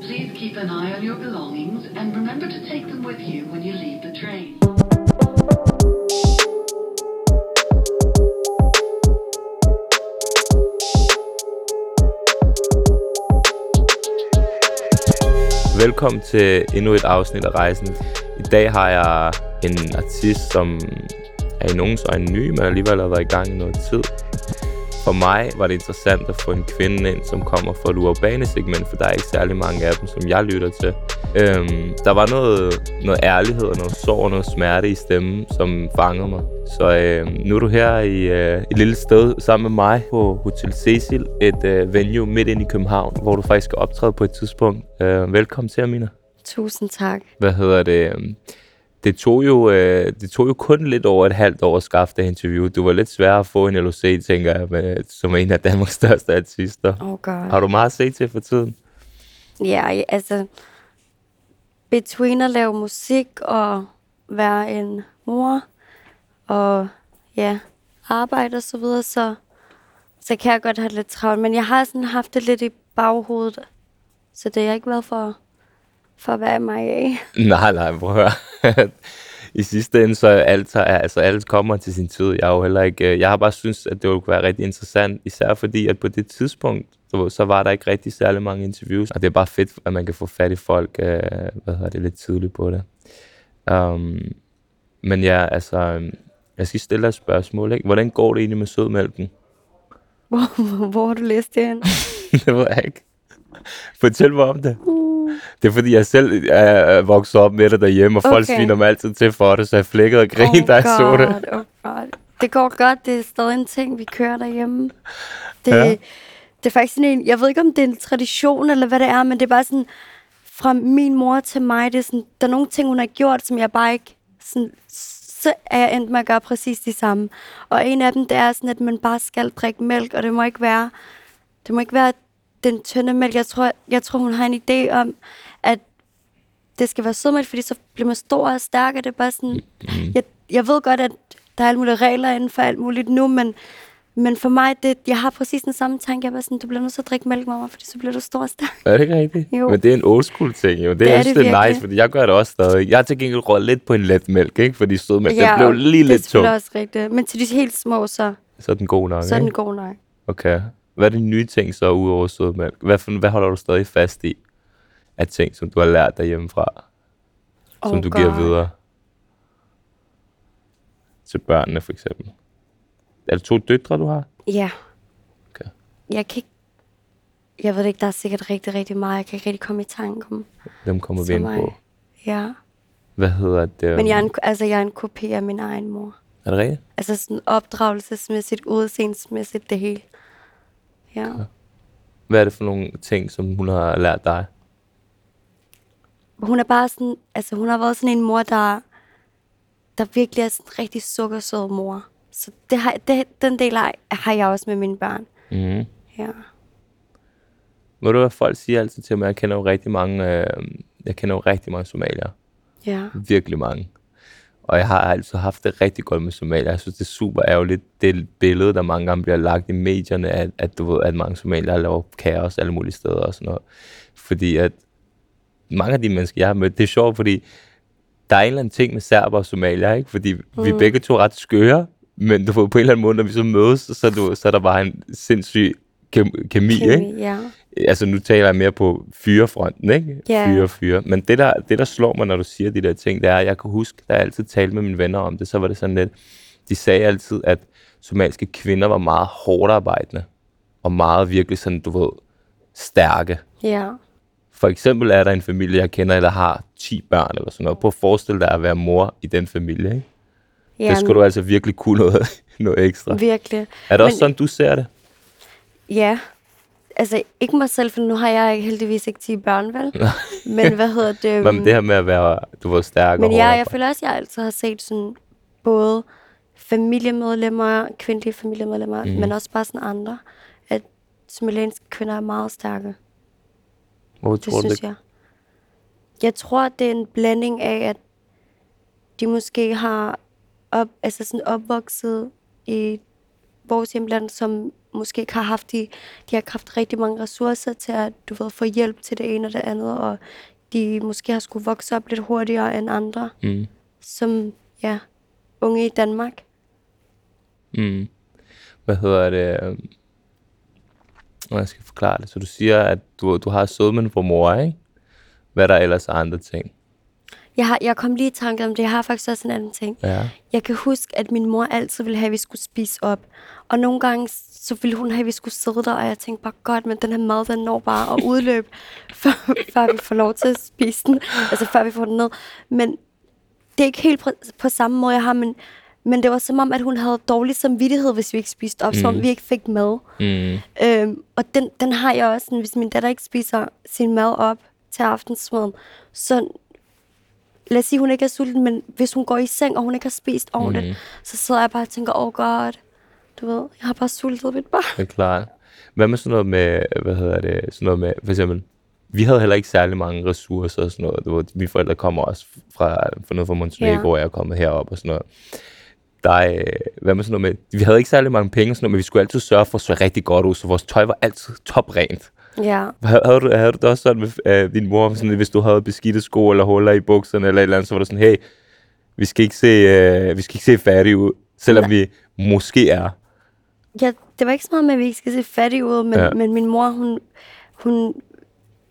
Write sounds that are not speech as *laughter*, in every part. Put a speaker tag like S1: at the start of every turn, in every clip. S1: Keep an eye on your belongings and remember to take them with you when you leave the train.
S2: Velkommen til endnu et afsnit af Rejsen. I dag har jeg en artist, som er i nogens øjne ny, men alligevel har været i gang i noget tid. For mig var det interessant at få en kvinde ind, som kommer fra det urbane segment, for der er ikke særlig mange af dem, som jeg lytter til. Øhm, der var noget, noget ærlighed og noget sorg og noget smerte i stemmen, som fangede mig. Så øhm, nu er du her i øh, et lille sted sammen med mig på Hotel Cecil, et øh, venue midt inde i København, hvor du faktisk skal optræde på et tidspunkt. Øh, velkommen til, Amina.
S3: Tusind tak.
S2: Hvad hedder det? øhm, Det tog, jo, øh, det tog jo kun lidt over et halvt år at skaffe det interview. Du var lidt svær at få en LOC, tænker jeg, med, som er en af Danmarks største artister.
S3: Oh god.
S2: Har du meget at se til for tiden?
S3: Ja, ja, altså... Between at lave musik og være en mor og ja, arbejde og så videre, så, så kan jeg godt have lidt travlt. Men jeg har sådan haft det lidt i baghovedet, så det har jeg ikke været for, for at være mig af.
S2: *laughs* Nej, nej, prøv at høre. *laughs* I sidste ende, så er alt, her- altså, alt kommer til sin tid. Jeg, er jo heller ikke, øh, jeg har bare synes at det ville kunne være rigtig interessant, især fordi, at på det tidspunkt, du ved, så var der ikke rigtig særlig mange interviews, og det er bare fedt, at man kan få fat i folk, øh, hvad hedder det, lidt tidligt på det. Um, men ja, altså, øhm, jeg skal stille dig et spørgsmål, ikke? Hvordan går det egentlig med sødmælken?
S3: *laughs* Hvor, hvor, hvor har du læst det hen?
S2: *laughs* det ved jeg ikke. Fortæl mig om det. Det er fordi, jeg selv er øh, vokset op med det derhjemme, og okay. folk
S3: Okay.
S2: sviner mig altid til for det, så jeg flækkede og grinede, oh da jeg så det.
S3: God, Oh God. Det går godt, det er stadig en ting, vi kører derhjemme. Det,
S2: Ja.
S3: ja. det er faktisk sådan en, jeg ved ikke om det er en tradition eller hvad det er, men det er bare sådan, fra min mor til mig, det er sådan, der er nogle ting, hun har gjort, som jeg bare ikke, sådan, så er jeg endt med at gøre præcis de samme. Og en af dem, det er sådan, at man bare skal drikke mælk, og det må ikke være, det må ikke være den tynde mælk. Jeg tror, jeg tror hun har en idé om, at det skal være sødmælk, fordi så bliver man stor og stærk, og det er bare sådan...
S2: Mm-hmm.
S3: Mm. Jeg, jeg ved godt, at der er alle mulige regler inden for alt muligt nu, men, men for mig, det, jeg har præcis den samme tanke. Jeg er bare sådan, du bliver nødt til at drikke mælk, mamma, fordi så bliver du stor og stærk.
S2: Er det ikke rigtigt?
S3: Jo.
S2: Men det er en old school ting, jo. Det, det
S3: Det
S2: er,
S3: er
S2: jeg synes,
S3: det
S2: det er nice,
S3: virkelig.
S2: fordi jeg gør det også stadig. Jeg har til gengæld røget lidt på en let mælk, ikke? Fordi sødmælk, ja, den blev
S3: og
S2: lige lidt
S3: Det er selvfølgelig
S2: tung.
S3: også rigtigt. Men til de helt små, så,
S2: Så er den god nok,
S3: så er
S2: ikke?
S3: den god nok.
S2: Okay. Hvad er de nye ting så, udover sødmælk? Hvad, for, hvad holder du stadig fast i af ting, som du har lært derhjemmefra? som
S3: Åh,
S2: du giver
S3: God.
S2: videre til børnene, for eksempel? Er det to døtre, du har?
S3: Ja.
S2: Okay.
S3: Jeg kan ikke... Jeg ved det ikke, der er sikkert rigtig, rigtig meget. Jeg kan ikke rigtig komme i tanke om.
S2: Dem kommer vi
S3: Så
S2: ind
S3: mig.
S2: på.
S3: Ja.
S2: Hvad hedder det?
S3: Men jeg er en, altså, jeg er en kopi af min egen mor.
S2: Er det rigtigt?
S3: Altså sådan opdragelsesmæssigt, udseendsmæssigt, det hele. Ja.
S2: Hvad er det for nogle ting, som hun har lært dig?
S3: Hun er bare sådan, altså hun har været sådan en mor, der, der virkelig er sådan en rigtig sukkersød mor. Så det har, det, den del har, har jeg også med mine børn.
S2: Mm-hmm.
S3: Ja.
S2: Ved du, hvad folk siger altid til mig? Jeg kender jo rigtig mange, øh, jeg kender jo rigtig mange somalier.
S3: Ja.
S2: Virkelig mange. Og jeg har altid haft det rigtig godt med somalier. Jeg synes, det er super ærgerligt, det billede, der mange gange bliver lagt i medierne, at, at, du ved, at mange somalier laver kaos alle mulige steder og sådan noget. Fordi at mange af de mennesker, jeg har mødt, det er sjovt, fordi der er en eller anden ting med serber og somalier, ikke? Fordi mm. vi er begge to ret skøre, men du får på en eller anden måde, når vi så mødes, så, du, så er der bare en sindssyg kemi, kemi, ikke?
S3: Kemi, ja.
S2: altså nu taler jeg mere på fyrefronten, ikke?
S3: Ja.
S2: Fyre, fyre. Men det der, det, der slår mig, når du siger de der ting, det er, at jeg kan huske, da jeg altid talte med mine venner om det, så var det sådan lidt, de sagde altid, at somaliske kvinder var meget hårdt arbejdende, og meget virkelig sådan, du ved, stærke.
S3: Ja.
S2: For eksempel er der en familie, jeg kender, der har 10 børn eller sådan noget. Prøv at forestille dig at være mor i den familie, ikke?
S3: ja
S2: det skulle du altså virkelig kunne noget, *laughs* noget ekstra.
S3: Virkelig.
S2: Er det også
S3: Men-
S2: sådan, du ser det?
S3: Ja. Altså, ikke mig selv, for nu har jeg ikke- heldigvis ikke 10 børn,
S2: *laughs*
S3: vel? Men hvad hedder det?
S2: Hvad med det her med at være, du ved, stærk og
S3: Øhm. Men ja,
S2: hårdt
S3: jeg føler også, at jeg altid har set sådan både familiemedlemmer, kvindelige familiemedlemmer,
S2: Mhm.
S3: mm. men også bare sådan andre, at somalianske kvinder er meget stærke. Det
S2: Hvor tror du,
S3: synes
S2: det
S3: jeg. Jeg tror, det er en blanding af, at de måske har op, altså sådan opvokset i vores hjemland som måske ikke har haft de, de har ikke haft rigtig mange ressourcer til at du ved, få hjælp til det ene og det andet, og de måske har skulle vokse op lidt hurtigere end andre,
S2: Mm.
S3: som ja, unge i Danmark.
S2: Mm. Hvad hedder det? øhm, Nå, Jeg skal forklare det. Så du siger, at du, du har sødmen fra mor, ikke? Hvad der ellers er andre ting.
S3: Jeg, har, jeg kom lige i tanke om det. Jeg har faktisk også en anden ting.
S2: Ja.
S3: Jeg kan huske, at min mor altid ville have, at vi skulle spise op. Og nogle gange, så ville hun have, at vi skulle sidde der, og jeg tænkte bare, godt, men den her mad, den når bare at udløbe, *laughs* før, før vi får lov til at spise den. Altså, før vi får den ned. Men det er ikke helt på, på samme måde, jeg har, men, men det var som om, at hun havde dårlig samvittighed, hvis vi ikke spiste op, mm. som om vi ikke fik mad.
S2: Mm.
S3: Øhm, og den, den har jeg også, sådan, hvis min datter ikke spiser sin mad op til aftensmaden, så lad os sige, hun ikke er sulten, men hvis hun går i seng, og hun ikke har spist ordentligt, mm. så sidder jeg bare og tænker, åh oh godt, du ved, jeg har bare sultet mit barn.
S2: Det er klart. Hvad med sådan noget med, hvad hedder det, sådan noget med, for eksempel, vi havde heller ikke særlig mange ressourcer og sådan noget. Du ved, mine forældre kommer også fra, fra noget fra Montenegro,
S3: Ja.
S2: hvor jeg er kommet herop og sådan noget. Der, er, øh, hvad med sådan noget med, vi havde ikke særlig mange penge og sådan noget, men vi skulle altid sørge for at se rigtig godt ud, så vores tøj var altid toprent.
S3: *laughs* Ja,
S2: Hav- Havde du, havde du det også sådan med øh, din mor, sådan, at hvis du havde beskidte sko eller huller i bukserne eller et eller andet, så var det sådan, hey, vi skal ikke se, øh, vi skal ikke se fattige ud, selvom Nej. vi måske er.
S3: ja, det var ikke så meget med, at vi ikke skal se fattige ud, men,
S2: Ja.
S3: ja. men min mor, hun, hun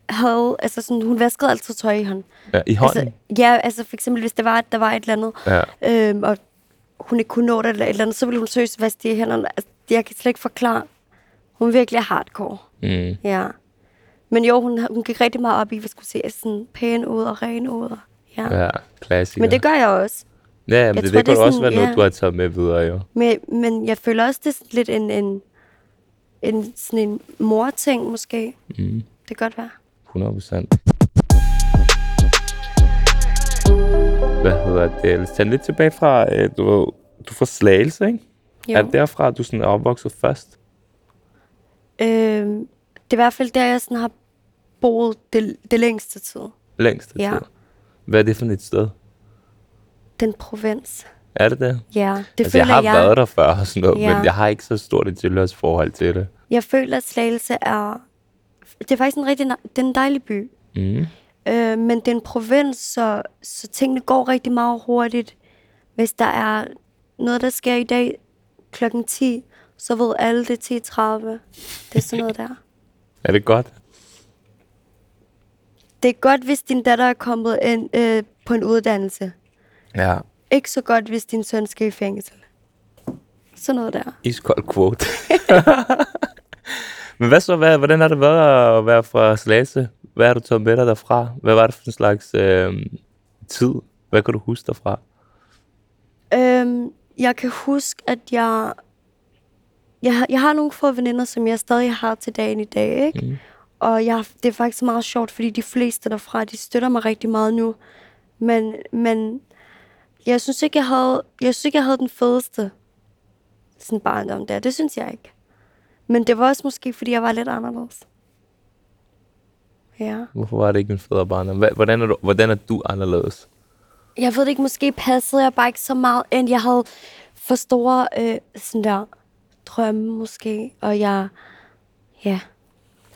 S3: havde, altså sådan, hun vaskede altid tøj i hånden.
S2: Ja, I hånden.
S3: Altså, ja, altså for eksempel, hvis det var, at der var et eller andet,
S2: Ja.
S3: øhm, og hun ikke kunne nå det eller et eller andet, så ville hun seriøst vaske det i hænderne. Altså, jeg kan slet ikke forklare. Hun er virkelig hardcore.
S2: Mm.
S3: Ja. Men jo, hun, hun gik rigtig meget op i, at vi skulle se sådan pæn ud og ren ud. Og, ja. ja.
S2: Ja, klassiker.
S3: Men det gør jeg også.
S2: ja, men
S3: jeg
S2: det,
S3: tror,
S2: det,
S3: det er
S2: kunne også
S3: sådan-
S2: være noget,
S3: ja.
S2: du har taget med videre, jo.
S3: Men, men jeg føler også, det er sådan lidt en, en, en, sådan en mor-ting måske. Mm. Det kan godt være.
S2: 100 procent. Hvad hedder det? Lad os tage lidt tilbage fra, øh, du, ved, du er fra Slagelse, ikke?
S3: Jo.
S2: Er det derfra, du sådan er opvokset først?
S3: Øhm, det er i hvert fald der, jeg sådan har boet det, det længste tid.
S2: Længst
S3: Ja.
S2: tid. Hvad er det for et sted?
S3: Den provins.
S2: Er det det?
S3: Ja, det
S2: altså, jeg har
S3: jeg.
S2: været der før og sådan noget,
S3: Ja.
S2: men jeg har ikke så stort et tilhørsforhold til det.
S3: Jeg føler, at Slagelse er... Det er faktisk en rigtig nej- det er en dejlig by.
S2: Mm.
S3: Øh, men det er en provins, så, så tingene går rigtig meget hurtigt. Hvis der er noget, der sker i dag kl. 10, så ved alle det er 10.30. Det er sådan
S2: *laughs*
S3: noget der.
S2: Er det godt?
S3: Det er godt, hvis din datter er kommet ind øh, på en uddannelse.
S2: Ja.
S3: Ikke så godt, hvis din søn skal i fængsel. Sådan noget der.
S2: Iskold quote. *laughs* men hvad så, hvad, hvordan har det været at være fra Slagelse? Hvad har du taget med dig derfra? Hvad var det for en slags øh, tid? Hvad kan du huske derfra?
S3: Øhm, jeg kan huske, at jeg, jeg, har- jeg har nogle få veninder, som jeg stadig har til dagen i dag, ikke? Mm. Og jeg, det er faktisk meget sjovt, fordi de fleste derfra, de støtter mig rigtig meget nu. Men, men jeg synes ikke, jeg havde, jeg synes ikke, jeg havde den fedeste sådan barndom der. Det synes jeg ikke. Men det var også måske, fordi jeg var lidt anderledes. Ja.
S2: Hvorfor var det ikke en federe barndom? Hva- Hvordan er du, hvordan er du anderledes?
S3: jeg ved det ikke, måske passede jeg bare ikke så meget ind. Jeg havde for store øh, sådan der drømme måske, og jeg, ja,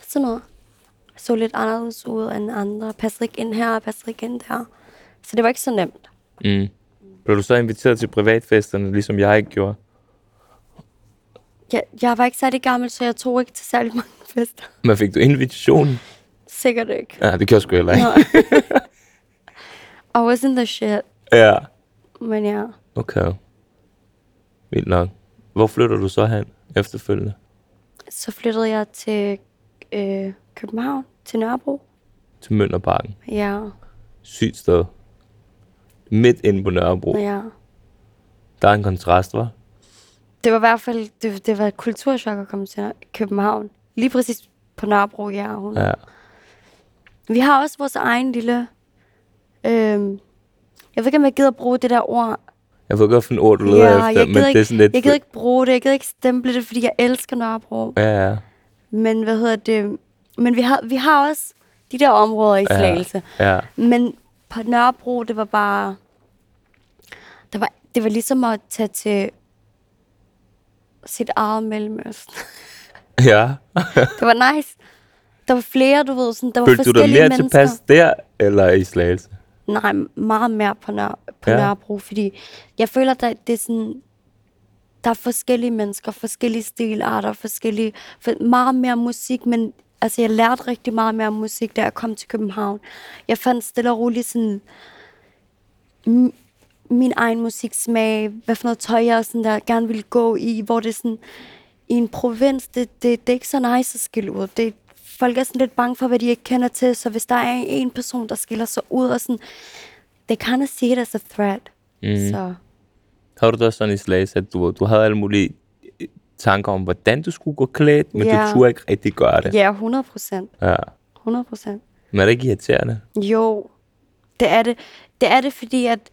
S3: sådan noget. Så lidt anderledes ud end andre. Passede ikke ind her, og passede ikke ind der. Så det var ikke så nemt.
S2: Mm. Blev du så inviteret til privatfesterne, ligesom jeg ikke gjorde?
S3: Jeg, jeg var ikke særlig gammel, så jeg tog ikke til særlig mange *laughs* fester.
S2: Men fik du invitationen?
S3: Sikkert ikke.
S2: Ja, det kan jeg sgu heller ikke. *laughs*
S3: Nå. I was in the shit,
S2: Ja.
S3: men ja.
S2: Okay. Vildt nok. Hvor flytter du så hen efterfølgende?
S3: Så flyttede jeg til øh, København, til Nørrebro.
S2: Til Mønderparken.
S3: Ja,
S2: Sygt sted. Midt inde på Nørrebro.
S3: ja.
S2: Der er en kontrast, var.
S3: det var i hvert fald det, det var et kulturschok at komme til Nør- København. Lige præcis på Nørrebro, ja. Hun. ja.
S2: Ja.
S3: Vi har også vores egen lille... Øhm, jeg ved ikke, om jeg gider bruge det der ord.
S2: Jeg ved godt, hvilken ord du leder efter,
S3: jeg
S2: men
S3: gider,
S2: det er
S3: ikke,
S2: sådan lidt...
S3: jeg gider ikke bruge det. Jeg gider ikke stemple det, fordi jeg elsker Nørrebro.
S2: Ja, ja.
S3: Men hvad hedder det? Men vi har, vi har også de der områder i
S2: Ja.
S3: Slagelse.
S2: Ja. *laughs*
S3: Men på Nørrebro, det var bare... Det var, det var ligesom at tage til sit eget mellemøst.
S2: Ja.
S3: Det var nice. Der var flere, du ved, sådan, der var
S2: Følte du
S3: forskellige
S2: dig mere
S3: mennesker.
S2: tilpas der, eller i Slagelse?
S3: Nej, meget mere på, Nør- på
S2: Ja.
S3: ja. Nørrebro, fordi jeg føler, at det er sådan, der er forskellige mennesker, forskellige stilarter, forskellige, for, meget mere musik, men altså, jeg lærte rigtig meget mere om musik, da jeg kom til København. Jeg fandt stille og roligt sådan, m- min egen musiksmag, hvad for noget tøj jeg sådan der gerne ville gå i, hvor det er sådan, i en provins, det, det, det er ikke så nice at skille ud. Det, folk er sådan lidt bange for, hvad de ikke kender til, så hvis der er en person, der skiller sig ud, og sådan, they kind of see it as a threat. Mm. Så
S2: Havde du da sådan i Slagelse, at du, du havde alle mulige øh, tanker om, hvordan du skulle gå klædt, men
S3: Ja.
S2: du turde ikke rigtig gøre det.
S3: ja, 100 procent.
S2: Ja.
S3: 100 procent.
S2: Men er det ikke irriterende?
S3: Jo, det er det. Det er det, fordi at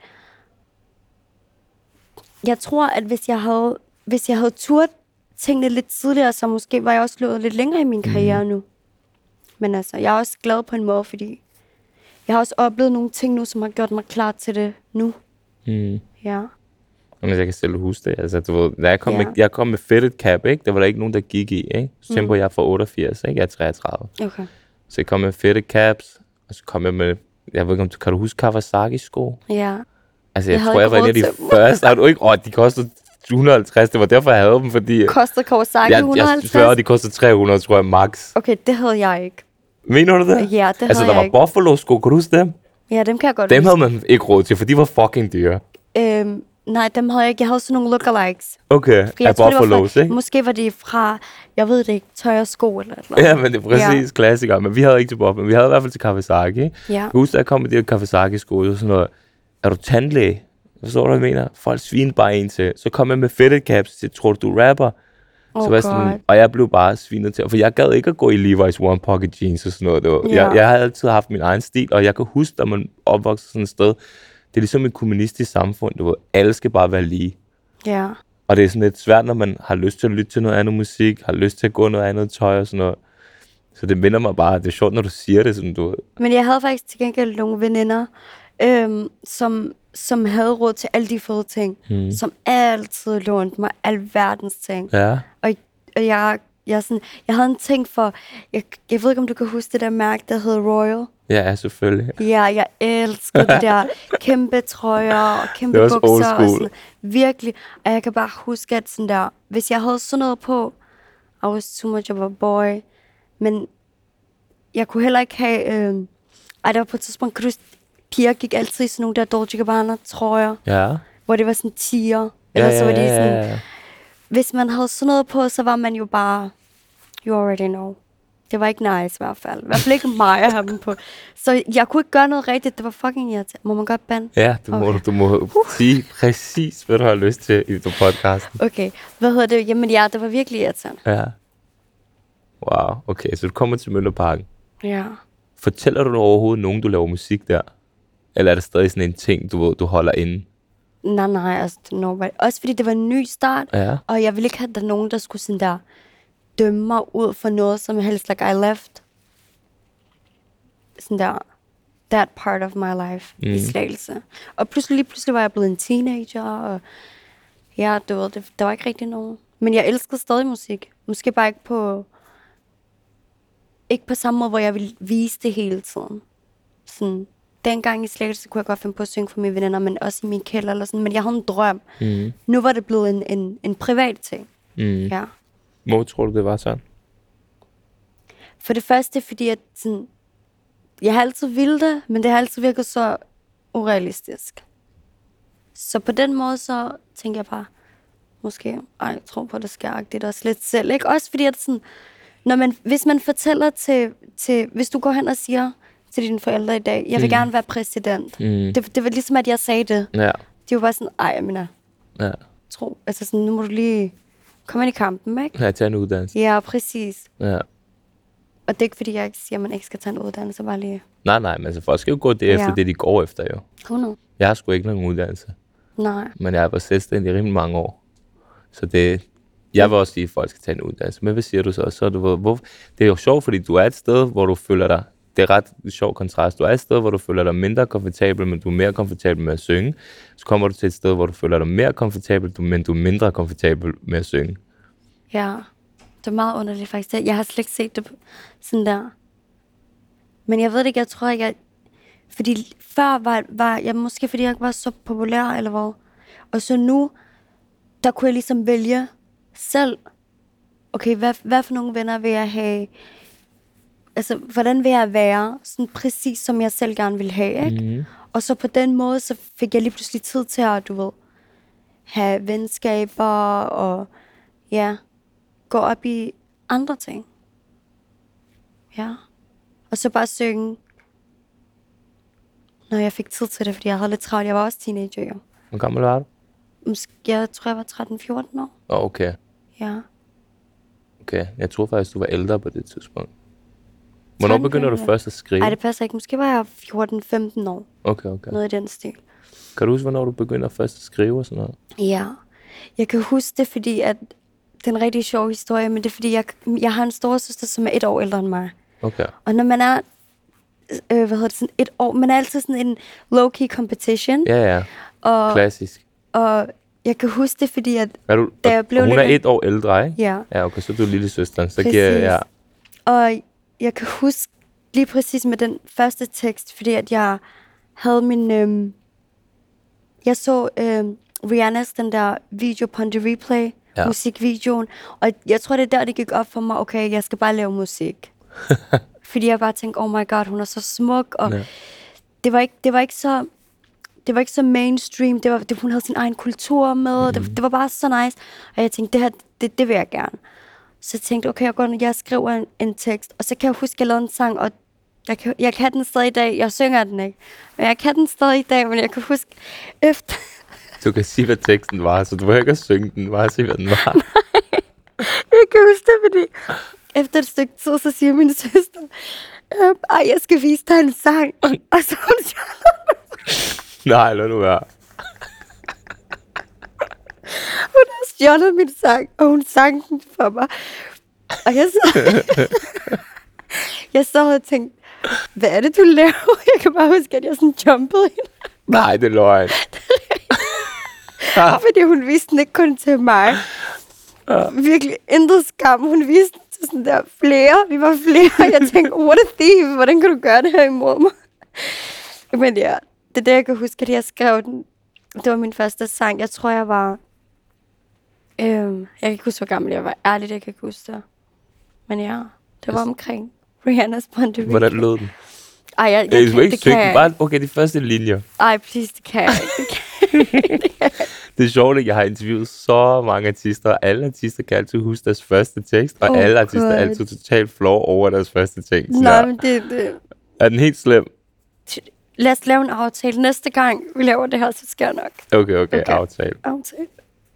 S3: jeg tror, at hvis jeg havde, hvis jeg havde turt tingene lidt tidligere, så måske var jeg også løbet lidt længere i min karriere nu. Men altså, jeg er også glad på en måde, fordi jeg har også oplevet nogle ting nu, som har gjort mig klar til det nu.
S2: Mm.
S3: Ja.
S2: Jamen, jeg kan selv huske det. Altså, du ved, da jeg kom,
S3: Ja.
S2: med, jeg kom med fitted cap, ikke? der var der ikke nogen, der gik i. Ikke? Så
S3: Mm.
S2: tænk på, at jeg er fra 88, ikke? jeg er 33.
S3: Okay.
S2: Så jeg kom med fitted caps, og så kom jeg med, jeg ved ikke om du kan du huske Kawasaki-sko?
S3: Ja.
S2: Altså, jeg,
S3: Jeg
S2: jeg
S3: havde
S2: tror, jeg
S3: ikke
S2: var en af
S3: råd
S2: de
S3: til dem.
S2: første. Og du ikke, åh, de kostede 150, det var derfor, jeg havde dem, fordi...
S3: Koster Kawasaki
S2: jeg, jeg
S3: 150?
S2: sværger, de kostede 300, tror jeg, max.
S3: Okay, det havde jeg ikke.
S2: Mener du det?
S3: Ja, det
S2: Altså,
S3: havde
S2: der
S3: jeg
S2: var
S3: ikke.
S2: Buffalo-sko, kan du huske dem?
S3: Ja, dem kan jeg godt
S2: Dem
S3: huske.
S2: havde man ikke råd til, for de var fucking dyre.
S3: Øhm, nej, dem havde jeg ikke. Jeg havde sådan nogle lookalikes.
S2: Okay,
S3: Fordi
S2: af
S3: jeg tror, det var
S2: Buffalo's,
S3: fra,
S2: ikke?
S3: Måske var de fra, jeg ved det ikke, tøj og sko eller et eller andet.
S2: Ja, men det er præcis ja. klassikere. Men vi havde ikke til Bob, men vi havde i hvert fald til Kawasaki. Ja. Jeg husker, da jeg kom med de her Kawasaki-sko, så sådan noget, er du tandlæge? Forstår du, hvad jeg mener? Folk svinede bare en til. Så kom jeg med fitted caps til, tror du, du er rapper?
S3: Oh
S2: så var jeg
S3: God.
S2: sådan, og jeg blev bare svinet til. For jeg gad ikke at gå i Levi's One Pocket Jeans og sådan noget. Det var.
S3: Ja.
S2: Jeg, jeg havde altid haft min egen stil, og jeg kan huske, at man opvokser sådan et sted. Det er ligesom et kommunistisk samfund, du ved. Alle skal bare være lige.
S3: Ja.
S2: Og det er sådan lidt svært, når man har lyst til at lytte til noget andet musik, har lyst til at gå i noget andet tøj og sådan noget. Så det minder mig bare, det er sjovt, når du siger det, sådan du...
S3: Men jeg havde faktisk til gengæld nogle veninder, øhm, som, som havde råd til alle de fede ting. Mm. Som altid lånte mig alverdens ting.
S2: Hmm. Ja.
S3: Og, og jeg, jeg, er sådan, jeg havde en ting for, jeg, jeg ved ikke, om du kan huske det der mærke, der hed Royal.
S2: Ja, ja, selvfølgelig.
S3: Ja, jeg elskede de der kæmpe trøjer og kæmpe
S2: Det er også old
S3: bukser. Og
S2: school.
S3: sådan, virkelig. Og jeg kan bare huske, at sådan der, hvis jeg havde sådan noget på, I was too much of a boy. Men jeg kunne heller ikke have... Øh, ej, der var på et tidspunkt, kan du huske, piger gik altid i sådan nogle der Dolce Gabbana trøjer,
S2: Ja.
S3: hvor det var sådan tiger.
S2: Ja,
S3: Eller så var
S2: ja,
S3: de
S2: ja,
S3: sådan,
S2: ja.
S3: hvis man havde sådan noget på, så var man jo bare, you already know. Det var ikke nice i hvert fald. I hvert fald ikke mig at have dem på. Så jeg kunne ikke gøre noget rigtigt. Det var fucking irriterende. Må man godt bande?
S2: Ja, du må,
S3: Okay.
S2: du, du må sige præcis, hvad du har lyst til i på podcasten.
S3: Okay, hvad hedder det? Jamen ja, det var virkelig irriterende.
S2: Ja. Wow, okay, så du kommer til Møllerparken.
S3: Ja.
S2: Fortæller du overhovedet nogen, du laver musik der? Eller er det stadig sådan en ting, du, ved, du holder inde?
S3: Nej, nej, altså, nobody. Også fordi det var en ny start,
S2: Ja.
S3: og jeg ville ikke have, at der er nogen, der skulle sådan der dømme mig ud for noget som helst, like I left. Sådan der, that part of my life mm. i slagelse. Og pludselig, lige pludselig var jeg blevet en teenager, og ja, du ved, det, der var ikke rigtig nogen. Men jeg elskede stadig musik. Måske bare ikke på, ikke på samme måde, hvor jeg ville vise det hele tiden. Sådan, dengang i slægelse kunne jeg godt finde på at synge for mine venner, men også i min kælder eller sådan. Men jeg havde en drøm. Mm. Nu var det blevet en, en, en privat ting.
S2: Mm.
S3: Ja.
S2: Hvor tror du, det var sådan?
S3: For det første, fordi at sådan, jeg har altid ville det, men det har altid virket så urealistisk. Så på den måde, så tænker jeg bare, måske, ej, jeg tror på, det sker agtigt også lidt selv, ikke? Også fordi, at sådan, når man, hvis man fortæller til, til, hvis du går hen og siger til dine forældre i dag, jeg vil mm. gerne være præsident. Mm. Det, det var ligesom, at jeg sagde det.
S2: Ja,
S3: De var bare sådan, ej, Amina,
S2: ja.
S3: tro, altså sådan, nu må du lige komme ind i kampen, ikke?
S2: Ja, tage en uddannelse.
S3: Ja, præcis.
S2: Ja.
S3: Og det er ikke, fordi jeg ikke siger, at man ikke skal tage en uddannelse, bare lige
S2: Nej, nej, men altså, folk skal jo gå det efter
S3: Ja.
S2: ja. det, de går efter jo.
S3: 100.
S2: Jeg har sgu ikke nogen uddannelse,
S3: Nej.
S2: men jeg har været selvstændig i rimelig mange år. Så det, jeg vil også sige, at folk skal tage en uddannelse. Men hvad siger du så? så er du, hvor, hvor, det er jo sjovt, fordi du er et sted, hvor du føler dig... Det er ret sjov kontrast. Du er et sted, hvor du føler dig mindre komfortabel, men du er mere komfortabel med at synge. Så kommer du til et sted, hvor du føler dig mere komfortabel, du- men du er mindre komfortabel med at synge.
S3: Ja. Det er meget underligt faktisk. Jeg har slet ikke set det på- sådan der. Men jeg ved det ikke, jeg tror ikke, jeg... Fordi før var, var jeg måske, fordi jeg ikke var så populær, eller hvad. Og så nu, der kunne jeg ligesom vælge selv, okay, hvad, hvad for nogle venner vil jeg have? Altså, hvordan vil jeg være? Sådan præcis, som jeg selv gerne vil have, ikke? Mm-hmm. Og så på den måde, så fik jeg lige pludselig tid til at, du ved, have venskaber og, ja, gå op i andre ting. Ja. Og så bare synge. Når jeg fik tid til det, fordi jeg havde lidt travlt. Jeg var også teenager, jo.
S2: Hvor gammel var du?
S3: Måske- Jeg tror, jeg var 13-14 år.
S2: Åh, okay.
S3: Ja.
S2: Okay, jeg tror faktisk, du var ældre på det tidspunkt. Hvornår
S3: Sådan
S2: begynder du
S3: kan jeg-
S2: først at skrive?
S3: Ej, det passer ikke. Måske var jeg 14-15 år.
S2: Okay, okay.
S3: Noget i den stil.
S2: Kan du huske, hvornår du begynder først at skrive og sådan noget?
S3: Ja. Jeg kan huske det, fordi at det er en rigtig sjov historie, men det er, fordi jeg, jeg har en storesøster, som er et år ældre end mig.
S2: Okay.
S3: Og når man er, øh, hvad hedder det, sådan et år, man er altid sådan en low-key competition.
S2: Ja, ja.
S3: og,
S2: Klassisk.
S3: og jeg kan huske det, fordi at
S2: Er du,
S3: da
S2: og-
S3: jeg blev
S2: og hun
S3: lidt-
S2: er et år ældre, ikke?
S3: Ja.
S2: Ja, okay, så er du lille søsteren. Så giver jeg...
S3: Præcis.
S2: Ja.
S3: Og jeg kan huske lige præcis med den første tekst, fordi at jeg havde min... Øhm, jeg så øhm, Rihannas den der video på The Replay,
S2: Ja.
S3: ja. musikvideoen, og jeg tror, det er der, det gik op for mig, okay, jeg skal bare lave *laughs* musik. fordi jeg bare tænkte, oh my god, hun er så smuk, og
S2: Ja.
S3: ja. det, var ikke, det var ikke så... Det var ikke så mainstream, det var, det, hun havde sin egen kultur med, mm. det, det var bare så nice. Og jeg tænkte, det her, det, det vil jeg gerne. Så jeg tænkte, okay, jeg, går, ned, jeg skriver en, en tekst, og så kan jeg huske, at jeg lavede en sang, og jeg kan, jeg kan den stadig i dag. Jeg synger den ikke, men jeg kan den stadig i dag, men jeg kan huske, efter, *laughs*
S2: Du kan sige, hvad teksten var, så du behøver ikke at synge den. Bare sige, hvad den var.
S3: *laughs* jeg kan huske det, fordi efter et stykke tid, så siger min søster, øhm, ej, jeg skal vise dig en sang. Og så hun siger, *laughs*
S2: Nej, lad nu være.
S3: hun har stjålet min sang, og hun sang den for mig. Og jeg så, *laughs* jeg så og tænkte, hvad er det, du laver? *laughs* Jeg kan bare huske, at jeg sådan jumpede hende.
S2: Nej, det er
S3: *laughs*
S2: løgn.
S3: Ah. Fordi hun viste den ikke kun til mig. Ah. Virkelig intet skam. Hun viste den til sådan der flere. Vi var flere. Jeg tænkte, what a thief. Hvordan kan du gøre det her imod mig? Men ja, det er det, jeg kan huske, at jeg skrev den. Det var min første sang. Jeg tror, jeg var... Øhm, jeg kan ikke huske, hvor gammel jeg var. Ærligt, jeg kan ikke huske det. Men ja, det var omkring Rihanna's Pandemic.
S2: *laughs* Altså- Hvordan lød den?
S3: Ej, jeg, jeg,
S2: Jeg, jeg,
S3: kan,
S2: jeg ikke
S3: det kan
S2: synge
S3: jeg
S2: den.
S3: ikke.
S2: Bare, okay, de første linjer.
S3: Ej, please, det kan jeg ikke. Det
S2: *laughs*
S3: kan
S2: Det er sjovt, at jeg har interviewet så mange artister, og alle artister kan altid huske deres første tekst, og
S3: Oh
S2: alle artister er
S3: God.
S2: altid totalt flov over deres første ting.
S3: jeg-
S2: Så
S3: Nej,
S2: der-
S3: men det, det,
S2: Er den helt slem?
S3: lad os lave en aftale. Næste gang vi laver det her, så sker jeg nok.
S2: Okay, okay, okay.
S3: Okay.
S2: aftale.
S3: Aftale.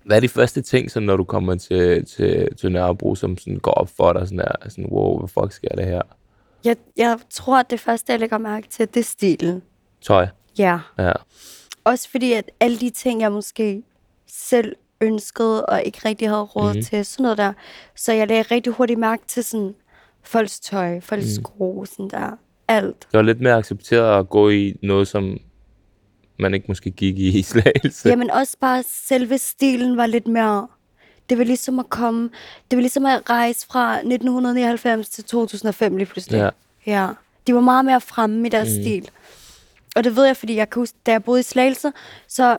S2: Hvad er de første ting, som når du kommer til, til, til Nørrebro, som sådan går op for dig, sådan der, sådan, wow, hvad fuck sker der her?
S3: Jeg, jeg tror, at det første, jeg lægger mærke til, det er stilen.
S2: Tøj,
S3: Ja.
S2: ja.
S3: Også fordi, at alle de ting, jeg måske selv ønskede og ikke rigtig havde råd mm. til, sådan noget der. Så jeg lagde rigtig hurtigt mærke til sådan folks tøj, folks mm. sko, sådan der. Alt.
S2: Det var lidt mere accepteret at gå i noget, som man ikke måske gik i i slagelse.
S3: Jamen også bare selve stilen var lidt mere... Det var ligesom at komme... Det var ligesom at rejse fra 1999 til 2005 lige pludselig.
S2: Ja.
S3: ja. De var meget mere fremme i deres mm. stil. Og det ved jeg, fordi jeg kan huske, da jeg boede i Slagelse, så...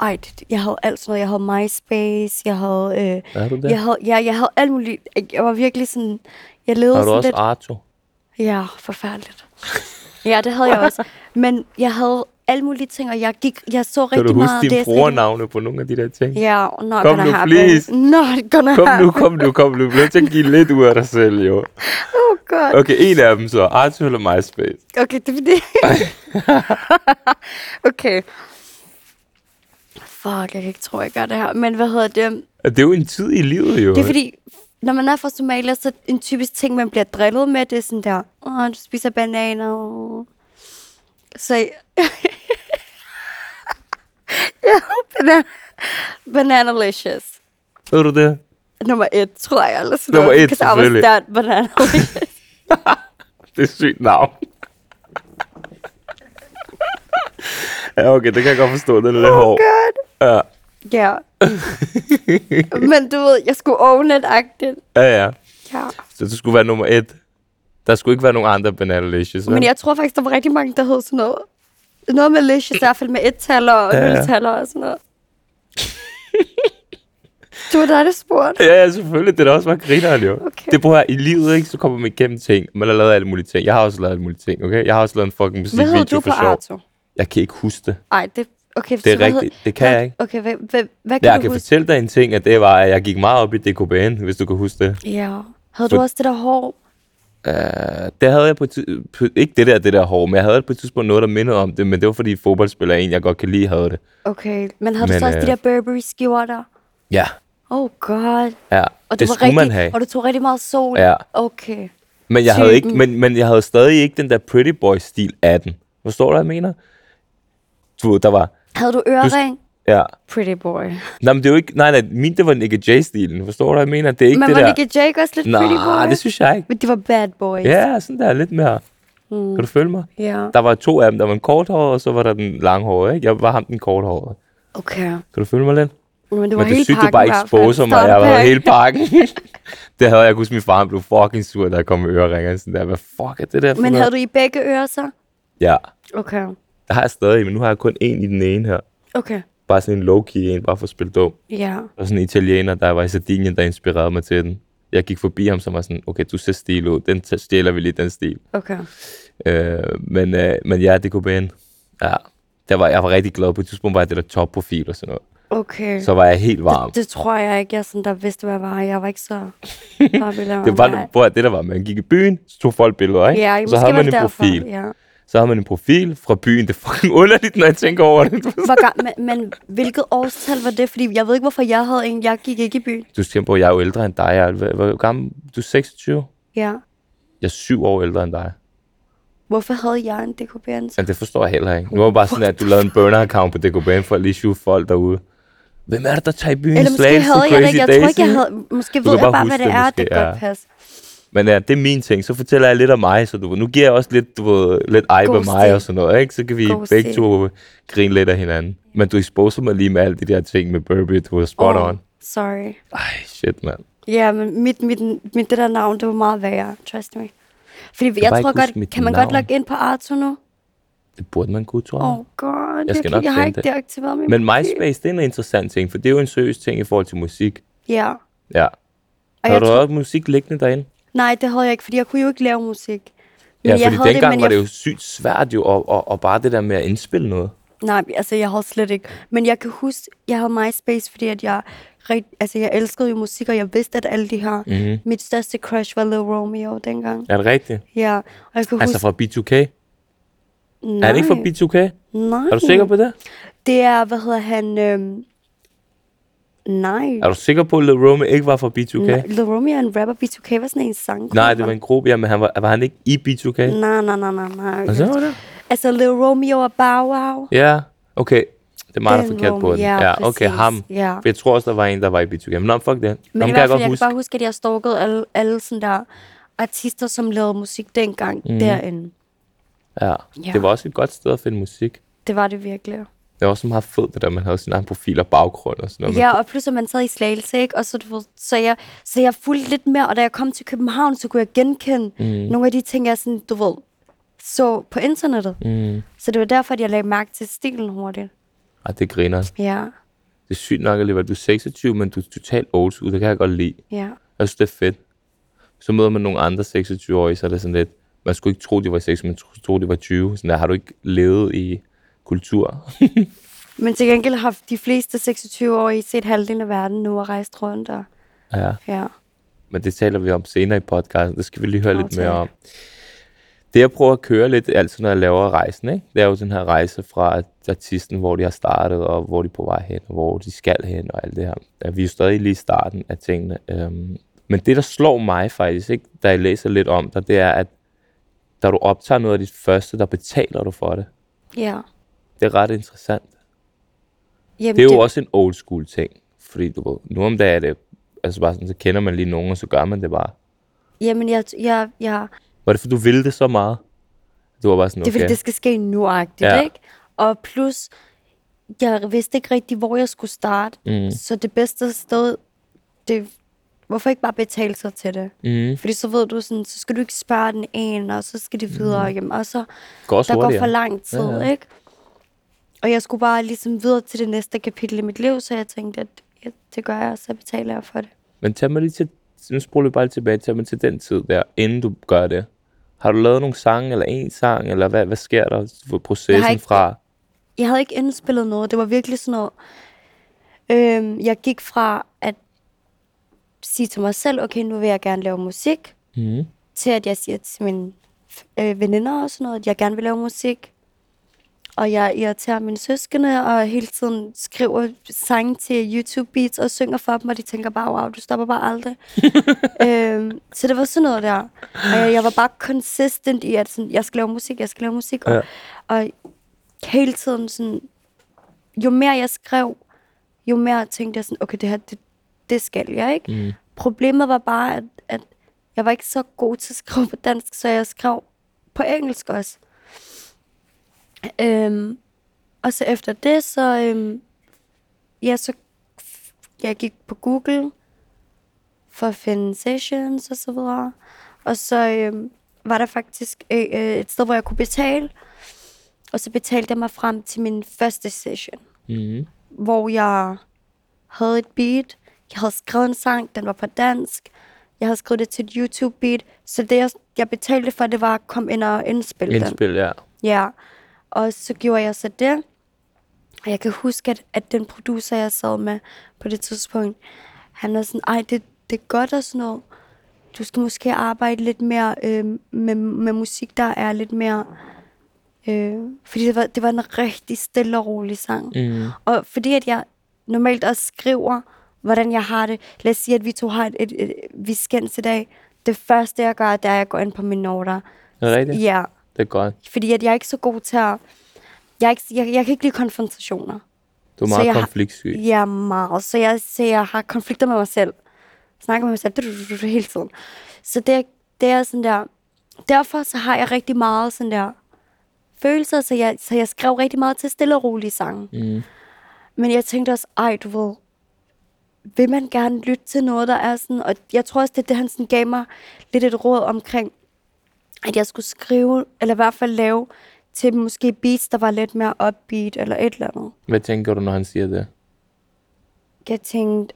S3: Ej, det- jeg havde alt sådan noget. Jeg havde MySpace, jeg havde... Øh,
S2: Er du det?
S3: Jeg havde, ja, jeg havde alt muligt. Jeg var virkelig sådan... Jeg levede
S2: Har du
S3: sådan
S2: også
S3: lidt...
S2: Arto?
S3: Ja, forfærdeligt. *laughs* ja, det havde jeg også. *laughs* Men jeg havde alle mulige ting, og jeg, gik, jeg så
S2: Kan
S3: rigtig
S2: du
S3: meget...
S2: huske dine
S3: DSB?
S2: brugernavne på nogle af de der ting?
S3: Ja,
S2: Kom
S3: not gonna
S2: nu,
S3: happen.
S2: please.
S3: Not gonna
S2: Kom nu,
S3: happen. *laughs*
S2: kom nu, kom nu. Du bliver nødt til at give lidt ud af dig selv, jo.
S3: Oh god.
S2: Okay, en af dem så. Arto eller MySpace?
S3: Okay, det er fordi... *laughs* okay. Fuck, jeg kan ikke tro, jeg gør det her. Men hvad hedder det?
S2: Og Det er jo en tid i livet, jo.
S3: Det er fordi, når man er fra Somalia, så en typisk ting, man bliver drillet med, det er sådan der, åh, du spiser bananer. åh." Så jeg *laughs* ja, bananalicious.
S2: Ved du det?
S3: Nummer et, tror jeg. Eller sådan
S2: Nummer
S3: noget.
S2: et,
S3: Because I was
S2: selvfølgelig.
S3: that
S2: *laughs*
S3: bananalicious.
S2: Det er sygt navn. ja, okay, det kan jeg godt forstå. Den er lidt hård.
S3: Oh God.
S2: Ja.
S3: Ja. Men du ved, jeg skulle own it-agtigt.
S2: Ja, ja.
S3: Ja.
S2: Så det skulle være nummer et. Der skulle ikke være nogen andre banalicious.
S3: Men jeg tror faktisk, der var rigtig mange, der hed sådan noget. Noget med lish, i hvert fald med et-taller og
S2: Ja, ja.
S3: nul-taller og sådan noget. *laughs* du var dig, der spurgte.
S2: Ja, ja, selvfølgelig. Det er da også bare grineren, jo.
S3: Okay.
S2: Det prøver jeg i livet, ikke? Så kommer man igennem ting. Man har lavet alle mulige ting. Jeg har også lavet alle mulige ting, okay? Jeg har også lavet en fucking
S3: Hvad hed
S2: musikvideo
S3: du på
S2: for sjov.
S3: Arto?
S2: Jeg kan ikke huske det.
S3: Ej, det... Okay,
S2: Det er rigtigt. Det kan
S3: hvad,
S2: jeg ikke.
S3: Okay, hvad, hvad, hvad kan
S2: Jeg
S3: du
S2: kan
S3: huske?
S2: fortælle dig en ting, at det var, at jeg gik meget op i DKBN, hvis du kan huske det.
S3: Ja. Havde
S2: For-
S3: du også det der hår?
S2: Uh, det havde jeg på, et tid- på ikke det der, det der hår, men jeg havde på et tidspunkt noget, der mindede om det, men det var fordi fodboldspillere, en jeg godt kan lide, havde det.
S3: Okay, men havde
S2: Men,
S3: du så også
S2: øh,
S3: de der Burberry-skjorter?
S2: Ja.
S3: Oh god.
S2: ja.
S3: Og
S2: det
S3: du var
S2: skulle
S3: rigtig,
S2: man have.
S3: Og du tog rigtig meget sol?
S2: Ja.
S3: Okay.
S2: Men jeg, havde ikke,
S3: typen.
S2: men, men jeg havde stadig ikke den der pretty boy-stil af den. Forstår du, hvad jeg mener? Du ved, der var...
S3: Havde du ørering?
S2: Ja.
S3: Pretty boy.
S2: Nej, men det er jo ikke... Nej, nej, min, det var Nick J-stilen. Forstår du, hvad jeg mener? Det er ikke
S3: Men
S2: det
S3: var
S2: der...
S3: Nicky Jake også lidt pretty boy?
S2: Nej, det synes jeg ikke.
S3: Men de var bad boys.
S2: Ja, sådan der lidt mere... Mm. Kan du følge mig?
S3: Ja.
S2: Der var to af dem. Der var en korthåret, og så var der den langhårede, ikke? Jeg var ham den korthårede.
S3: Okay.
S2: Kan du følge mig lidt?
S3: Men det var
S2: Men
S3: hele
S2: det synes
S3: pakken
S2: du bare
S3: i
S2: ikke
S3: hvert fald.
S2: sposer mig.
S3: Stop,
S2: Jeg har været
S3: Perk.
S2: hele
S3: *laughs*
S2: pakken. det havde jeg kunnet min far. Han blev fucking sur, da jeg kom med øreringer. Sådan der, hvad fuck er det der for
S3: Men
S2: noget?
S3: havde du i begge ører så?
S2: Ja,
S3: Okay.
S2: det har jeg stadig, men nu har jeg kun en i den ene her.
S3: Okay.
S2: Bare sådan en low-key en, bare for at spille dum.
S3: Ja.
S2: Og sådan en italiener, der var i Sardinien, der inspirerede mig til den. Jeg gik forbi ham, som var sådan, okay, du ser stil ud. Den t- stjæler vi lige, den stil.
S3: Okay.
S2: Øh, men, øh, men ja, det kunne binde. Ja, der var, jeg var rigtig glad på et tidspunkt, var jeg det der topprofil og sådan noget.
S3: Okay.
S2: Så var jeg helt varm.
S3: Det tror jeg ikke, jeg sådan, der vidste, hvad jeg var. Jeg var ikke
S2: *laughs*
S3: så populær.
S2: Det var
S3: nej.
S2: det, hvor det der var, man gik i byen, så tog folk billeder, ikke?
S3: Ja,
S2: Og så
S3: måske
S2: havde
S3: var
S2: man en
S3: det derfor.
S2: profil.
S3: Ja.
S2: Så havde man en profil fra byen. Det er fucking underligt, når jeg tænker over det.
S3: Hvor gammel, men, men hvilket årstal var det? Fordi jeg ved ikke, hvorfor jeg havde en. Jeg gik ikke i byen.
S2: Du tænker på, at jeg er jo ældre end dig. Jeg er, hvor, hvor gammel? Du er 26?
S3: Ja.
S2: Jeg er syv år ældre end dig.
S3: Hvorfor havde jeg en DKB'en?
S2: Men det forstår jeg heller ikke. Nu var det bare sådan, at du lavede en burner-account på DKBN for at lige sjuge folk derude. Hvem er det, der tager i byen
S3: Eller måske
S2: Slagelse,
S3: havde jeg det
S2: Crazy
S3: ikke. Jeg tror
S2: Daisy?
S3: ikke, jeg havde... Måske ved
S2: kan
S3: jeg
S2: bare
S3: bare, hvad
S2: huske
S3: det
S2: det,
S3: er.
S2: måske,
S3: det kan godt
S2: ja.
S3: passe.
S2: Men ja, det er min ting. Så fortæller jeg lidt om mig, så du ved, Nu giver jeg også lidt, du ved, lidt ej på
S3: God
S2: mig
S3: stil.
S2: og sådan noget, ikke? Så kan vi
S3: God
S2: God begge
S3: stil.
S2: to grine lidt af hinanden. Men du exposer mig lige med alle de der ting med Burberry, du var spot
S3: Åh,
S2: on.
S3: Sorry.
S2: Ej, shit, mand.
S3: Ja, men mit, mit, mit det der navn, det var meget værre. Trust me. Fordi
S2: bare
S3: jeg, tror
S2: ikke huske
S3: godt,
S2: mit
S3: kan man
S2: navn.
S3: godt logge ind på Arto nu?
S2: Det burde man kunne, tror jeg.
S3: Åh, oh god. Jeg,
S2: skal
S3: kan-
S2: nok
S3: jeg har
S2: finde
S3: ikke
S2: det.
S3: deaktiveret min
S2: Men
S3: profil.
S2: MySpace, det er en interessant ting, for det er jo en seriøs ting i forhold til musik.
S3: Ja.
S2: Ja.
S3: Og
S2: Har
S3: jeg
S2: du
S3: tror,
S2: også musik liggende derinde?
S3: nej, det havde jeg ikke, fordi jeg kunne jo ikke lave musik. Men
S2: Ja, fordi
S3: havde
S2: dengang
S3: men
S2: var
S3: jeg,
S2: det jo sygt svært jo, og, og, og bare det der med at indspille noget.
S3: Nej, altså jeg havde slet ikke. Men jeg kan huske, jeg havde MySpace, fordi at jeg, rigt, altså, jeg elskede jo musik, og jeg vidste, at alle de her...
S2: Mhm.
S3: Mit største crush var Lil Romeo dengang.
S2: Er det rigtigt?
S3: Ja, og jeg kan
S2: Altså
S3: huske...
S2: fra B2K?
S3: nej,
S2: Er han ikke fra B2K?
S3: Nej.
S2: Er du sikker på det?
S3: Det er, hvad hedder han... Øhm, nej.
S2: Er du sikker på, at Lil Rome ikke var fra B2K?
S3: Nej, Lil Romeo er en rapper. B2K var sådan en sang.
S2: Nej, det var en gruppe, ja, men han var, var han ikke i B2K?
S3: Nej, nej, nej, nej, nej.
S2: Og så var det?
S3: Altså, Lil Romeo og Bow Wow.
S2: Ja, okay. Det er mig, der er
S3: Den
S2: forkert på
S3: Romeo,
S2: den.
S3: ja,
S2: Ja, okay,
S3: præcis,
S2: ham.
S3: ja.
S2: For jeg tror også, der var en, der var i B2K. Men nå, fuck det.
S3: Men
S2: Ham kan
S3: i
S2: jeg
S3: hvert fald, jeg
S2: godt
S3: kan
S2: huske.
S3: bare huske, at jeg stalkede alle, alle sådan der artister, som lavede musik dengang
S2: Mhm.
S3: mm. derinde.
S2: Ja.
S3: Ja.
S2: Det var også et godt sted at finde musik.
S3: Det var det virkelig.
S2: Det var også meget fedt, det der, man havde sin egen profil og baggrund og sådan noget.
S3: Ja, og pludselig man sad i Slagelse, ikke? Og så, du ved, så, jeg, så jeg fulgte lidt mere, og da jeg kom til København, så kunne jeg genkende
S2: Mhm.
S3: mm. nogle af de ting, jeg sådan, du ved, så på internettet.
S2: Mhm.
S3: Mm. Så det var derfor, at jeg lagde mærke til stilen hurtigt.
S2: Ej, det griner.
S3: Ja,
S2: Det er sygt nok alligevel. Du er 26, men du er totalt old school. Det kan jeg godt lide.
S3: ja.
S2: Jeg synes, det er fedt. Så møder man nogle andre 26-årige, så er det sådan lidt... Man skulle ikke tro, de var 6, man tro- troede, de var 20. Sådan der, har du ikke levet i kultur?
S3: Men til gengæld har de fleste 26-årige set halvdelen af verden nu og rejst rundt. Og,
S2: ja.
S3: ja.
S2: Men det taler vi om senere i podcasten. Det skal vi lige høre lidt
S3: Aftale.
S2: mere om. Det, jeg prøver at køre lidt, altid når jeg laver rejsen, ikke? det er jo den her rejse fra artisten, hvor de har startet, og hvor de er på vej hen, og hvor de skal hen, og alt det her. Ja, vi er jo stadig lige i starten af tingene. Øhm, men det, der slår mig faktisk, ikke, da jeg læser lidt om dig, det er, at da du optager noget af dit første, der betaler du for det.
S3: ja.
S2: Det er ret interessant.
S3: Jamen,
S2: Det er jo også en old school ting, fordi du ved, nu om dagen er det, altså bare sådan, så kender man lige nogen, og så gør man det bare.
S3: Jamen, jeg, jeg, jeg,
S2: Var det, for du ville det så meget? Du var bare sådan,
S3: det er
S2: okay.
S3: fordi, det skal ske nu-agtigt,
S2: Ja.
S3: ja. ikke? Og plus, jeg vidste ikke rigtig, hvor jeg skulle starte.
S2: Mm.
S3: Så det bedste sted, det, hvorfor ikke bare betale sig til det?
S2: Mm.
S3: Fordi så ved du sådan, så skal du ikke spørge den ene, og så skal de
S2: Mm.
S3: videre hjem, og så
S2: Går også
S3: der går
S2: hurtigere.
S3: for lang tid,
S2: Ja,
S3: ja,
S2: ja.
S3: ja. ikke? Og jeg skulle bare ligesom videre til det næste kapitel i mit liv, så jeg tænkte, at ja, det gør jeg, og så betaler jeg for det.
S2: Men tag mig lige til, nu spoler vi bare lidt tilbage, tag mig til den tid der, inden du gør det. Har du lavet nogle sange, eller en sang, eller hvad, hvad sker der for processen
S3: ikke-
S2: fra?
S3: jeg havde ikke indspillet noget. Det var virkelig sådan noget... Øhm, jeg gik fra at sige til mig selv, okay, nu vil jeg gerne lave musik,
S2: Mm.
S3: til at jeg siger til mine øh, veninder og sådan noget, at jeg gerne vil lave musik. Og jeg irriterer mine søskende, og hele tiden skriver sange til YouTube Beats og synger for dem, og de tænker bare, wow, du stopper bare
S2: *laughs*
S3: aldrig. øhm, så det var sådan noget der. Og jeg, jeg var bare consistent i, at sådan, jeg skal lave musik, jeg skal lave musik. Og,
S2: Ja.
S3: ja. og hele tiden sådan, jo mere jeg skrev, jo mere tænkte jeg sådan, okay, det her, det, det skal jeg, ikke?
S2: Mm.
S3: Problemet var bare, at, at jeg var ikke så god til at skrive på dansk, så jeg skrev på engelsk også. Øhm, og så efter det, så, øhm, ja, så f- jeg gik på Google for at finde sessions og så videre. Og så øhm, var der faktisk øh, øh, et sted, hvor jeg kunne betale. Og så betalte jeg mig frem til min første session
S2: Mm.
S3: hvor jeg havde et beat. Jeg havde skrevet en sang, den var på dansk. Jeg havde skrevet det til et YouTube-beat. Så det, jeg, jeg betalte for, det var at komme ind og indspille den.
S2: Indspil, ja.
S3: Ja. Og så gjorde jeg så det. Og jeg kan huske, at, at den producer, jeg sad med på det tidspunkt, han var sådan, ej, det, det er godt og sådan noget. Du skal måske arbejde lidt mere øh, med, med musik, der er lidt mere... Øh, fordi det var, det var en rigtig stille og rolig sang.
S2: Mm.
S3: Og fordi at jeg normalt også skriver, hvordan jeg har det. Lad os sige, at vi to har et, et, et vi skændes i dag. Det første, jeg gør, det er, at jeg går ind på mine noter.
S2: Er det rigtigt?
S3: Ja,
S2: Det er godt.
S3: fordi at jeg er ikke så god til at... Jeg, er ikke, jeg, jeg kan ikke lide konfrontationer.
S2: Du er
S3: Så
S2: meget
S3: jeg har-
S2: konfliktsyg.
S3: Jeg er meget. Så jeg, så jeg har konflikter med mig selv. Snakker med mig selv du, du, du, du, hele tiden. Så det, det er sådan der... Derfor så har jeg rigtig meget sådan der følelser, så jeg, så jeg skrev rigtig meget til stille og rolige sange.
S2: Mm.
S3: Men jeg tænkte også, ej, du ved, vil man gerne lytte til noget, der er sådan, og jeg tror også, det er det, han sådan gav mig lidt et råd omkring, at jeg skulle skrive, eller i hvert fald lave til måske beats, der var lidt mere upbeat, eller et eller andet.
S2: Hvad tænker du, når han siger det?
S3: Jeg tænkte,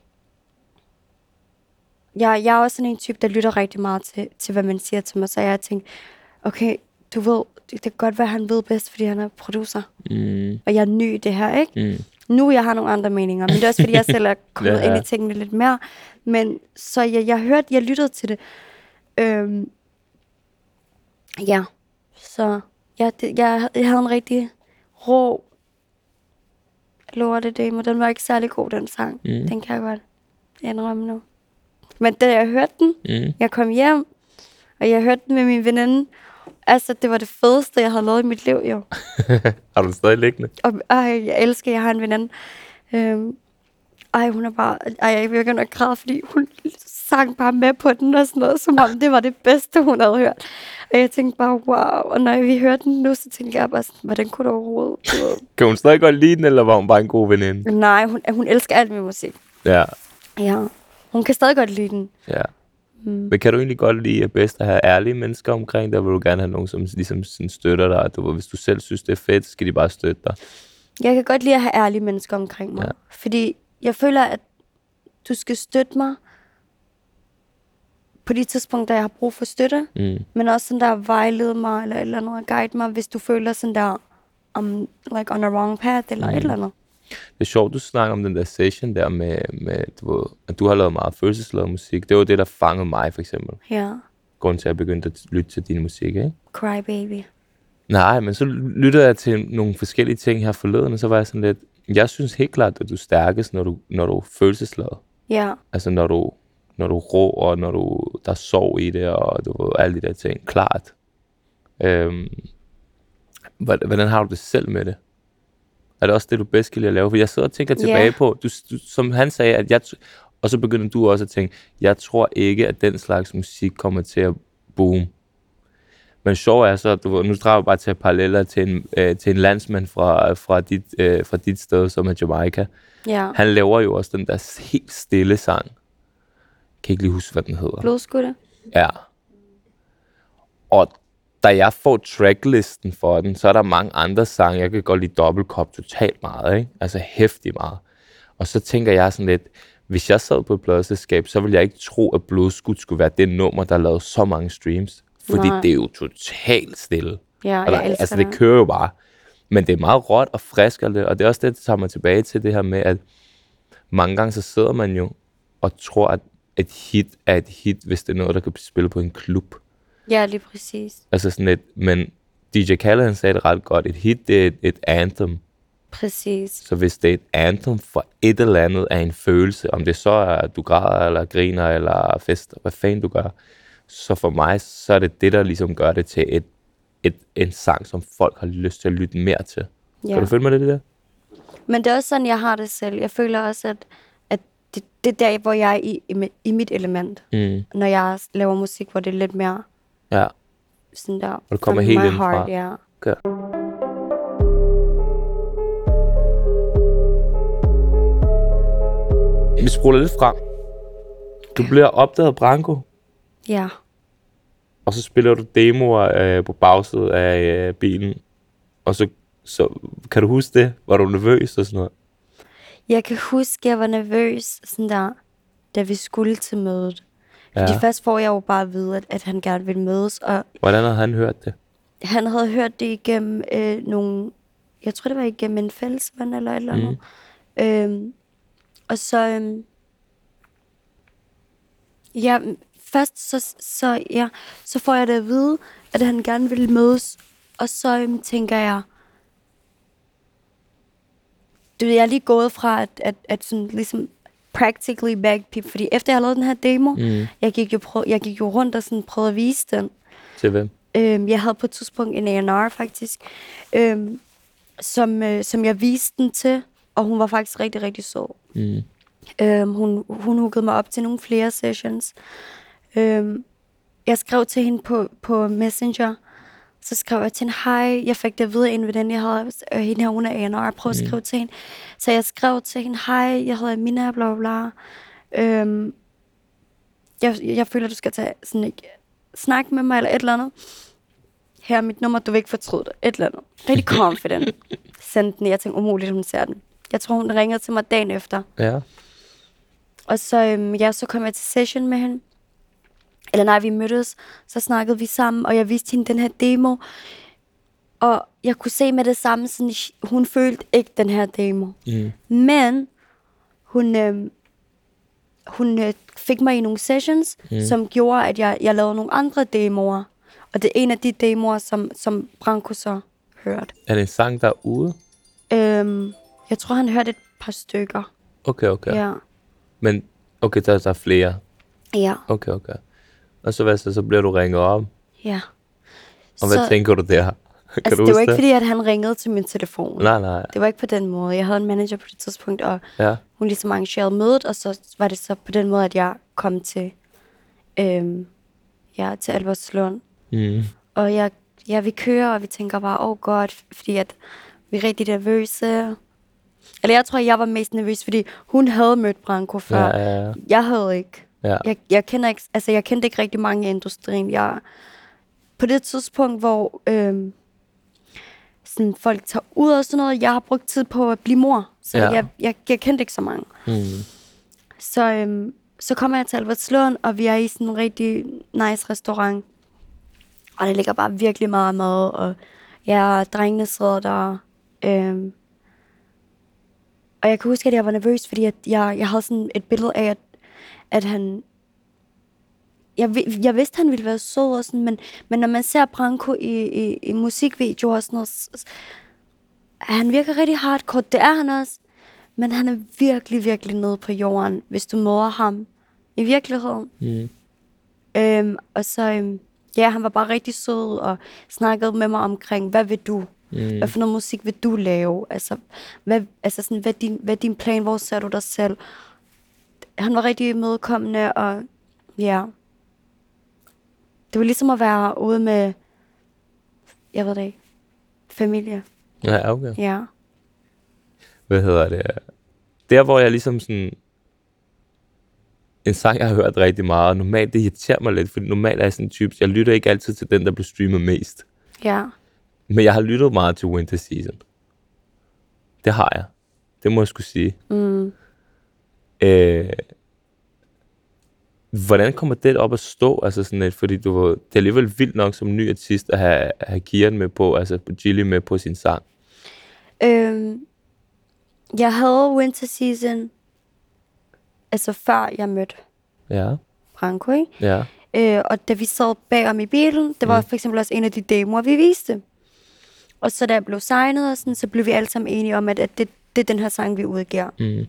S3: jeg, jeg er også sådan en type, der lytter rigtig meget til, til hvad man siger til mig, så jeg tænkte, okay, du ved, det, det kan godt være, han ved bedst, fordi han er producer,
S2: Mm.
S3: og jeg er ny i det her, ikke?
S2: Mm.
S3: nu jeg har nogle andre meninger, men det er også fordi, jeg selv er kommet
S2: Ja, ja.
S3: ja. ind i tingene lidt mere. Men så jeg, jeg hørte, jeg lyttede til det. Øhm, ja, så ja, det, jeg, jeg havde en rigtig rå lorte demo. Den var ikke særlig god, den sang.
S2: Mm.
S3: Mm. Den kan jeg godt indrømme nu. Men da jeg hørte den,
S2: Mm.
S3: jeg kom hjem, og jeg hørte den med min veninde. Altså, det var det fedeste, jeg havde lavet i mit liv, jo.
S2: *laughs* Har du den stadig liggende?
S3: Og ej, jeg elsker, jeg har en veninde. Øhm, ej, hun er bare... Ej, jeg begynder at græde, fordi hun sang bare med på den og sådan noget, som om det var det bedste, hun havde hørt. Og jeg tænkte bare, wow. Og når vi hørte den nu, så tænkte jeg bare sådan, hvordan kunne du overhovedet... du ved?
S2: Kan hun stadig godt lide den, eller var hun bare en god veninde?
S3: Nej, hun, hun elsker alt min musik.
S2: Ja.
S3: Ja. Hun kan stadig godt lide den.
S2: ja. Mm. Men kan du egentlig godt lide at bedst at have ærlige mennesker omkring dig? Vil du gerne have nogen, som ligesom sådan støtter dig? Du, ved, hvis du selv synes, det er fedt, så skal de bare støtte dig.
S3: Jeg kan godt lide at have ærlige mennesker omkring mig.
S2: Ja.
S3: Ja. Fordi jeg føler, at du skal støtte mig på de tidspunkter, jeg har brug for støtte.
S2: Mm.
S3: men også sådan der vejlede mig, eller et eller andet, og guide mig, hvis du føler sådan der, um, like on a wrong path, eller mm.
S2: Mm-hmm.
S3: et eller andet.
S2: Det er sjovt, du snakker om den der session der med, med du ved, at du har lavet meget følelsesladet musik. Det var det, der fangede mig, for eksempel.
S3: Ja,
S2: Grunden til, at jeg begyndte at lytte til din musik, ikke?
S3: cry baby.
S2: Nej, men så lyttede jeg til nogle forskellige ting her forleden, og så var jeg sådan lidt, jeg synes helt klart, at du er stærkest, når du, når du er følelsesladet.
S3: Ja,
S2: Altså når du, når du er rå, og når du, der er sorg i det, og du ved, alle de der ting. Klart. Øhm, hvordan, hvordan har du det selv med det? Er det også det, du bedst kan lide at lave? For jeg sidder og tænker
S3: Ja.
S2: tilbage på, du, du, som han sagde, at jeg, t- og så begynder du også at tænke, jeg tror ikke, at den slags musik kommer til at boom. Men sjov er så, at du, nu drager jeg bare til paralleller til en, øh, til en landsmand fra, fra, dit, øh, fra dit sted, som er Jamaica.
S3: Ja.
S2: Han laver jo også den der helt stille sang. Kan ikke lige huske, hvad den hedder.
S3: Blodskutter.
S2: Ja. Og da jeg får tracklisten for den, så er der mange andre sange. Jeg kan godt lide dobbeltkop totalt meget, ikke? Altså hæftig meget. Og så tænker jeg sådan lidt, hvis jeg sad på et pladeselskab, så ville jeg ikke tro, at Blodskud skulle være det nummer, der lavede så mange streams. Fordi
S3: Nej.
S2: Nej. det er jo totalt stille.
S3: Ja,
S2: Eller,
S3: jeg elsker
S2: altså,
S3: det.
S2: det kører jo bare. Men det er meget råt og frisk, og det, og det er også det, der tager mig tilbage til det her med, at mange gange så sidder man jo og tror, at et hit er et hit, hvis det er noget, der kan blive spillet på en klub.
S3: Ja, lige præcis.
S2: Altså sådan et, men DJ Khaled, han sagde det ret godt, et hit, det er et, et anthem.
S3: Præcis.
S2: Så hvis det er et anthem for et eller andet af en følelse, om det så er, at du græder, eller griner, eller fester, hvad fanden du gør, så for mig, så er det det, der ligesom gør det til et, et, en sang, som folk har lyst til at lytte mere til. Ja.
S3: Ja.
S2: Kan du følge mig det, det der?
S3: Men det er også sådan, jeg har det selv. Jeg føler også, at, at det, det er der, hvor jeg er i, i, mit- i mit element.
S2: Mm.
S3: Når jeg laver musik, hvor det er lidt mere
S2: Ja.
S3: sådan der...
S2: det kommer
S3: from
S2: helt
S3: my
S2: indenfra.
S3: heart, ja.
S2: Gør. Vi spoler lidt frem. Du bliver opdaget af Branko,
S3: ja.
S2: og så spiller du demoer øh, på bagsædet af øh, bilen. Og så, så, kan du huske det? Var du nervøs og sådan noget?
S3: Jeg kan huske, jeg var nervøs, sådan der, da vi skulle til mødet.
S2: Ja.
S3: Fordi først får jeg jo bare at vide, at, at han gerne vil mødes, og
S2: Hvordan havde han hørt det?
S3: han havde hørt det igennem øh, nogle... Jeg tror, det var igennem en fælles ven eller et eller andet. Mm. Øhm, og så... Øhm, ja, først så, så, ja, så får jeg det at vide, at han gerne vil mødes. Og så øhm, tænker jeg... Du ved, jeg er lige gået fra, at, at, at sådan, ligesom practically bagpip, fordi efter jeg har lavet den her demo, mm. jeg, gik jo prøv, jeg gik jo rundt og sådan prøvede at vise den.
S2: Til hvem?
S3: Øhm, jeg havde på et tidspunkt en A&R faktisk, øhm, som, øh, som jeg viste den til, og hun var faktisk rigtig, rigtig sød.
S2: Mm.
S3: Øhm, hun, hun hookede mig op til nogle flere sessions. Øhm, jeg skrev til hende på, på Messenger, så skrev jeg til hende, hej, jeg fik det at vide, inden ved den, jeg havde, øh, hende her, hun er A&R, prøv at skrive til hende. Så jeg skrev til hende, hej, jeg hedder Mina, bla bla bla. Øhm, jeg, jeg føler, du skal tage sådan ikke snak med mig, eller et eller andet. Her er mit nummer, du vil ikke fortryde det. Et eller andet. Rigtig confident. Sendte den, jeg tænkte, umuligt, hun ser den. Jeg tror, hun ringede til mig dagen efter.
S2: Ja.
S3: Og så, øhm, ja, så kom jeg til session med hende. Eller nej, vi mødtes, så snakkede vi sammen, og jeg viste hende den her demo. Og jeg kunne se med det samme, sådan, sh- hun følte ikke den her demo.
S2: Mm.
S3: Men hun, øhm, hun øh, fik mig i nogle sessions, mm. som gjorde, at jeg, jeg lavede nogle andre demoer. Og det er en af de demoer, som, som Branko så hørte.
S2: Er det en sang, der er ude?
S3: Øhm, jeg tror, han hørte et par stykker.
S2: Okay, okay.
S3: Ja.
S2: Men okay, der, der er flere.
S3: Ja.
S2: Okay, okay. Og så, hvad så, så bliver du ringet op.
S3: ja.
S2: Og hvad tænker du der? *laughs* Kan
S3: altså,
S2: du
S3: det
S2: huske
S3: var ikke, fordi at han ringede til min telefon.
S2: Nej, nej.
S3: Det var ikke på den måde. Jeg havde en manager på det tidspunkt, og
S2: Ja.
S3: hun ligesom arrangerede mødet, og så var det så på den måde, at jeg kom til, øhm, ja, til Albertslund.
S2: Mm.
S3: Og jeg, ja, vi kører, og vi tænker bare, åh oh, godt, fordi at vi er rigtig nervøse. Eller jeg tror, jeg var mest nervøs, fordi hun havde mødt Branko før.
S2: Ja, ja, ja.
S3: Jeg havde ikke.
S2: Ja.
S3: Jeg, jeg, kender ikke, altså, jeg kendte ikke rigtig mange i industrien. Jeg, på det tidspunkt, hvor øhm, sådan folk tager ud og sådan noget, jeg har brugt tid på at blive mor. Så
S2: Ja.
S3: ja. jeg, jeg, jeg kendte ikke så mange.
S2: Mm.
S3: Så, øhm, så kommer jeg til Albertslund, og vi er i sådan en rigtig nice restaurant. Og der ligger bare virkelig meget mad, og ja, og drengene sidder der. Øhm. Og jeg kan huske, at jeg var nervøs, fordi at jeg, jeg havde sådan et billede af, at, at han... Jeg, vi- jeg vidste, han ville være sød og sådan, men, men når man ser Branko i, i, i musikvideoer og sådan noget, s- s- han virker rigtig hardcore. Det er han også. Men han er virkelig, virkelig nede på jorden, hvis du møder ham i virkeligheden.
S2: Mm.
S3: Øhm, og så, øhm, ja, han var bare rigtig sød og snakkede med mig omkring, hvad vil du? Mm. Hvad for noget musik vil du lave? Altså, hvad, altså sådan, hvad, er din, hvad er din plan? Hvor ser du dig selv? Han var rigtig imødekommende, og ja. Det var ligesom at være ude med jeg ved det ikke, familie.
S2: Ja, okay.
S3: Ja.
S2: hvad hedder det, der hvor jeg ligesom sådan, en sang, jeg har hørt rigtig meget, og normalt, det irriterer mig lidt, fordi normalt er jeg sådan en type, jeg lytter ikke altid til den, der bliver streamet mest,
S3: Ja.
S2: men jeg har lyttet meget til Winter Season. Det har jeg. Det må jeg skulle sige. Mm. Øh, hvordan kommer det op at stå? Altså sådan lidt, fordi du, ved, det er alligevel vildt nok som ny artist at have, have Kian med på, altså Gilly med på sin sang.
S3: Øhm, jeg havde winter season, altså før jeg mødte
S2: Ja,
S3: Franco, ikke?
S2: ja.
S3: Øh, og da vi sad bagom i bilen, det var for eksempel også en af de demoer, vi viste. Og så da jeg blev signet og sådan, så blev vi alle sammen enige om, at, at det, det er den her sang, vi udgiver.
S2: Mm.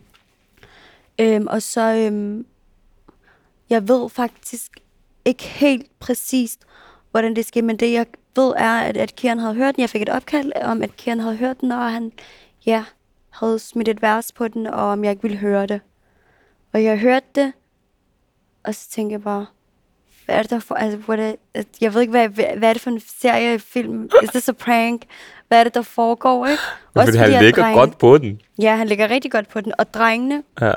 S3: Øhm, og så, øhm, jeg ved faktisk ikke helt præcist, hvordan det skete, men det jeg ved er, at, at Kieran havde hørt den. Jeg fik et opkald om, at Kieran havde hørt den, og han ja, havde smidt et vers på den, og om jeg ikke ville høre det. Og jeg hørte det, og så tænkte jeg bare, hvad er det der for, altså, what er, at- jeg ved ikke, hvad, hvad, hvad er det for en serie, film, is this a prank? Hvad er det, der foregår, ikke?
S2: Også fordi
S3: jeg
S2: han
S3: er
S2: ligger
S3: dreng.
S2: godt på den.
S3: Ja, han ligger rigtig godt på den. Og drengene,
S2: Ja,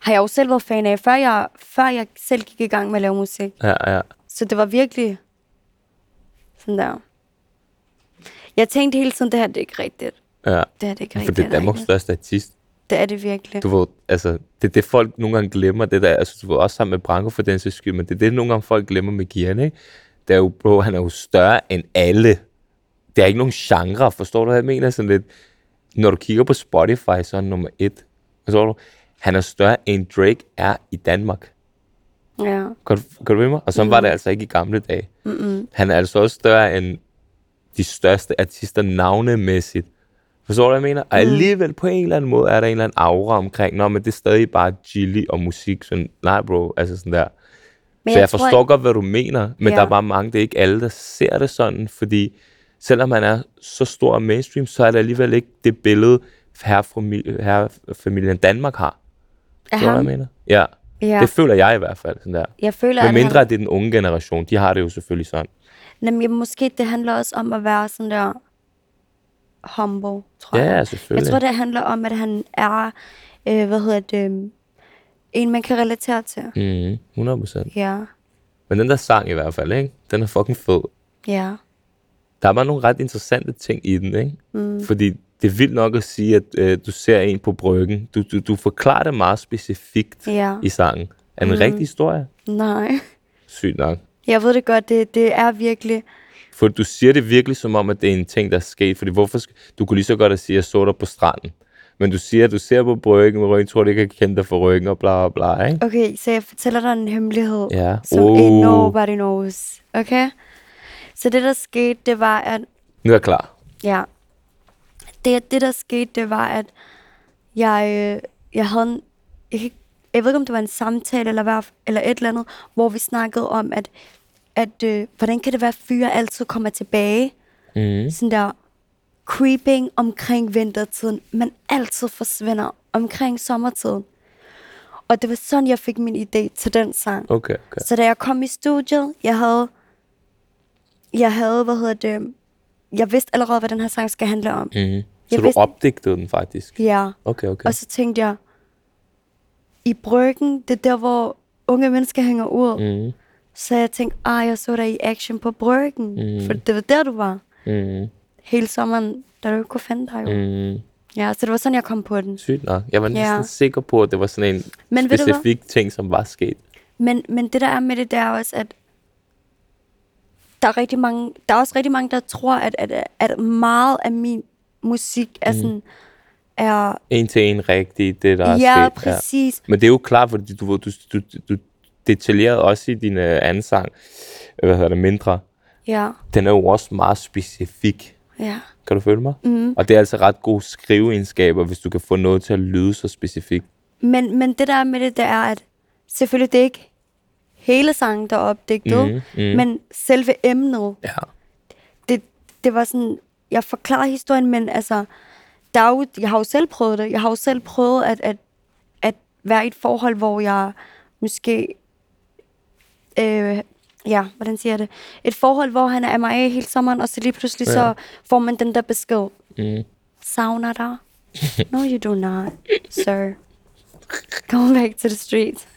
S3: har jeg jo selv været fan af, før jeg, før jeg selv gik i gang med at lave musik.
S2: ja, ja.
S3: Så det var virkelig sådan der. Jeg tænkte hele tiden, det her det er ikke rigtigt.
S2: ja.
S3: Det her det er ikke
S2: For
S3: rigtigt.
S2: det er Danmarks
S3: rigtigt.
S2: største artist.
S3: Det er det virkelig.
S2: Du ved, altså, det er det, folk nogle gange glemmer. Det der, altså, du ved, også sammen med Branko for den sags skyld, men det er det, nogle gange folk glemmer med Gian, ikke? Det er jo, bro, han er jo større end alle. Der er ikke nogen genre, forstår du, hvad jeg mener? Sådan lidt, når du kigger på Spotify, så er han nummer et. Forstår du? Han er større end Drake er i Danmark.
S3: Ja.
S2: Kan du, kan du med mig? Og sådan mm. var det altså ikke i gamle dage. Mm-mm. Han er altså også større end de største artister navnemæssigt. Forstår du, hvad jeg mener? Og alligevel på en eller anden måde er der en eller anden aura omkring, nå, men det er stadig bare chili og musik. Sådan, nej, bro, altså sådan der.
S3: Men
S2: Så jeg, jeg forstår
S3: tror,
S2: godt, hvad du mener, men
S3: Ja.
S2: ja. der er bare mange, det er ikke alle, der ser det sådan, fordi selvom han er så stor og mainstream, så er det alligevel ikke det billede, herrefamilien herrefamilien Danmark har.
S3: at
S2: Forstår du,
S3: ham,
S2: hvad jeg mener? Ja.
S3: Ja.
S2: ja. Det føler jeg i hvert fald, sådan der.
S3: jeg føler,
S2: Men
S3: at
S2: mindre
S3: han,
S2: at det er den unge generation, de har det jo selvfølgelig sådan.
S3: jamen, måske det handler også om at være sådan der humble, tror jeg.
S2: Ja, ja,
S3: Jeg
S2: selvfølgelig.
S3: tror, det handler om, at han er, øh, hvad hedder det, øh, en, man kan relatere til.
S2: Mm, 100 procent.
S3: Ja,
S2: Men den der sang i hvert fald, ikke? den er fucking fed.
S3: ja,
S2: Der er bare nogle ret interessante ting i den, ikke? Mm. Fordi det er vildt nok at sige, at øh, du ser en på bryggen. Du, du, du forklarer det meget specifikt
S3: ja.
S2: i sangen. Er det en mm. rigtig historie?
S3: Nej.
S2: Sygt nok.
S3: Jeg ved det godt, det, det er virkelig...
S2: For du siger det virkelig som om, at det er en ting, der er sket. Fordi hvorfor sk- du kunne lige så godt at sige, at jeg så dig på stranden. Men du siger, at du ser på bryggen, og ryggen tror, det ikke kan kende dig for ryggen, og bla bla bla, ikke?
S3: Okay, så jeg fortæller dig en hemmelighed,
S2: Ja.
S3: som
S2: Oh.
S3: oh. nobody knows. Okay? Så det, der skete, det var, at...
S2: Nu er jeg klar.
S3: Ja. Det, det der skete, det var, at jeg, øh, jeg havde en... Jeg, kan ikke- jeg ved ikke, om det var en samtale eller, hvad, eller et eller andet, hvor vi snakkede om, at, at øh, hvordan kan det være, at fyre altid kommer tilbage?
S2: Mm.
S3: sådan der creeping omkring vintertiden, men altid forsvinder omkring sommertiden. Og det var sådan, jeg fik min idé til den sang.
S2: Okay, okay.
S3: Så da jeg kom i studiet, jeg havde, jeg havde, hvad hedder det, jeg vidste allerede, hvad den her sang skal handle om.
S2: Mm. Så du
S3: vidste-
S2: opdigtede den faktisk?
S3: Ja,
S2: Okay, okay.
S3: og så tænkte jeg, i bryggen, det er der, hvor unge mennesker hænger ud.
S2: Mm.
S3: Så jeg tænkte, ah, jeg så dig i action på bryggen, mm. for det var der, du var.
S2: Mm.
S3: Hele sommeren, da du ikke kunne finde dig. Jo.
S2: Mm.
S3: Ja, så det var sådan, jeg kom på den.
S2: Sygt nok. Jeg var
S3: Ja.
S2: næsten sikker på, at det var sådan en
S3: Men ved du hvad?
S2: specifik ting, som var sket.
S3: Men, men det der er med det, det er også, at der er, rigtig mange, der er også rigtig mange, der tror, at, at, at meget af min musik er sådan, mm. er,
S2: En til en rigtig, det der er
S3: ja,
S2: sket.
S3: præcis.
S2: Men det er jo klart, fordi du, ved, du, du, du detaljerede også i din øh, anden sang, øh, hvad hedder det, mindre.
S3: Ja,
S2: Den er jo også meget specifik.
S3: ja,
S2: Kan du følge mig?
S3: Mhm.
S2: Mm. Og det er altså ret gode skriveegenskaber, hvis du kan få noget til at lyde så specifikt.
S3: Men, men det der er med det, det er, at selvfølgelig det er ikke hele sangen, der er opdigtet,
S2: Mhm,
S3: mm. men selve emnet,
S2: Ja.
S3: det, det var sådan, jeg forklarer historien, men altså, der er jo, jeg har jo selv prøvet det. Jeg har jo selv prøvet at, at, at være i et forhold, hvor jeg måske øh, ja, hvordan siger jeg det? Et forhold, hvor han er MIA hele sommeren, og så lige pludselig ja. så får man den der besked.
S2: Mm.
S3: Savner dig. No, you do not, sir. Come back to the street.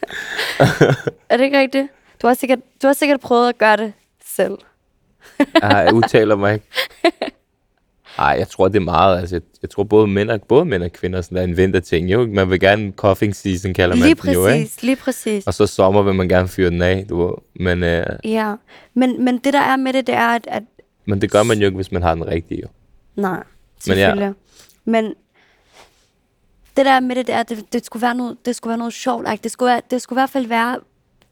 S3: er det ikke rigtigt? Du har, sikkert, du har sikkert prøvet at gøre det selv.
S2: Ej, jeg udtaler mig ikke. Ej, jeg tror, det er meget. Altså, jeg, jeg tror, både mænd og, både mænd og kvinder sådan, der inventer ting. Jo, ikke? man vil gerne coughing season, kalder man
S3: Lige
S2: den jo, ikke?
S3: præcis, lige præcis.
S2: Og så sommer vil man gerne fyre den af, du ved. Men, øh,
S3: Ja, men, men det der er med det, det er, at, at
S2: men det gør man jo ikke, hvis man har den rigtige. Jo.
S3: Nej, selvfølgelig. Men, ja. Men det der med det, det er, at det, det, skulle være noget, det skulle være noget sjovt. Ikke? Det, skulle, være- det skulle i hvert fald være...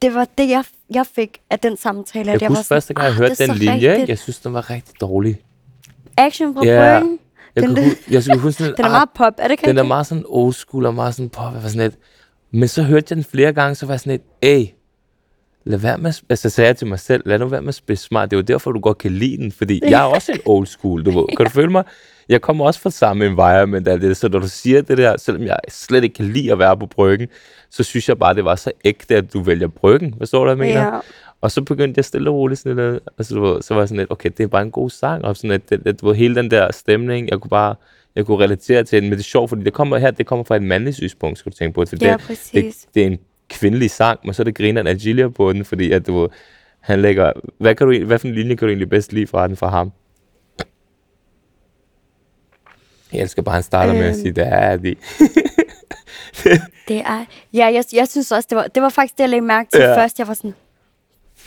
S3: Det var det, jeg, jeg fik af den samtale.
S2: Jeg,
S3: at
S2: jeg
S3: var
S2: husker første gang, jeg
S3: "Ah,
S2: hørte
S3: det er
S2: den
S3: så
S2: linje, ikke?
S3: rigtigt."
S2: jeg synes, den var rigtig dårlig.
S3: Action på
S2: Ja.
S3: yeah.
S2: Jeg,
S3: Den-
S2: kunne, hu- jeg skulle huske sådan,
S3: *laughs* Den er
S2: ah,
S3: meget pop, er det ikke
S2: den er
S3: rigtigt?
S2: meget sådan old school og meget sådan pop. Jeg var sådan lidt. Men så hørte jeg den flere gange, så var jeg sådan lidt, ey, lad være med, at sp-" altså sagde jeg til mig selv, lad nu være med at spille smart. Det er jo derfor, du godt kan lide den, fordi jeg er også en old school, du ved. Kan du føle mig? Jeg kommer også fra samme environment, alt det, der. så når du siger det der, selvom jeg slet ikke kan lide at være på bryggen, så synes jeg bare, det var så ægte, at du vælger bryggen. Hvad står der, jeg mener?
S3: Ja.
S2: Og så begyndte jeg stille og roligt sådan lidt, altså, du ved, så var jeg sådan lidt, okay, det er bare en god sang, og sådan at, at, at, du ved, hele den der stemning, jeg kunne bare, jeg kunne relatere til den, men det er sjovt, fordi det kommer her, det kommer fra et mandligt synspunkt, skal du tænke på, for
S3: Ja,
S2: det, det,
S3: præcis.
S2: det, er en kvindelig sang, men så er det grineren af Gilia på den, fordi at du ved, han lægger, hvad, kan du, hvad for en linje kan du egentlig bedst lide fra den fra ham? Jeg elsker bare, at han starter med at
S3: Øhm.
S2: sige, det er de.
S3: Det er... Ja, jeg, jeg synes også, det var, det var faktisk det, jeg lagde mærke til
S2: Ja.
S3: yeah. først. Jeg var sådan,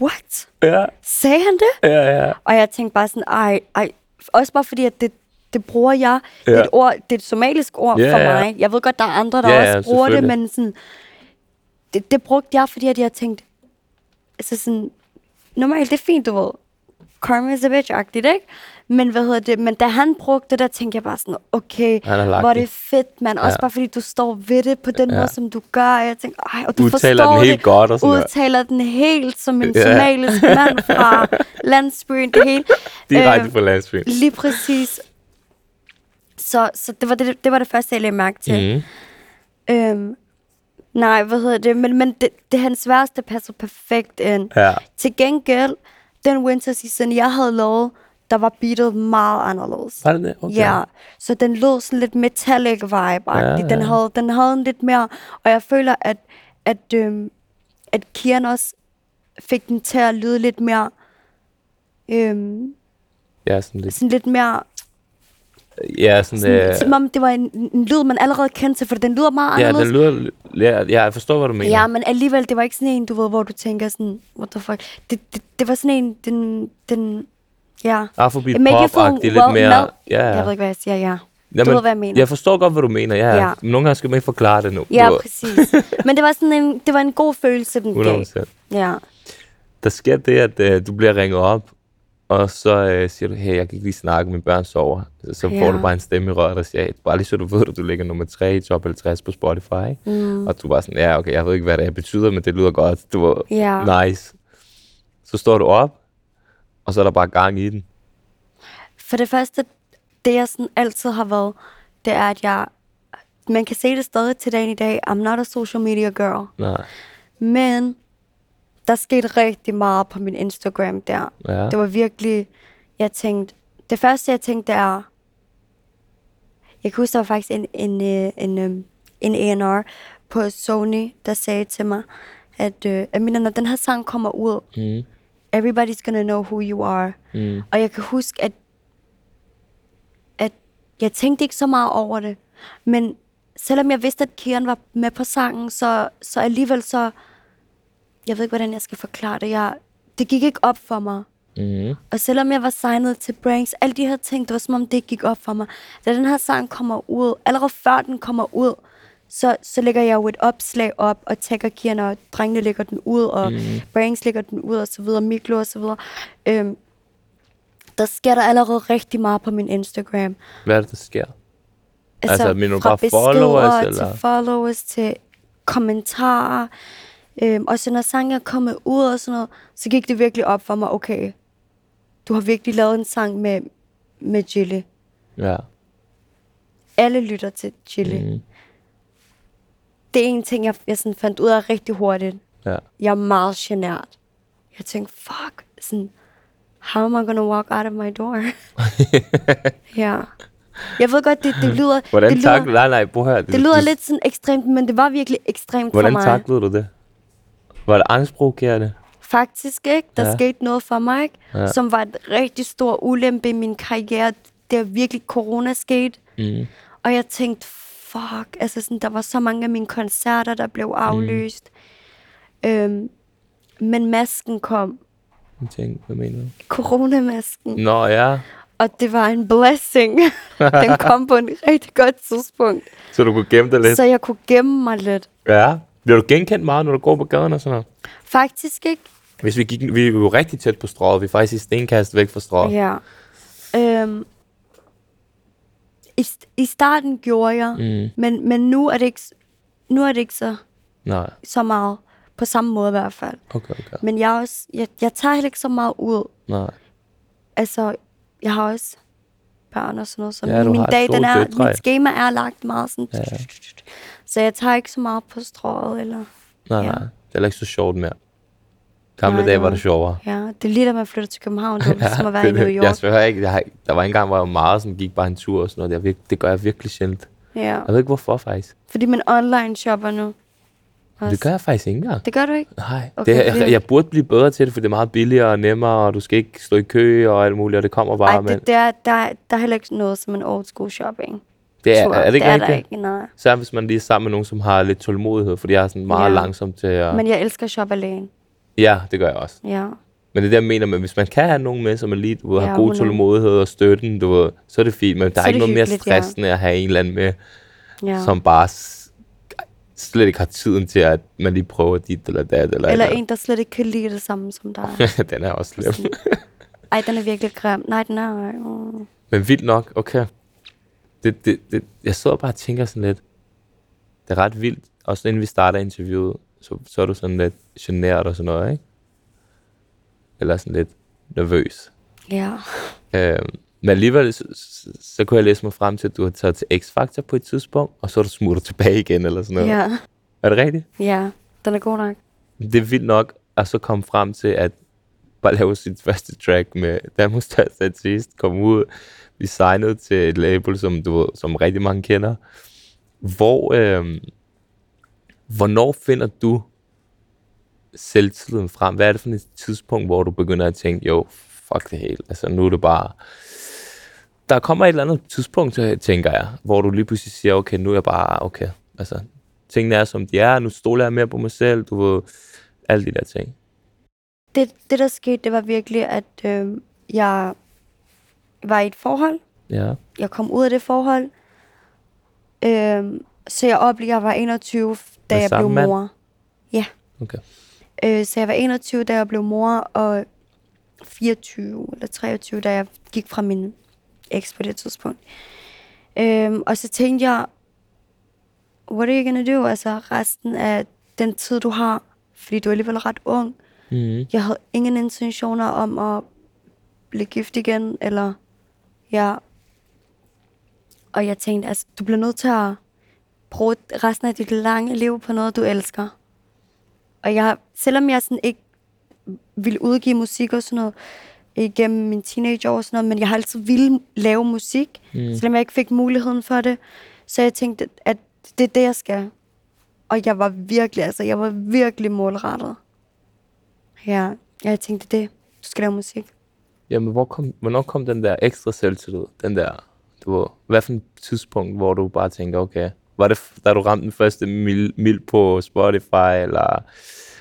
S3: what?
S2: Ja,
S3: Sagde han det?
S2: ja, ja.
S3: Og jeg tænkte bare sådan, ej, ej. Også bare fordi, at det, det bruger jeg. Ja. Det, er
S2: Ja.
S3: et ord, det er et somalisk ord
S2: Ja,
S3: for
S2: ja.
S3: mig. Jeg ved godt, der er andre, der
S2: Ja,
S3: også
S2: ja,
S3: bruger det,
S2: selvfølgelig.
S3: men sådan, det, det brugte jeg, fordi at jeg tænkte, altså sådan, normalt, det er fint, du ved. Karma is a bitch-agtigt, ikke? Men, hvad hedder det? men da han brugte det, der tænkte jeg bare sådan, okay,
S2: Han har lagt
S3: hvor er
S2: det.
S3: det fedt, man. Også
S2: Ja.
S3: bare fordi du står ved det på den ja.
S2: Ja.
S3: måde, som du gør. Og jeg tænkte, ej, og du
S2: Udtaler
S3: forstår
S2: den helt
S3: det.
S2: godt og sådan noget.
S3: Udtaler den helt som en
S2: Ja.
S3: somalisk mand fra landsbyen, det hele.
S2: Direkte
S3: Øh,
S2: på landsbyen.
S3: Lige præcis. Så, så det, var det, det var det første, jeg lagde mærke til.
S2: Mm.
S3: Mm. Øhm, nej, hvad hedder det? Men, men det, det hans værste passer perfekt ind.
S2: Ja.
S3: Til gengæld, den winter season, jeg havde lavet, der var beatet meget anderledes.
S2: Var det det? Okay.
S3: Ja, så den lød sådan lidt metallic vibe ja,
S2: Ja,
S3: ja. den,
S2: ja.
S3: havde, den havde en lidt mere, og jeg føler, at, at, øhm, at Kian også fik den til at lyde lidt mere, øhm,
S2: Ja, sådan lidt.
S3: sådan lidt mere
S2: Ja, sådan,
S3: Sådan,
S2: øh,
S3: Som om det var en, en lyd, man allerede kendte, for den lyder meget
S2: Ja,
S3: anderledes.
S2: det lyder... Ja, ja, jeg forstår, hvad du mener.
S3: Ja, men alligevel, det var ikke sådan en, du ved, hvor du tænker sådan, what the fuck. Det, det, det var sådan en, den, den, ja.
S2: Afrobeat
S3: En mega
S2: pop
S3: full
S2: lidt mere...
S3: mad-
S2: Ja, ja.
S3: Jeg ved ikke, hvad jeg siger, ja.
S2: Jamen,
S3: du ved, hvad jeg mener.
S2: Jeg forstår godt, hvad du mener, ja.
S3: Ja.
S2: ja. Men nogle gange skal man ikke forklare det nu. du
S3: ja,
S2: ved.
S3: præcis. men det var sådan en, det var en god følelse, den gav.
S2: 100%.
S3: Ja.
S2: Der sker det, at øh, du bliver ringet op, og så øh, siger du, hey, jeg kan ikke lige snakke, mine børn sover. Så, så
S3: Ja.
S2: får du bare en stemme i røret, der siger, hey, bare lige så du ved, at du ligger nummer 3 i top 50 på Spotify. Mm. Og du er bare sådan, ja, okay, jeg ved ikke, hvad det er, betyder, men det lyder godt. Du var
S3: Ja.
S2: nice. Så står du op, og så er der bare gang i den.
S3: For det første, det jeg sådan altid har været, det er, at jeg, man kan se det stadig til dagen i dag, I'm not a social media girl.
S2: Nej.
S3: Men der skete rigtig meget på min Instagram der.
S2: Ja.
S3: Det var virkelig, jeg tænkte, det første jeg tænkte det er, jeg kan huske, der var faktisk en, en, øh, en, en, en A&R på Sony, der sagde til mig, at, øh, at når den her sang kommer ud,
S2: Mm.
S3: everybody's gonna know who you are.
S2: Mm.
S3: Og jeg kan huske, at, at jeg tænkte ikke så meget over det. Men selvom jeg vidste, at Kieran var med på sangen, så, så alligevel så... Jeg ved ikke, hvordan jeg skal forklare det. Jeg, det gik ikke op for mig.
S2: Mm.
S3: Og selvom jeg var signet til Branks, alle de her ting, det var som om, det ikke gik op for mig. Da den her sang kommer ud, allerede før den kommer ud, så, så lægger jeg jo et opslag op og tagger Kian, og drengene lægger den ud, og mm. Branks lægger den ud, og så videre, Miklo og så videre. Øhm, der sker der allerede rigtig meget på min Instagram.
S2: Hvad er det, der sker? Altså, mener du
S3: fra
S2: bare
S3: beskeder
S2: followers,
S3: Til
S2: eller?
S3: followers, til kommentarer. Øhm, og så når sangen er kommet ud og sådan noget, så gik det virkelig op for mig, okay, du har virkelig lavet en sang med, med Jilly.
S2: Ja.
S3: Alle lytter til Jilly. Mm.
S2: Mm.
S3: Det er en ting, jeg, jeg sådan fandt ud af rigtig hurtigt.
S2: Ja.
S3: Jeg er meget genert. Jeg tænkte, fuck, sådan, how am I gonna walk out of my
S2: *laughs*
S3: door? ja. Jeg ved godt, det, det lyder...
S2: Hvordan
S3: det
S2: det
S3: lyder,
S2: tak... Nej, nej, prøv her.
S3: det lyder lidt sådan ekstremt, men det var virkelig ekstremt
S2: Hvordan
S3: for mig.
S2: taklede du det? Var det angstprovokerende?
S3: Faktisk ikke. Der
S2: Ja.
S3: ja. skete noget for mig, ikke?
S2: Ja.
S3: Ja. som var et rigtig stor ulempe i min karriere. Det er virkelig corona skete.
S2: Mm.
S3: Og jeg tænkte, fuck, altså sådan, der var så mange af mine koncerter, der blev aflyst. Mm. Øhm, men masken kom.
S2: Jeg tænkte, hvad mener du?
S3: Coronamasken.
S2: Nå ja,
S3: Og det var en *laughs* blessing. Den kom på en rigtig godt tidspunkt.
S2: så du kunne gemme dig lidt.
S3: Så jeg kunne gemme mig lidt.
S2: Ja. Bliver du genkendt meget, når du går på gaden og sådan noget?
S3: Faktisk ikke.
S2: Hvis vi gik, vi var jo rigtig tæt på strået. Vi er faktisk i stenkast væk fra strået. Ja.
S3: Ja. Øhm, i, st- I starten gjorde jeg,
S2: Mm.
S3: mm. men, men nu er det ikke, s- nu er det ikke så,
S2: Nej,
S3: så meget. På samme måde i hvert fald.
S2: okay, okay.
S3: Men jeg, er også, jeg, jeg tager heller ikke så meget ud.
S2: Nej.
S3: Altså, jeg har også børn og sådan noget. Så
S2: Ja, du
S3: min, min
S2: har
S3: dag,
S2: to
S3: den er,
S2: døtre, ja.
S3: mit schema er lagt meget sådan.
S2: Ja.
S3: Ja. Så jeg tager ikke så meget på strået. Eller,
S2: Nej,
S3: Ja.
S2: nej. Det er heller ikke så sjovt mere. Gamle
S3: Nej,
S2: dage
S3: det
S2: var
S3: var-
S2: det sjovere.
S3: ja, det er lige da man flytter til
S2: *laughs*
S3: København. Det er ligesom at være i
S2: det-
S3: New York.
S2: Jeg sværer ikke. Jeg har, der var en gang, hvor jeg var meget sådan, gik bare en tur og sådan noget. Jeg virk, det gør jeg virkelig sjældent.
S3: Ja.
S2: Jeg ved ikke, hvorfor faktisk.
S3: Fordi man online shopper nu.
S2: Men det gør jeg faktisk ikke engang.
S3: det gør du ikke?
S2: Nej, okay,
S3: Okay,
S2: det, jeg,
S3: vildt.
S2: jeg burde blive bedre til det, for det er meget billigere og nemmere, og du skal ikke stå i kø og alt muligt, og det kommer bare,
S3: Ej,
S2: Ej, men
S3: det, der, der, der er heller ikke noget som en old school shopping.
S2: det er,
S3: tror jeg.
S2: er det ikke
S3: det er der
S2: rigtigt?
S3: ikke, nej.
S2: Særligt hvis man lige er sammen med nogen, som har lidt tålmodighed, fordi jeg er sådan meget ja.
S3: Ja.
S2: langsom til at... Men...
S3: Men jeg elsker at shoppe alene.
S2: Ja, det gør jeg også.
S3: Ja.
S2: Men det er det, jeg mener, men hvis man kan have nogen med, som er lige, du ved, har
S3: Ja,
S2: god
S3: 100.
S2: tålmodighed og støtten, du ved, så er det fint, men der er,
S3: er
S2: ikke
S3: det
S2: noget mere
S3: hyggeligt, ja.
S2: stressende ja. at have en eller anden med,
S3: ja.
S2: ja. som bare s- slet ikke har tiden til, at man lige prøver dit eller dat. Eller,
S3: Eller en, der slet ikke kan lide det samme som dig.
S2: *laughs* den er også slem.
S3: Ej, den er virkelig grim. Nej, den er... ej, mm.
S2: Men vildt nok, okay. Det, det, det, jeg sidder bare og tænker sådan lidt, det er ret vildt, også inden vi starter interviewet, så, så er du sådan lidt generet og sådan noget, ikke? Eller sådan lidt nervøs.
S3: Ja.
S2: Øh, men alligevel, så, så, så kunne jeg læse mig frem til, at du har taget til X-Factor på et tidspunkt, og så er du smuttet tilbage igen, eller sådan noget.
S3: ja.
S2: Er det rigtigt?
S3: Ja. Den er god nok.
S2: Det er vildt nok, at så komme frem til, at bare lave sit første track med Danmarks Største Artist, komme ud, blive signet til et label, som, du, ved, som rigtig mange kender. Hvor, øh, hvornår finder du selvtilliden frem? Hvad er det for et tidspunkt, hvor du begynder at tænke, jo, fuck det hele, altså nu er det bare... Der kommer et eller andet tidspunkt, tænker jeg, hvor du lige pludselig siger, okay, nu er jeg bare, okay, altså, tingene er, som de er, nu stoler jeg mere på mig selv, du ved, alle de der ting.
S3: Det, det, der skete, det var virkelig, at øh, jeg var i et forhold.
S2: Ja.
S3: Jeg kom ud af det forhold. Øh, så jeg oplevede, jeg var 21, da
S2: Med
S3: jeg blev
S2: samme mand?
S3: mor.
S2: Okay.
S3: Øh, så jeg var 21, da jeg blev mor, og 24 eller 23, da jeg gik fra min eks på det tidspunkt. Øhm, og så tænkte jeg, what are you gonna do? Altså resten af den tid, du har, fordi du er alligevel ret ung.
S2: Mm-hmm.
S3: Jeg havde ingen intentioner om at blive gift igen, eller ja. Og jeg tænkte, altså, du bliver nødt til at bruge resten af dit lange liv på noget, du elsker. Og jeg, selvom jeg sådan ikke ville udgive musik og sådan noget, igennem min teenageår og sådan noget, men jeg har altid ville lave musik, mm. selvom jeg ikke fik muligheden for det. Så jeg tænkte, at det er det, jeg skal. Og jeg var virkelig, altså, jeg var virkelig målrettet. Ja, jeg tænkte det. Du skal lave musik. *laughs*
S2: Jamen, hvor kom, hvornår kom den der ekstra selvtillid? Den der, du ved, hvad for et tidspunkt, hvor du bare tænker, okay, var det, f- da du ramte den første mil, mil på Spotify, eller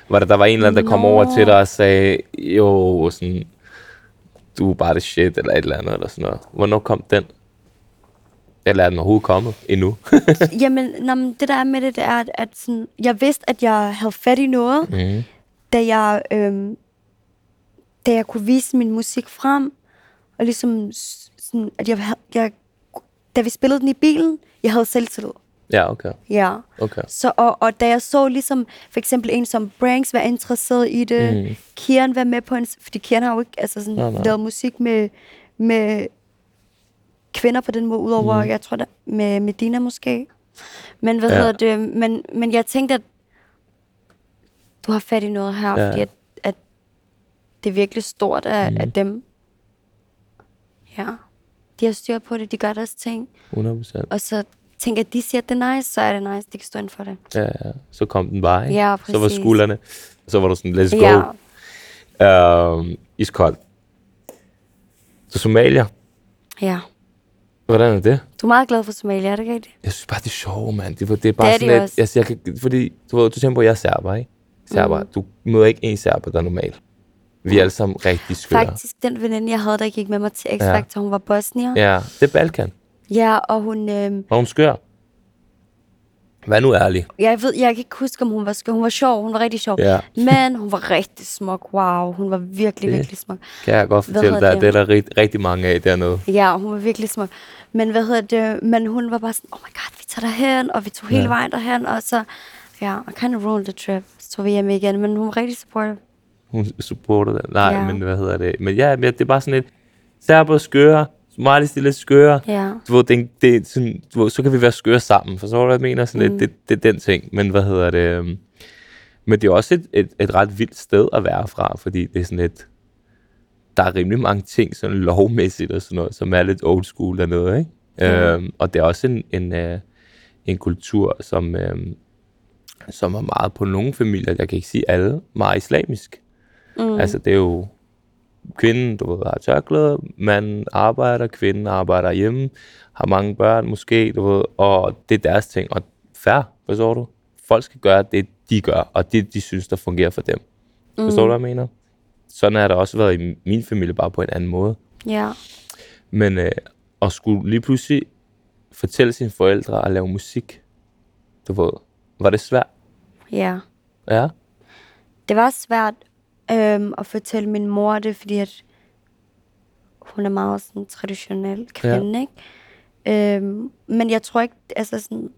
S2: var det, der var en eller anden, der kom
S3: Nå.
S2: over til dig og sagde, jo, sådan, du er bare det shit, eller et eller andet, eller sådan noget. Hvornår kom den? Eller er den overhovedet kommet endnu? *laughs*
S3: Jamen, nå, men det der er med det, det er, at, at sådan, jeg vidste, at jeg havde fat i noget,
S2: mm.
S3: da jeg, øhm, da jeg kunne vise min musik frem, og ligesom s- sådan, at jeg, hav- jeg, da vi spillede den i bilen, jeg havde selvtillid.
S2: Ja, okay.
S3: Ja.
S2: okay.
S3: Så, og, og da jeg så ligesom, for eksempel en som Branks var interesseret i det,
S2: Mm.
S3: mm. Kieran var med på en, fordi Kieran har jo ikke altså sådan,
S2: Nej, nej.
S3: lavet musik med, med kvinder på den måde, udover, mm. jeg tror, der, med Medina måske. Men hvad
S2: Ja.
S3: ja. hedder det? Men, men jeg tænkte, at du har fat i noget her,
S2: Ja.
S3: ja. fordi at, at det er virkelig stort af,
S2: Mm.
S3: mm. af dem. Ja. De har styr på det, de gør deres ting.
S2: 100 procent.
S3: Og så tænker jeg, at de siger, at det er nice, så er det nice, de kan stå ind for det.
S2: Ja, ja. Så kom den bare, ikke?
S3: Ja,
S2: Så var
S3: præcis.
S2: skuldrene. Så var du sådan, let's go.
S3: Ja,
S2: Øhm, iskold. Så Somalia.
S3: ja.
S2: Hvordan er det?
S3: Du er meget glad for Somalia, er det ikke rigtigt?
S2: Jeg synes bare, det er sjovt, mand. Det, var- det er bare
S3: Det er
S2: sådan
S3: det
S2: lidt...
S3: også.
S2: Jeg, jeg kan, fordi, du, ved, du tænker på, at jeg er serber, ikke? Serber. Mm. Du møder ikke en serber, der er normal. Vi er alle sammen rigtig skøre.
S3: Faktisk, den veninde, jeg havde, der gik med mig til X
S2: Ja.
S3: Factor, hun var bosnier. Ja,
S2: Ja, det er Balkan.
S3: ja og hun... Øh,
S2: Var hun skør? Vær nu ærlig.
S3: jeg ved, jeg kan ikke huske, om hun var skør. Hun var sjov, hun var rigtig sjov.
S2: Ja.
S3: *laughs* Men hun var rigtig smuk, wow. Hun var virkelig,
S2: Det-
S3: virkelig smuk.
S2: Kan jeg godt
S3: Hvad
S2: fortælle
S3: hedder
S2: dig, at det er der rigt, rigtig mange af dernede.
S3: Ja, hun var virkelig smuk. Men hvad hedder det? Men hun var bare sådan, oh my god, vi tager derhen, og vi tog hele
S2: Ja.
S3: vejen derhen, og så, ja, I kind of ruined the trip. Så tog vi hjem igen, men hun var rigtig supportive.
S2: Hun supporter det. Nej,
S3: Ja.
S2: men hvad hedder det? Men ja, men det er bare sådan lidt... Serber er skøre. Somalis de er lidt skøre.
S3: Ja.
S2: Du ved, det, er- det, er sådan, du ved, så kan vi være skøre sammen. For så hvad jeg mener sådan mm. lidt, det, det, er den ting. Men hvad hedder det? øhm, Men det er også et, et, et ret vildt sted at være fra, fordi det er sådan lidt... Der er rimelig mange ting, sådan lovmæssigt og sådan noget, som er lidt old school dernede, ikke? Mm. Øhm, og det er også en, en, øh, en kultur, som, øhm, som er meget på nogle familier, jeg kan ikke sige alle, meget islamisk. Mm. Altså det er jo kvinden, du ved, har tørklæde, manden arbejder, kvinden arbejder hjemme, har mange børn måske, du ved, og det er deres ting, og fair, forstår du? Folk skal gøre det, de gør, og det, de synes, der fungerer for dem. Forstår du, hvad jeg mener? Sådan har det også været i min familie, bare på en anden måde.
S3: Ja.
S2: Men øh, at skulle lige pludselig fortælle sine forældre at lave musik, du ved, var det svært?
S3: Ja.
S2: Ja.
S3: Det var svært øhm, at fortælle min mor det, fordi at hun er meget sådan traditionel kvinde, ja. ikke? Øhm, men jeg tror ikke, altså sådan...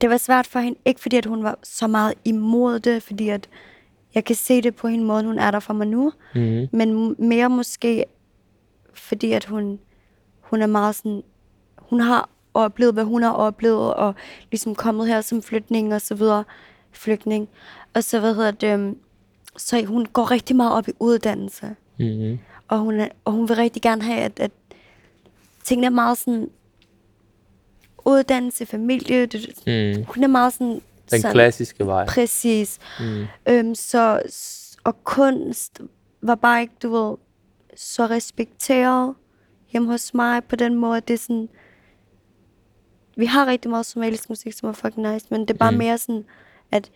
S3: Det var svært for hende, ikke fordi at hun var så meget imod det, fordi at jeg kan se det på hende måde, hun er der for mig nu,
S2: Mm-hmm.
S3: men m- mere måske, fordi at hun, hun er meget sådan, hun har oplevet, hvad hun har oplevet, og ligesom kommet her som flygtning og så videre, flygtning. Og så, hvad hedder det, øhm, så hun går rigtig meget op i uddannelse,
S2: Mm-hmm.
S3: og hun, er, og hun vil rigtig gerne have, at, at tingene er meget sådan, uddannelse, familie, det, det-
S2: Mm.
S3: hun er meget sådan,
S2: Den
S3: sådan
S2: klassiske vej.
S3: præcis.
S2: Mm.
S3: Øhm, så, s- og kunst var bare ikke, du ved, så respekteret hjemme hos mig på den måde, at det er sådan... Vi har rigtig meget somalisk musik, som er fucking nice, men det er bare
S2: Mm.
S3: mm. mere sådan, at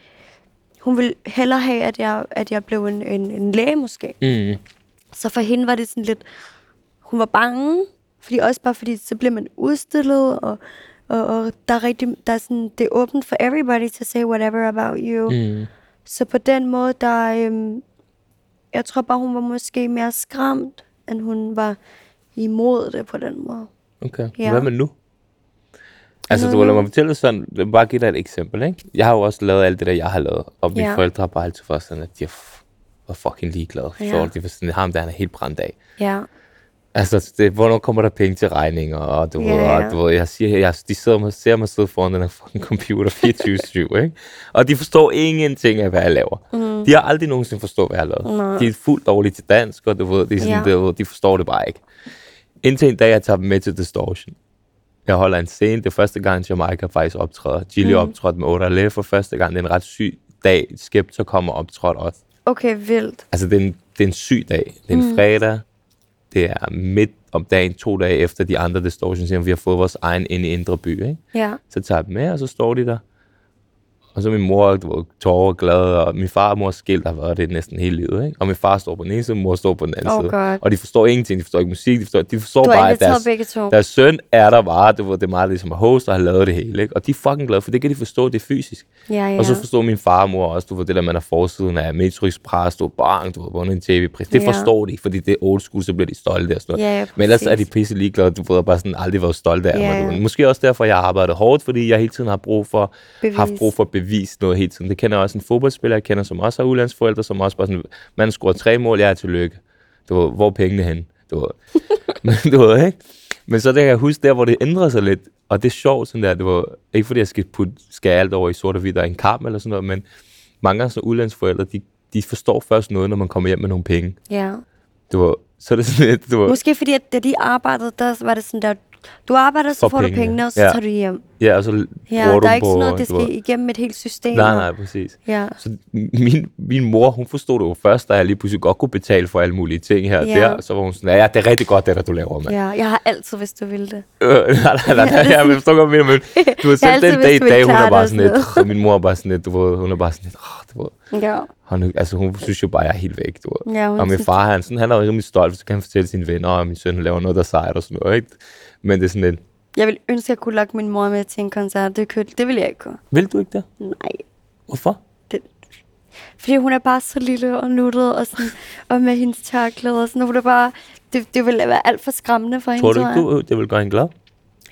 S3: hun ville hellere have, at jeg, at jeg blev en, en, en læge måske.
S2: Mm.
S3: Så for hende var det sådan lidt... Hun var bange, fordi også bare fordi, så bliver man udstillet, og, og, og der er rigtig, der er sådan, det er åbent for everybody to say whatever about you.
S2: Mm.
S3: Så på den måde, der... Øhm, jeg tror bare, hun var måske mere skræmt, end hun var imod det på den måde.
S2: Okay. Ja.
S3: Ja.
S2: Hvad med nu? Altså,
S3: Hvad
S2: du lad
S3: nu?
S2: mig fortælle sådan, lad mig bare give dig et eksempel, ikke? Jeg har jo også lavet alt det der, jeg har lavet, og mine
S3: Ja.
S2: forældre har bare altid været sådan, at de er f- var fucking ligeglade.
S3: Ja.
S2: Ja. De var sådan, ham der, han er helt brændt af.
S3: Ja.
S2: Altså, det, hvornår kommer der penge til regninger, og du,
S3: Ja,
S2: ja, ja.
S3: ja.
S2: Og, du ved, jeg siger, jeg, de sidder med, ser mig sidde foran den her fucking computer 24-7, ikke? Og de forstår ingenting af, hvad jeg laver. Mm. De har aldrig nogensinde forstået, hvad jeg har lavet.
S3: Nej.
S2: De er fuldt dårlige til dansk, og du ved, de, er sådan,
S3: Ja.
S2: ja. de, de forstår det bare ikke. Indtil en dag, jeg tager dem med til Distortion. Jeg holder en scene, det er første gang, Jamaica faktisk optræder. Gilly mm. optrådte med 8 Lef for første gang. Det er en ret syg dag. Skepta kommer optrådt også.
S3: Okay, vildt.
S2: Altså, det er en, det er en syg dag. Det er en mm. fredag. Det er midt om dagen, to dage efter de andre distortion siger, vi har fået vores egen ind i Indre By. Ikke?
S3: Ja.
S2: Så tager jeg dem med, og så står de der. Og så er min mor du ved, tårer og glad, og min far og mor er skilt har været det næsten hele livet. Ikke? Og min far står på den ene side, og mor står på den anden
S3: Åh,
S2: side.
S3: godt.
S2: Og de forstår ingenting, de forstår ikke musik, de forstår, de forstår
S3: Du har
S2: bare, at
S3: inviteret
S2: deres,
S3: begge to.
S2: deres søn er der bare, du ved, det er meget ligesom at host og har lavet det hele. Ikke? Og de er fucking glade, for det kan de forstå, det er fysisk.
S3: Ja, ja.
S2: Og så forstår min far og mor også, du ved, det der, man har forsiden af Metro Express, du ved, bang, du ved, vundet en tv-pris. Det
S3: Ja.
S2: forstår de, fordi det er old school, så bliver de stolte og sådan noget.
S3: Ja, ja,
S2: Men ellers er de
S3: præcis.
S2: pisse ligeglade, du ved, og bare sådan aldrig været stolte af
S3: Ja,
S2: mig. du
S3: ja.
S2: ved. Måske også derfor, jeg har arbejdet hårdt, fordi jeg hele tiden har brug for,
S3: Bevis.
S2: haft brug for at bevise noget hele tiden. Det kender jeg også en fodboldspiller, jeg kender, som også har udlandsforældre, som også bare sådan, man scorer tre mål, jeg er tillykke. Du ved, hvor er pengene hen? Du
S3: *laughs*
S2: ved. Men du ved, ikke? Men så der kan jeg huske der, hvor det ændrede sig lidt. Og det er sjovt sådan der, det var ikke fordi jeg skal putte skal alt over i sort og hvidt og en kamp eller sådan noget, men mange gange sådan udlandsforældre, de de forstår først noget, når man kommer hjem med nogle penge.
S3: Ja.
S2: Du var, så er det sådan lidt, du var,
S3: Måske fordi, at da de arbejdede, der var det sådan der, du arbejder, så
S2: For
S3: får
S2: pengene.
S3: du pengene, og så
S2: Ja.
S3: ja. tager du hjem.
S2: ja, og så l-
S3: Ja,
S2: bruger
S3: der
S2: du
S3: er ikke
S2: på,
S3: sådan noget, det
S2: du ved-
S3: skal igennem et helt system.
S2: Nej,
S3: og-
S2: nej, præcis.
S3: Ja.
S2: Så min, min mor, hun forstod det jo først, da jeg lige pludselig godt kunne betale for alle mulige ting her og
S3: Ja.
S2: der. Og så var hun sådan, ja, det er rigtig godt, det der, du laver, mand.
S3: Ja, jeg har altid, hvis du ville det.
S2: Øh, *laughs* nej, nej, nej, nej, jeg forstår godt, hvad jeg mener, men du ved,
S3: Jeg har
S2: selv
S3: altid
S2: den
S3: vidst,
S2: dag i
S3: du ville
S2: dag, hun
S3: klare
S2: er
S3: det
S2: bare
S3: og
S2: sådan
S3: sådan
S2: lidt, "Åh, min mor er bare sådan lidt, du ved, hun er bare sådan lidt, "Åh, du ved,
S3: Ja.
S2: hun, er- altså hun synes jo bare, jeg er helt væk, du ved.
S3: Ja, hun
S2: og min
S3: synes-
S2: far, han, sådan, han er jo rimelig stolt, for så kan han fortælle sine venner, og min søn laver noget, der er sejt og sådan noget, ikke? Men det er sådan lidt,
S3: Jeg ville ønske, at jeg kunne lokke min mor med til en koncert. Det, kunne, det ville jeg ikke kunne.
S2: vil du ikke det?
S3: Nej.
S2: Hvorfor?
S3: Det, fordi hun er bare så lille og nuttet, og, sådan, og med hendes tørklæde og sådan. Hun er bare, det, det ville være alt for skræmmende for
S2: Tror
S3: hende,
S2: du ikke, du, det vil gøre hende glad?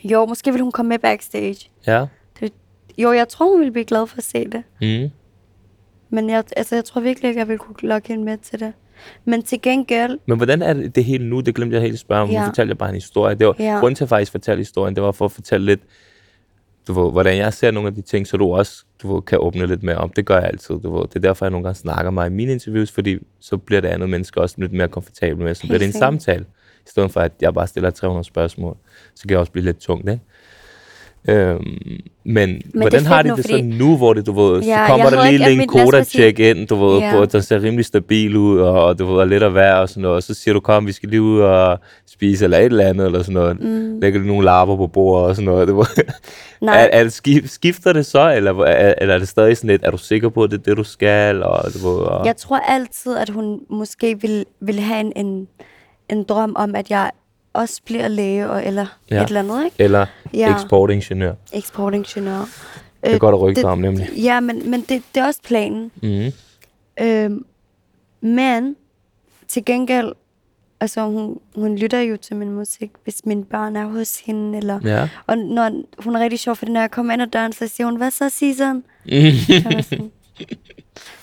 S3: jeg. Jo, måske ville hun komme med backstage.
S2: Ja.
S3: Det, jo, jeg tror, hun ville blive glad for at se det.
S2: Mm.
S3: Men jeg, altså, jeg tror virkelig ikke, jeg ville kunne lokke hende med til det. Men til gengæld,
S2: Men hvordan er det, det hele nu? Det glemte jeg helt at spørge om. Ja.
S3: Ja.
S2: Nu fortalte jeg bare en historie. Det var, ja.
S3: Ja.
S2: Grunden til at faktisk fortælle historien, det var for at fortælle lidt, du ved, hvordan jeg ser nogle af de ting, så du også du ved, kan åbne lidt mere om. Det gør jeg altid. Du ved. Det er derfor, jeg nogle gange snakker meget i mine interviews, fordi så bliver det andet menneske også lidt mere komfortabel med. Så bliver det en
S3: sikkert.
S2: samtale. I stedet for, at jeg bare stiller 300 spørgsmål, så kan jeg også blive lidt tungt, ikke? Øhm, men, men
S3: er
S2: hvordan har
S3: fedt
S2: de
S3: nu,
S2: det
S3: fordi-
S2: så nu, hvor det, du ved, så
S3: Ja,
S2: kommer
S3: jeg
S2: der lige
S3: havde ikke-
S2: lidt en
S3: jeg mente- lad os bare sige-
S2: koda-check ind, du ved,
S3: Ja.
S2: på, den ser rimelig stabil ud, og du ved, er lidt at være og sådan noget. Og så siger du, kom, vi skal lige ud og spise eller et eller andet, eller sådan noget. Mm. Lægger du nogle lapper på bordet og sådan noget. Det var,
S3: Nej.
S2: Er, er det skif, skifter det så, eller, hvor- er, eller er det stadig sådan lidt, er du sikker på, at det er det, du skal? Og, du ved, og,
S3: jeg tror altid, at hun måske ville, ville have en, en, en drøm om, at jeg også bliver læge og, eller
S2: Ja.
S3: ja. et eller andet, ikke?
S2: Eller ja.
S3: Ja.
S2: eksportingeniør.
S3: Eksportingeniør.
S2: Det er godt at rykke dig om, nemlig.
S3: Øh, Ja, men, men det, det er også planen.
S2: Mm.
S3: Øhm, men til gengæld, altså hun, hun lytter jo til min musik, hvis mine børn er hos hende, eller...
S2: Ja.
S3: Og når, hun er rigtig sjov, fordi når jeg kommer ind ad døren, så siger hun, hvad så,
S2: *laughs*
S3: Season?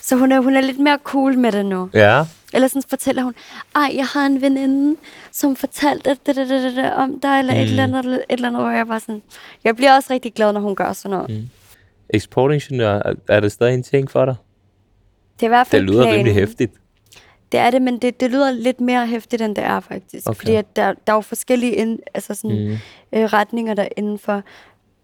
S3: så hun er, hun er lidt mere cool med det nu.
S2: Ja.
S3: Eller sådan fortæller hun, ej, jeg har en veninde, som fortalte det, det, det, det, det om dig, eller mm. et, eller andet, et eller andet, hvor jeg bare sådan... Jeg bliver også rigtig glad, når hun gør sådan noget. Mm.
S2: Eksportingeniør, er, er det stadig en ting for dig?
S3: Det er i hvert
S2: Det
S3: fald
S2: lyder
S3: planen.
S2: rimelig hæftigt.
S3: Det er det, men det, det lyder lidt mere hæftigt, end det er faktisk.
S2: Okay.
S3: Okay. Fordi at der, der er jo forskellige ind, altså sådan, mm. øh, retninger der indenfor.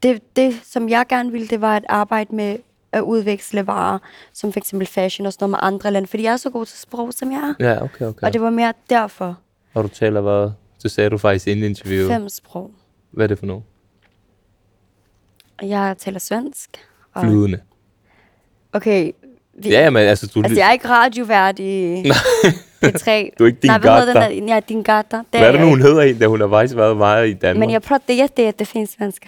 S3: Det, det, som jeg gerne ville, det var at arbejde med at udveksle varer, som for eksempel fashion og sådan noget med andre lande, fordi jeg er så god til sprog, som jeg er. Ja.
S2: Ja, okay, okay.
S3: Og det var mere derfor
S2: Og du taler hvad? Så sagde du faktisk inden interview.
S3: fem sprog.
S2: Hvad er det for noget?
S3: Og Jeg taler svensk. Og,
S2: Flydende.
S3: okay, vi,
S2: Ja, men altså, du,
S3: altså jeg er ikke
S2: *laughs*
S3: radiovært i P3.
S2: Du er ikke din
S3: Nej, hvad hedder
S2: gata.
S3: Den der? Ja, din gata. Det
S2: hvad er
S3: jeg
S2: det nu,
S3: ikke.
S2: hun hedder en, da hun har faktisk været meget i Danmark?
S3: Men jeg prater jätte, jättefint svenska.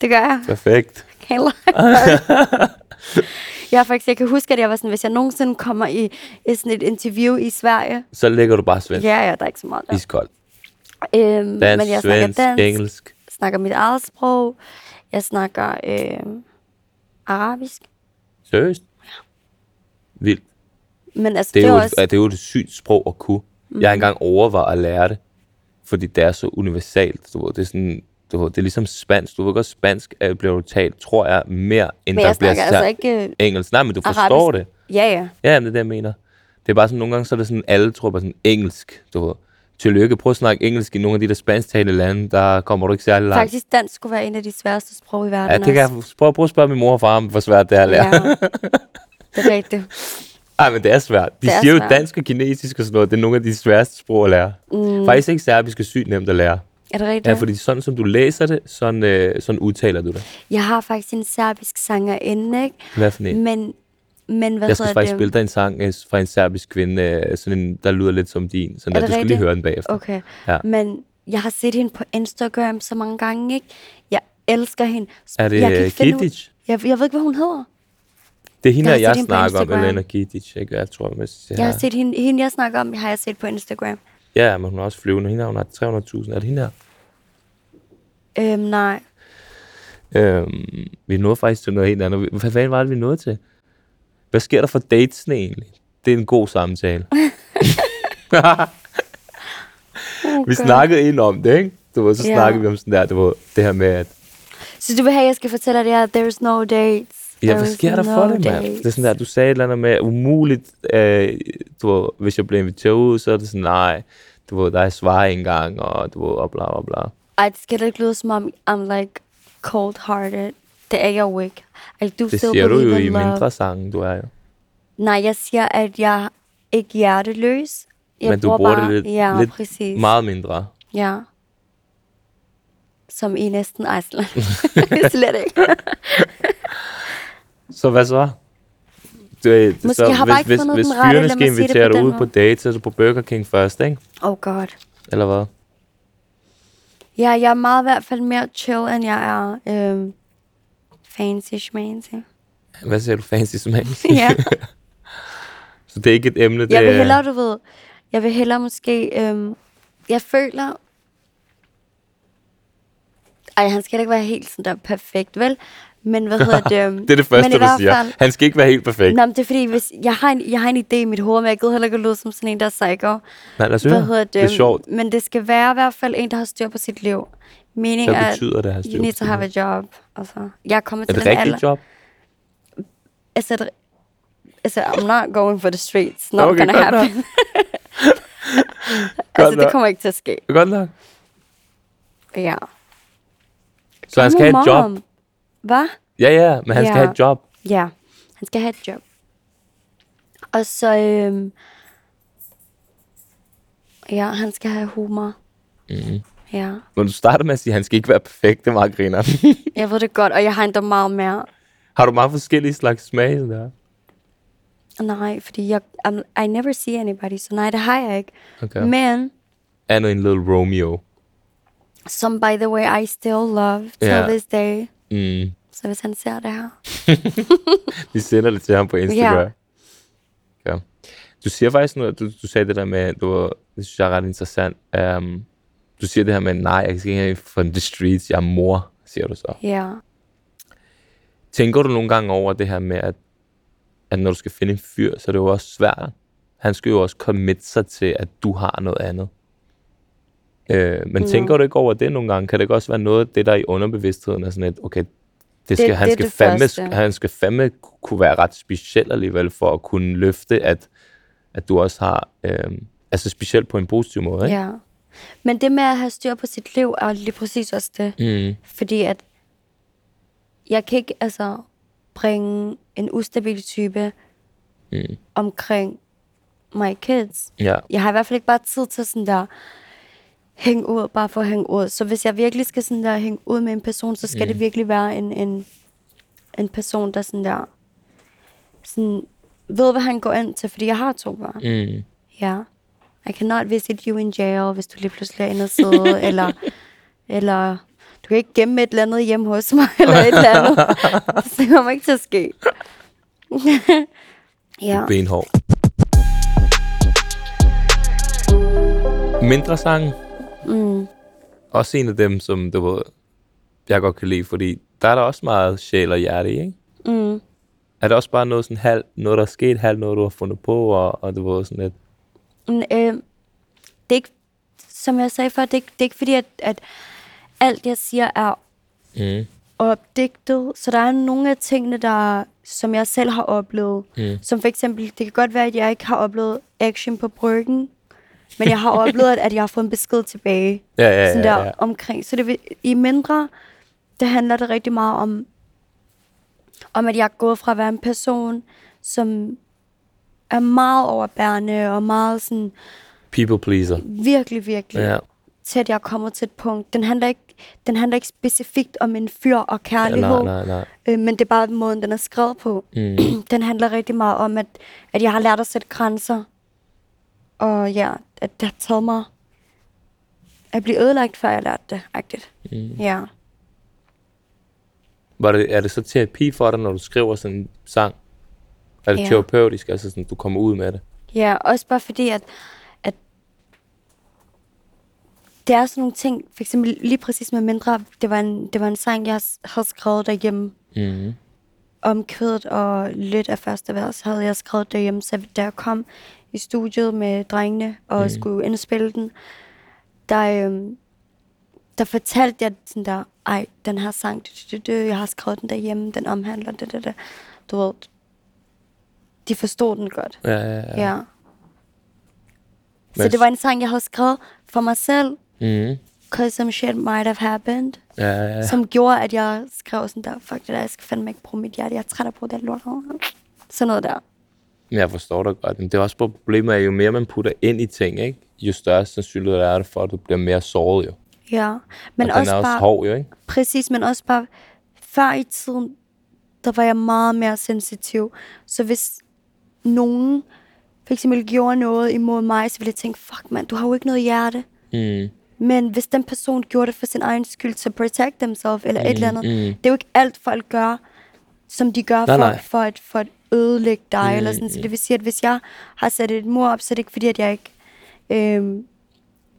S3: Det gør jeg.
S2: Perfekt.
S3: Kan jeg
S2: *laughs*
S3: love. jeg, er faktisk, jeg kan huske, at jeg var sådan, hvis jeg nogensinde kommer i, i sådan et interview i Sverige.
S2: Så lægger du bare svensk.
S3: Ja, ja, der er ikke så meget der.
S2: Iskold.
S3: Øhm,
S2: Dansk,
S3: men
S2: svensk,
S3: jeg snakker dansk, engelsk.
S2: engelsk.
S3: snakker mit eget sprog. Jeg snakker øhm, arabisk.
S2: Seriøst? Ja. Vildt.
S3: Men altså,
S2: Det er,
S3: det,
S2: jo
S3: er
S2: et,
S3: også...
S2: det er jo et sygt sprog at kunne. Mm. Jeg har engang overvejet at lære det, fordi det er så universalt. Du ved, det er sådan... Du ved, det er ligesom spansk. Du ved godt, spansk er, bliver jo talt, tror jeg, mere end
S3: Men
S2: der
S3: jeg
S2: bliver
S3: snakker altså
S2: sagt
S3: ikke øh,
S2: engelsk. Nej, men du
S3: arabisk.
S2: forstår det.
S3: Ja, ja.
S2: Ja, jamen, det er det, jeg mener. Det er bare sådan, nogle gange, så er det sådan, alle tror bare sådan engelsk, du ved. Tillykke, prøv at snakke engelsk i nogle af de der spansktalende lande, der kommer du ikke særlig langt.
S3: Faktisk dansk skulle være en af de sværeste sprog i verden.
S2: ja, det kan jeg
S3: også.
S2: prøv, prøv at spørge min mor og far om, hvor svært det er at *laughs* lære.
S3: Ja. Det er rigtigt.
S2: Nej, men det er svært. De
S3: Det er
S2: siger jo
S3: svært.
S2: dansk og kinesisk og sådan noget, det er nogle af de sværeste sprog at lære. Mm. Faktisk ikke serbisk er sygt nemt at lære.
S3: Er det rigtigt?
S2: Ja, fordi sådan som du læser det, sådan, øh, sådan udtaler du det.
S3: Jeg har faktisk en serbisk sanger inde, ikke?
S2: Hvad for en?
S3: Men, men hvad
S2: Jeg skal
S3: hedder
S2: faktisk
S3: det?
S2: spille dig en sang øh, fra en serbisk kvinde, øh, sådan en, der lyder lidt som din. Sådan der.
S3: Er det
S2: Du skal lige
S3: rigtigt?
S2: høre den bagefter.
S3: Okay,
S2: Ja.
S3: ja. men jeg har set hende på Instagram så mange gange, ikke? Jeg elsker hende.
S2: Er det,
S3: jeg kan ikke
S2: øh,
S3: finde ud-
S2: Kittich?
S3: Jeg, jeg ved ikke, hvad hun hedder.
S2: Det er hende,
S3: Jeg har
S2: jeg,
S3: set
S2: jeg
S3: hende på
S2: snakker om,
S3: Instagram.
S2: Elena Gidic, ikke? Jeg tror, hvis jeg
S3: Jeg har set hende, hende, jeg snakker om, har jeg set på Instagram.
S2: Ja, men hun er også flyvende. Hende her, hun har 300.000. Er det hende her?
S3: Øhm, nej.
S2: Øhm, vi nåede faktisk til noget helt andet. Hvad fanden var det, vi nåede til? Hvad sker der for datesene egentlig? Det er en god samtale.
S3: Oh,
S2: vi snakkede ind om det, ikke? Du ved, så
S3: Ja.
S2: snakkede vi om sådan der, det, var det her med, at
S3: Så du vil have, at jeg skal fortælle dig, at there's no dates.
S2: Ja, hvad sker der for det, mand? Det er sådan der, du sagde et eller andet med, umuligt, øh, du, ved, hvis jeg bliver inviteret ud, så er det sådan, nej, du ved, der er svar ikke engang, og du ved, og bla bla bla.
S3: Ej, det skal da ikke lyde som om, I'm like cold-hearted. Det er jeg jo ikke. I do
S2: Det
S3: still
S2: siger du
S3: believe
S2: jo
S3: in
S2: i
S3: love.
S2: mindre sange, du er jo.
S3: Nej, jeg siger, at jeg ikke er hjerteløs. Jeg
S2: Men du bruger det lidt,
S3: ja,
S2: lidt
S3: præcis.
S2: meget mindre.
S3: Ja. Som i næsten Iceland.
S2: *laughs*
S3: *laughs* Slet ikke.
S2: Så hvad så? Det, det,
S3: Måske
S2: øh, så,
S3: jeg har bare ikke
S2: hvis,
S3: fundet
S2: hvis,
S3: den
S2: hvis
S3: rette,
S2: fyrene
S3: lad mig
S2: skal
S3: sige det
S2: invitere
S3: på
S2: dig
S3: den
S2: ud
S3: måde.
S2: på date, så er du på Burger King først, ikke?
S3: Oh god.
S2: Eller hvad?
S3: Ja, jeg er meget i hvert fald mere chill, end jeg er øhm, fancy schmancy.
S2: Hvad siger du fancy smag?
S3: *laughs* Ja.
S2: så det er ikke et emne, det
S3: Jeg vil
S2: er-
S3: hellere, du ved, jeg vil hellere måske, øhm, jeg føler, ej, han skal da ikke være helt sådan der perfekt, vel? Men hvad hedder
S2: *laughs*
S3: det? øhm,
S2: det er det første,
S3: men i
S2: du
S3: hvert
S2: siger.
S3: fald-
S2: Han skal ikke være helt perfekt.
S3: Nå, men det er fordi, hvis jeg, har en, jeg har en idé i mit hoved, men jeg gider heller ikke at lyde som sådan en, der er psycho.
S2: Nej, lad os høre.
S3: Hvad hedder det?
S2: det er sjovt.
S3: Men det skal være i hvert fald en, der har styr på sit liv. Mening
S2: Hvad
S3: er,
S2: betyder det, at have styr
S3: you
S2: på
S3: need
S2: sit
S3: to have a job. Altså, jeg er kommet
S2: Er det
S3: til den alder.
S2: rigtigt job?
S3: Altså, det- altså, I'm not going for the streets. Not
S2: Okay,
S3: okay, gonna
S2: godt nok.
S3: happen. altså, det
S2: nok.
S3: kommer ikke til at ske.
S2: Godt nok.
S3: Ja.
S2: Så han skal have
S3: Come
S2: et
S3: on,
S2: job.
S3: mom. Hvad?
S2: Ja, ja, men han skal
S3: Ja.
S2: have et job.
S3: Ja, han skal have et job. Uh, um, Og så, øhm, ja, han skal have humor.
S2: Mhm.
S3: Ja,
S2: Når du starter med at sige, at han skal ikke være perfekt, det er meget
S3: *laughs*
S2: griner.
S3: jeg ved det godt, og jeg har endda meget mere.
S2: Har du meget forskellige slags smag? sådan Der?
S3: Nej, fordi jeg, I'm, um, I never see anybody, så nej, det har jeg ikke.
S2: Okay. Men...
S3: Men,
S2: Andet end Little Romeo.
S3: som by the way, I still love till
S2: Ja.
S3: this day.
S2: Mm.
S3: Så hvis han ser det her.
S2: Vi sender det til ham på Instagram. Ja. Okay. Du siger faktisk noget, du, du sagde det der med, du, var- det synes jeg er ret interessant. Um, du siger det her med, nej, jeg skal ikke have for the streets, jeg er mor, siger du så.
S3: Ja.
S2: Tænker du nogle gange over det her med, at, at når du skal finde en fyr, så er det jo også svært. Han skal jo også committe sig til, at du har noget andet. Øh, men tænker du ikke over det nogle gange? Kan det ikke også være noget af det, der i underbevidstheden er sådan et, okay, det skal, det, han,
S3: det er
S2: skal
S3: det
S2: fandme,
S3: første.
S2: sk- han skal fandme ku- kunne være ret speciel alligevel for at kunne løfte, at, at du også har, øh, altså specielt på en positiv måde, ikke?
S3: Ja. Men det med at have styr på sit liv, er lige præcis også det.
S2: Mm.
S3: Fordi at jeg kan ikke altså bringe en ustabil type
S2: Mm.
S3: omkring my kids.
S2: Ja.
S3: Jeg har i hvert fald ikke bare tid til sådan der hænge ud, bare for at hænge ud. Så hvis jeg virkelig skal sådan der hænge ud med en person, så skal mm. det virkelig være en, en, en person, der sådan der sådan, ved, hvad han går ind til, fordi jeg har to børn.
S2: Mm.
S3: Ja. I cannot visit you in jail, hvis du lige pludselig er inde og sidde, eller, eller du kan ikke gemme et eller andet hjemme hos mig, *laughs* eller et eller andet. Det kommer ikke til at ske. *laughs* ja.
S2: Benhård. Mindre sange.
S3: Mm.
S2: Også en af dem, som du ved, jeg godt kan lide, fordi der er der også meget sjæl og hjerte i, ikke?
S3: Mm.
S2: Er det også bare noget, sådan halv, noget der er sket, halv noget, du har fundet på, og, og du ved sådan lidt...
S3: Men, øh, det er ikke, som jeg sagde før, det er ikke, det er ikke fordi, at, at alt, jeg siger, er
S2: Mm.
S3: opdigtet. Så der er nogle af tingene, der, som jeg selv har oplevet.
S2: Mm.
S3: Som for eksempel, det kan godt være, at jeg ikke har oplevet action på bryggen, men jeg har oplevet, at jeg har fået en besked tilbage.
S2: Ja, ja,
S3: sådan
S2: ja,
S3: der
S2: ja, ja.
S3: omkring. Så det, vil- i mindre, det handler det rigtig meget om, om at jeg er gået fra at være en person, som er meget overbærende og meget sådan
S2: People pleaser.
S3: virkelig, virkelig
S2: Ja.
S3: til, at jeg er kommet til et punkt. Den handler ikke, den handler ikke specifikt om en fyr og
S2: ja
S3: kærlighed.
S2: nej, nej, nej.
S3: Øh, men det er bare måden, den er skrevet på. Mm. *clears throat* Den handler rigtig meget om, at, at jeg har lært at sætte grænser. Og ja, at det har taget mig at blive ødelagt, før jeg lærte det. Agtigt. Mm. Ja.
S2: Var det, er det så terapi for dig, når du skriver sådan en sang? Er det
S3: Ja.
S2: ja. terapeutisk, altså sådan, du kommer ud med det?
S3: ja, også bare fordi, at, at det er sådan nogle ting, for eksempel lige præcis med mindre, det var en, det var en sang, jeg havde skrevet derhjemme.
S2: Mm.
S3: om kødet og lidt af første vers havde jeg skrevet derhjemme, så da jeg kom i studiet med drengene og mm. skulle indspille den, der, øhm, der fortalte jeg sådan der, ej, den her sang, du, du, du, jeg har skrevet den derhjemme, den omhandler det, det, det. Du ved, de forstod den godt.
S2: Ja, ja, ja.
S3: Ja. Så
S2: Men-
S3: det var en sang, jeg havde skrevet for mig selv,
S2: Mm.
S3: cause some shit might have happened,
S2: ja, ja, ja.
S3: som gjorde, at jeg skrev sådan der, fuck det der, jeg skal fandme ikke bruge mit hjerte, jeg er træt af at bruge det her lort. Sådan noget der.
S2: Men Jeg forstår dig godt, men det er også bare problemet, at jo mere man putter ind i ting, ikke? jo større sandsynlighed er det for, at du bliver mere såret jo.
S3: Ja, men
S2: og den
S3: også,
S2: er også
S3: bare,
S2: hård jo, ikke?
S3: præcis, men også bare, før i tiden, der var jeg meget mere sensitiv. Så hvis nogen for eksempel gjorde noget imod mig, så ville jeg tænke, fuck mand, du har jo ikke noget hjerte.
S2: Mm.
S3: Men hvis den person gjorde det for sin egen skyld, så protect themselves eller mm, et eller andet.
S2: mm.
S3: Mm. Det er jo ikke alt, folk gør, som de gør
S2: Nej,
S3: nej, for,
S2: nej.
S3: nej. for at, for at ødelægge dig. Mm, eller sådan. Så det vil sige, at hvis jeg har sat et mur op, så er det ikke fordi, at jeg ikke øhm,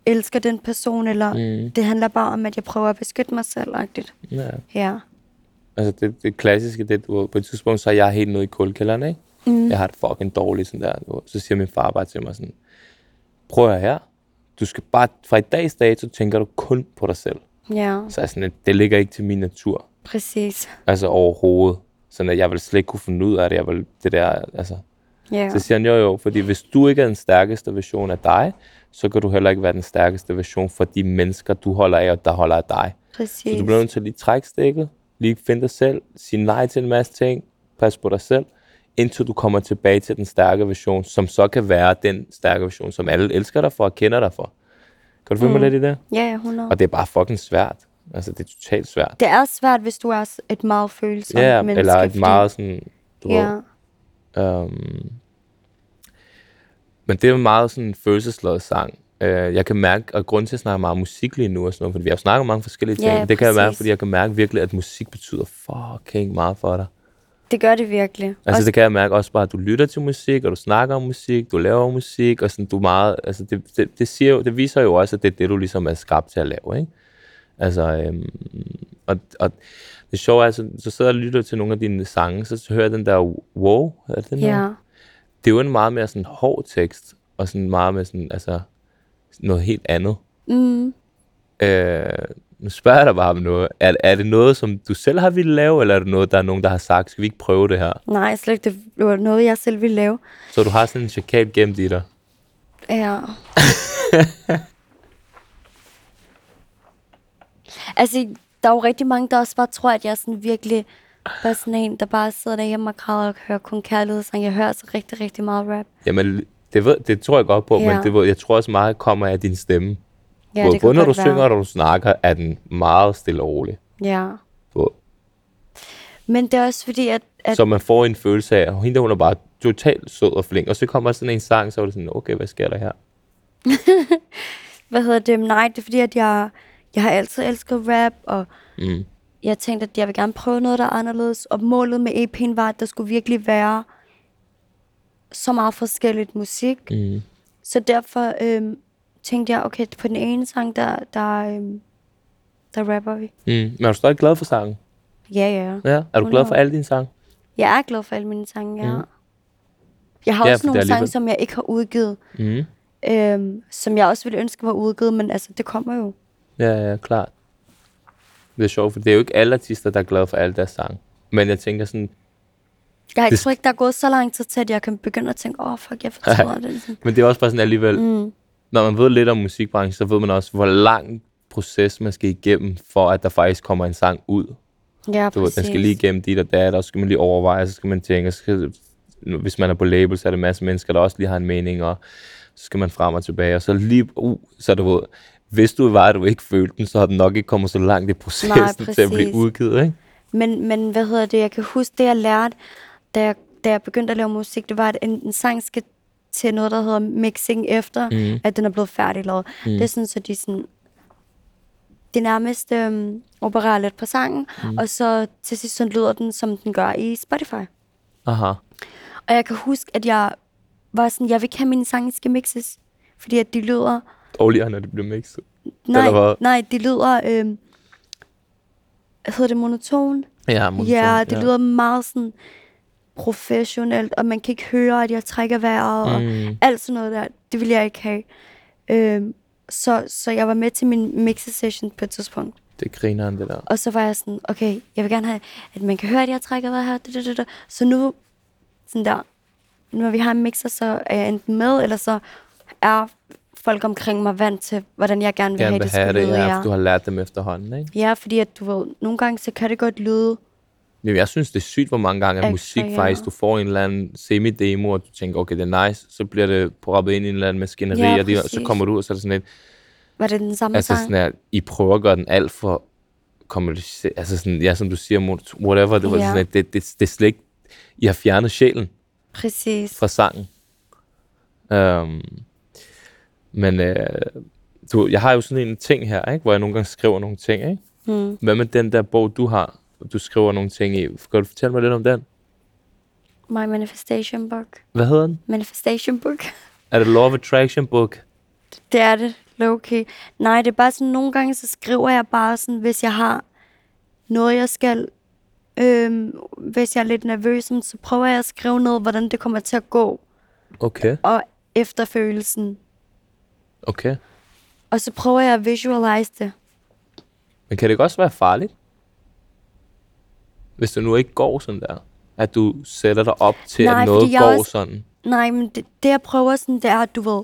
S3: elsker den person. Eller mm. det handler bare om, at jeg prøver at beskytte mig selv. -agtigt.
S2: Ja.
S3: Ja.
S2: Altså det, det klassiske, det du, på et tidspunkt, så er jeg helt nede i kuldkælderen, ikke? Mm. Jeg har det fucking dårligt sådan der. Du. Så siger min far bare til mig sådan, prøv at høre her. Du skal bare, fra i dags dato, tænker du kun på dig selv.
S3: ja,
S2: Så er jeg sådan, lidt, det ligger ikke til min natur.
S3: præcis.
S2: Altså overhovedet. Sådan at jeg vil slet ikke kunne finde ud af det. Jeg vil, det der, altså.
S3: Ja.
S2: Så siger han, jo jo, fordi hvis du ikke er den stærkeste version af dig, så kan du heller ikke være den stærkeste version for de mennesker, du holder af, og der holder af dig.
S3: Præcis.
S2: Så du bliver nødt til at lige trække stikket, lige finde dig selv, sige nej til en masse ting, pas på dig selv, indtil du kommer tilbage til den stærke version, som så kan være den stærke version, som alle elsker dig for og kender dig for. Kan du følge mm. mig lidt i det?
S3: Ja, ja, 100.
S2: Og det er bare fucking svært. Altså, det er totalt svært.
S3: Det er svært, hvis du er s- et meget følsomt
S2: Ja,
S3: menneske.
S2: eller et
S3: fordi-
S2: meget sådan, du ja. ved,
S3: Ja,
S2: Øhm, men det er jo en meget sådan følelsesladet sang. Øh, jeg kan mærke, og grund til at snakke meget om musik lige nu og sådan noget, fordi vi har jo snakket om mange forskellige ting.
S3: Ja,
S2: det kan jeg mærke,
S3: præcis.
S2: fordi jeg kan mærke virkelig, at musik betyder fucking meget for dig.
S3: det gør det virkelig.
S2: Altså
S3: Også-
S2: det kan jeg mærke også bare, at du lytter til musik, og du snakker om musik, du laver musik, og sådan, du er meget, altså det, det, det, siger jo, det viser jo også, at det er det, du ligesom er skabt til at lave, ikke? Altså, øhm, og, og det sjove er, så, så sidder jeg og lytter til nogle af dine sange, så hører jeg den der, wow, er det den der?
S3: ja.
S2: det er jo en meget mere sådan hård tekst, og sådan meget med sådan, altså, noget helt andet.
S3: Mm.
S2: Øh, nu spørger jeg dig bare om noget. Er, er det noget, som du selv har ville lave, eller er det noget, der er nogen, der har sagt, skal vi ikke prøve det her?
S3: Nej, slet ikke. Det var noget, jeg selv ville lave.
S2: Så du har sådan en chakal gemt i dig. *laughs*
S3: Ja. altså, der er jo rigtig mange, der også bare tror, at jeg er sådan virkelig bare sådan en, der bare sidder derhjemme og græder og hører kun kærlighedssange. Jeg hører altså rigtig, rigtig meget rap.
S2: Jamen, det, ved, det tror jeg godt på,
S3: Ja.
S2: men det, ved- jeg tror også meget kommer af din stemme.
S3: Ja,
S2: Både,
S3: det
S2: både
S3: kan
S2: når du
S3: godt
S2: synger
S3: være.
S2: og når du snakker, er den meget stille og rolig.
S3: Ja.
S2: Både.
S3: Men det er også fordi, at... at
S2: Så man får en følelse af, at hende der, hun er bare totalt sød og flink. Og så kommer sådan en sang, så er det sådan, okay, hvad sker der her?
S3: hvad hedder det? Nej, det er fordi, at jeg, jeg har altid elsket rap, og
S2: Mm.
S3: jeg tænkte, at jeg vil gerne prøve noget, der er anderledes. Og målet med EP'en var, at der skulle virkelig være så meget forskelligt musik.
S2: Mm.
S3: Så derfor øhm, tænkte jeg, okay, på den ene sang, der, der, øhm, der rapper vi.
S2: Mm. Men er du stadig glad for sangen?
S3: Ja, ja.
S2: Ja, er du glad for
S3: 100.
S2: alle dine sange?
S3: Jeg er glad for alle mine sange, ja. Mm. Jeg har
S2: Ja,
S3: ja,
S2: for det er
S3: også nogle sange,
S2: alligevel-
S3: som jeg ikke har udgivet,
S2: Mm.
S3: øhm, som jeg også ville ønske var udgivet, men altså, det kommer jo.
S2: Ja, ja, klart. Det er sjovt, for det er jo ikke alle artister, der er glade for alle deres sange. Men jeg tænker sådan,
S3: Jeg har
S2: Det
S3: ikke
S2: sk-
S3: tror ikke, der er gået så lang tid til, at jeg kan begynde at tænke, åh, oh, fuck,
S2: *laughs*
S3: jeg fortryder det. ligesom.
S2: men det er også bare sådan alligevel, mm. når man ved lidt om musikbranchen, så ved man også, hvor lang proces man skal igennem, for at der faktisk kommer en sang ud.
S3: Ja,
S2: Du ved,
S3: præcis.
S2: den skal lige igennem dit og dat, og så skal man lige overveje, så skal man tænke, så skal, hvis man er på label, så er der en masse mennesker, der også lige har en mening, og så skal man frem og tilbage, og så lige, uh, så du ved, hvis du var, at du ikke følte den, så har den nok ikke kommet så langt i processen Nej, til at blive
S3: præcis.
S2: udgivet, ikke?
S3: Men, men hvad hedder det, jeg kan huske det, jeg lærte, da jeg, da jeg begyndte at lave musik, det var, at en, en sang skal til noget, der hedder mixing efter, mm. at den er blevet færdiglavet. Mm. Det er sådan, så de sådan, de nærmest øhm, opererer lidt på sangen, mm. og så til sidst sådan lyder den, som den gør i Spotify.
S2: Aha.
S3: Og jeg kan huske, at jeg var sådan, jeg vil ikke have, at mine sange skal mixes, fordi at de lyder...
S2: Dårligere, når det bliver mixet. Eller hvad?
S3: Nej, nej de lyder... Øhm, hedder det monoton?
S2: Ja,
S3: Ja, det lyder meget sådan professionelt, og man kan ikke høre, at jeg trækker vejret, mm. og alt sådan noget der. Det vil jeg ikke have. Øhm, Så, så jeg var med til min mixesession på et tidspunkt.
S2: Det griner han det der.
S3: Og så var jeg sådan, okay, jeg vil gerne have, at man kan høre, at jeg trækker hvad her. Da, da, da, da. Så nu, sådan der, når vi har en mixer, så er jeg enten med, eller så er folk omkring mig vant til, hvordan jeg gerne vil
S2: Gerne
S3: have,
S2: vil
S3: det skal
S2: have det,
S3: lyde.
S2: ja,
S3: Ja,
S2: for du har lært dem efterhånden, ikke?
S3: ja, fordi at du ved, nogle gange, så kan det godt lyde,
S2: Jamen, jeg synes, det er sygt, hvor mange gange at
S3: Ekstra,
S2: musik
S3: ja.
S2: faktisk, du får en eller anden semi-demo, og du tænker, okay, det er nice, så bliver det proppet ind i en eller anden maskineri,
S3: Ja,
S2: og, de, og så
S3: præcis.
S2: kommer du ud, og så er det sådan lidt,
S3: var det den samme
S2: altså
S3: sang?
S2: sådan her, I prøver at gøre den alt for kompliceret, altså sådan, ja, som du siger, mot- whatever, det var
S3: Ja.
S2: sådan lidt, det, det, det er slet ikke, I har fjernet sjælen
S3: Præcis.
S2: fra sangen. Um, men øh, du, jeg har jo sådan en ting her, ikke, hvor jeg nogle gange skriver nogle ting, ikke?
S3: Mm.
S2: Hvad med den der bog, du har, du skriver nogle ting i? Kan du fortælle mig lidt om den?
S3: My Manifestation Book.
S2: Hvad hedder den?
S3: Manifestation Book. *laughs*
S2: Er det Law of Attraction Book?
S3: Det er det. Okay. Nej, det er bare sådan, nogle gange så skriver jeg bare sådan, hvis jeg har noget, jeg skal... Øhm, hvis jeg er lidt nervøs, sådan, så prøver jeg at skrive noget, hvordan det kommer til at gå.
S2: Okay.
S3: Og efterfølelsen.
S2: Okay.
S3: Og så prøver jeg at visualize det.
S2: Men kan det ikke også være farligt? Hvis det nu ikke går sådan der. At du sætter dig op til,
S3: Nej,
S2: at noget
S3: fordi jeg
S2: går
S3: også-
S2: sådan.
S3: Nej, men det, det jeg prøver sådan, det er, at du ved,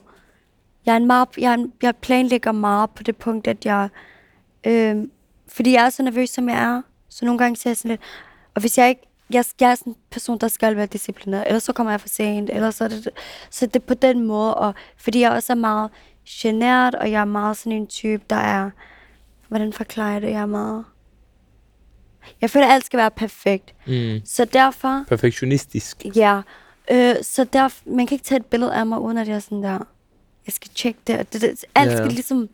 S3: jeg, er en meget, jeg, er en, jeg planlægger meget på det punkt, at jeg, øh, fordi jeg er så nervøs, som jeg er, så nogle gange ser jeg sådan lidt, og hvis jeg ikke, jeg, jeg er sådan en person, der skal være disciplineret, ellers så kommer jeg for sent, eller så er det, så det er på den måde, og fordi jeg også er meget genert, og jeg er meget sådan en type, der er, hvordan forklarer jeg det, jeg er meget, jeg føler, at alt skal være perfekt,
S2: Mm.
S3: så derfor,
S2: Perfektionistisk.
S3: Ja, øh, så der, man kan ikke tage et billede af mig, uden at jeg er sådan der, jeg skal tjekke det. og det, det alt
S2: Ja.
S3: skal ligesom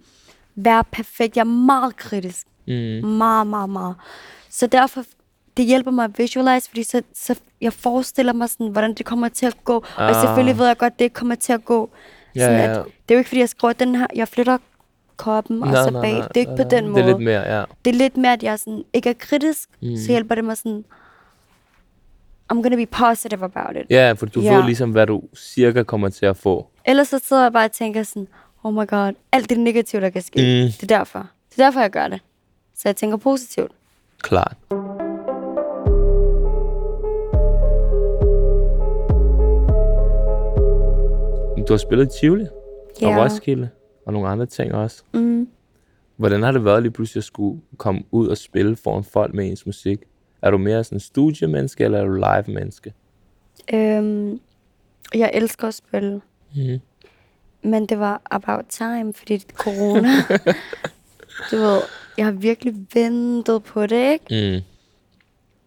S3: være perfekt. Jeg er meget kritisk.
S2: Mm.
S3: Meget, meget, meget. Så derfor, det hjælper mig at visualize, fordi så, så jeg forestiller mig sådan, hvordan det kommer til at gå. Ah. Og
S2: Ah.
S3: selvfølgelig ved jeg godt, det ikke kommer til at gå.
S2: Ja,
S3: Sådan
S2: ja.
S3: At, det er jo ikke, fordi jeg skriver den her, jeg flytter koppen og så bag. det er ikke på den måde.
S2: Det er lidt mere, ja.
S3: det er lidt mere, at jeg sådan, ikke er kritisk, mm. så hjælper det mig sådan, I'm gonna be positive about it.
S2: Ja, for du
S3: Ja.
S2: ja. ved ligesom, hvad du cirka kommer til at få.
S3: Ellers så sidder jeg bare og tænker sådan, oh my god, alt det negative, der kan ske.
S2: Mm.
S3: Det er derfor. Det er derfor, jeg gør det. Så jeg tænker positivt.
S2: Klart. Du har spillet i Tivoli
S3: Ja.
S2: og Roskilde og nogle andre ting også.
S3: Mm.
S2: Hvordan har det været lige pludselig at skulle komme ud og spille foran folk med ens musik? Er du mere sådan studiemenneske, eller er du live-menneske?
S3: Øhm, jeg elsker at spille.
S2: Mhm.
S3: Men det var about time, fordi det er
S2: *laughs*
S3: corona. du ved, jeg har virkelig ventet på det, ikke?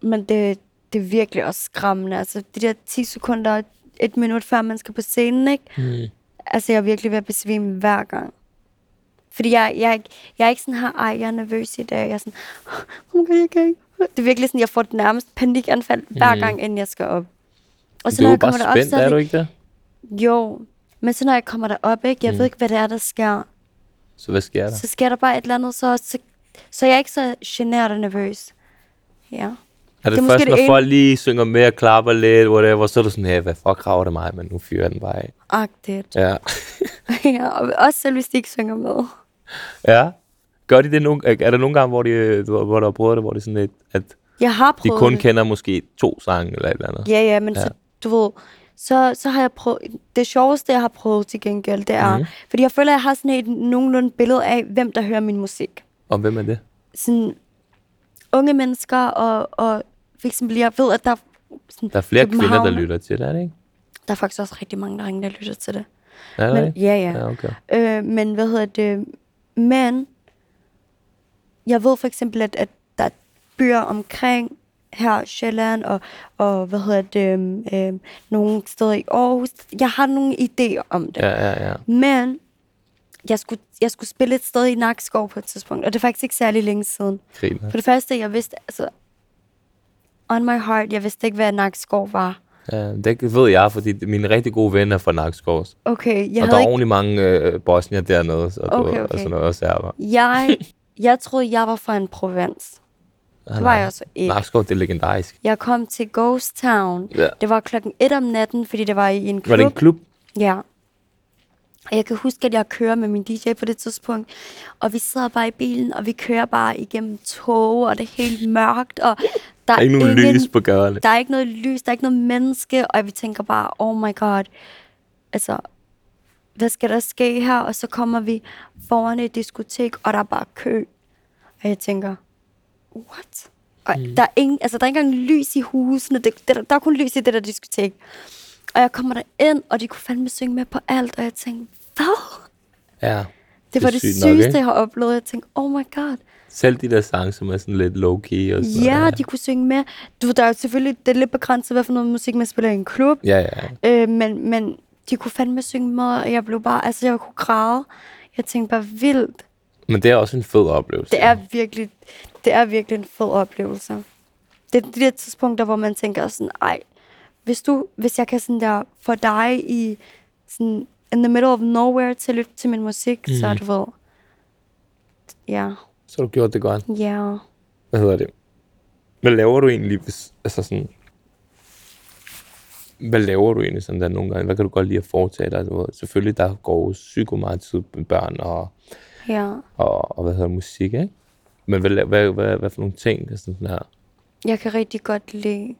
S2: Mm.
S3: Men det, det er virkelig også skræmmende. Altså, de der 10 sekunder og et minut, før man skal på scenen, ikke?
S2: Mm.
S3: Altså, jeg er virkelig ved at besvime hver gang. Fordi jeg, jeg, er ikke- jeg er ikke sådan her, ej, jeg er nervøs i dag. Jeg er sådan, oh my God, jeg kan ikke. Det er virkelig sådan, jeg får det nærmest panikanfald hver mm. gang, inden jeg skal op. Og
S2: Du er jo bare
S3: kommer derop,
S2: spændt,
S3: det-
S2: er du ikke det?
S3: Jo, men så når jeg kommer derop, ikke, jeg mm. ved ikke, hvad det er, der sker.
S2: Så hvad sker der?
S3: Så sker der bare et eller andet, så, så, så jeg er ikke så generet og nervøs. Ja.
S2: Er det,
S3: det er
S2: det
S3: måske
S2: først,
S3: det
S2: når
S3: ene-
S2: folk lige synger med og klapper lidt, whatever, så er du sådan, hey, hvad fuck rager det mig, men nu fyrer jeg den bare af.
S3: Agtigt.
S2: Ja.
S3: *laughs* ja, og også selv hvis de ikke synger med.
S2: ja. Gør de det nogle, er der nogle gange, hvor, de, øh, hvor, hvor der er brødre, hvor det er sådan lidt, at
S3: Jeg har prøvet
S2: de kun
S3: det.
S2: kender måske to sange eller et eller andet?
S3: Ja, ja, men ja. så, du ved, så, så har jeg prøvet, det sjoveste, jeg har prøvet til gengæld, det er, mm.
S2: Mhm.
S3: fordi jeg føler, jeg har sådan et nogenlunde billede af, hvem der hører min musik.
S2: Og hvem er det?
S3: Sådan unge mennesker, og, og for eksempel, jeg ved, at der, er sådan,
S2: Der er flere kvinder, der
S3: København-
S2: lytter til det, er det ikke?
S3: Der er faktisk også rigtig mange drenge, der lytter til det.
S2: Er der
S3: Men,
S2: ikke?
S3: ja, ja.
S2: Ja, okay.
S3: Øh, men hvad hedder det? Men jeg ved for eksempel, at, at der er byer omkring her Sjælland og, og hvad hedder det, øhm, øhm, nogle steder i Aarhus. Jeg har nogle idéer om det.
S2: Ja, ja, ja.
S3: Men jeg skulle, jeg skulle spille et sted i Nakskov på et tidspunkt, og det er faktisk ikke særlig længe siden.
S2: Griner.
S3: For det første, jeg vidste, altså, on my heart, jeg vidste ikke, hvad Nakskov var.
S2: Ja, det ved jeg, fordi mine rigtig gode venner er fra Nakskov.
S3: Okay, jeg
S2: Og der
S3: havde
S2: er
S3: ikke
S2: ordentlig mange øh, bosnier dernede, og, okay,
S3: Okay,
S2: okay. og
S3: okay.
S2: sådan noget, og serber.
S3: Jeg, jeg troede, jeg var fra en provins. Det var jeg så ikke.
S2: Nakskov, det er legendarisk.
S3: Jeg kom til Ghost Town.
S2: Ja.
S3: Det var klokken 1 om natten, fordi det var i en klub.
S2: Var det en klub?
S3: Ja. Og jeg kan huske, at jeg kører med min DJ på det tidspunkt, og vi sidder bare i bilen, og vi kører bare igennem tog, og det er helt mørkt, og
S2: Der
S3: der
S2: er ikke nogen lys på gaderne.
S3: der er ikke noget lys, der er ikke noget menneske, og vi tænker bare, oh my god, altså, hvad skal der ske her? Og så kommer vi foran et diskotek, og der er bare kø. Og jeg tænker, what? Og mm. der, er ingen, altså, der er ikke engang lys i husene. Det, det, der er kun lys i det der diskotek. Og jeg kommer derind, og de kunne fandme synge med på alt, og jeg tænkte, hvad?
S2: Ja.
S3: Det var det, det
S2: sygt nok,
S3: sygeste,
S2: ikke?
S3: jeg har oplevet. Jeg tænkte, oh my god.
S2: Selv de der sange, som er sådan lidt low-key og sådan
S3: Ja,
S2: noget.
S3: de kunne synge med. Du, ved, der er jo selvfølgelig, det er lidt begrænset, hvad for noget musik man spiller i en klub.
S2: Ja, ja.
S3: Øh, men, men de kunne fandme synge med, og jeg blev bare, altså jeg kunne græde. Jeg tænkte bare, vildt.
S2: Men det er også en fed oplevelse.
S3: Det er virkelig, det er virkelig en fed oplevelse. Det er de der tidspunkter, hvor man tænker sådan, ej, hvis, du, hvis jeg kan sådan der få dig i sådan in the middle of nowhere til at lytte til min musik, mm. så er det vel, ja,
S2: Så har du gjort det godt.
S3: ja.
S2: hvad hedder det? Hvad laver du egentlig, hvis, altså sådan, hvad laver du egentlig sådan der nogle gange? Hvad kan du godt lide at foretage dig? Du ved, Selvfølgelig, der går jo psyko meget tid med børn og,
S3: Ja,
S2: og, og hvad hedder det, musik, ikke? Men hvad, la- hvad, hvad, hvad for nogle ting? Altså sådan der?
S3: jeg kan rigtig godt lide.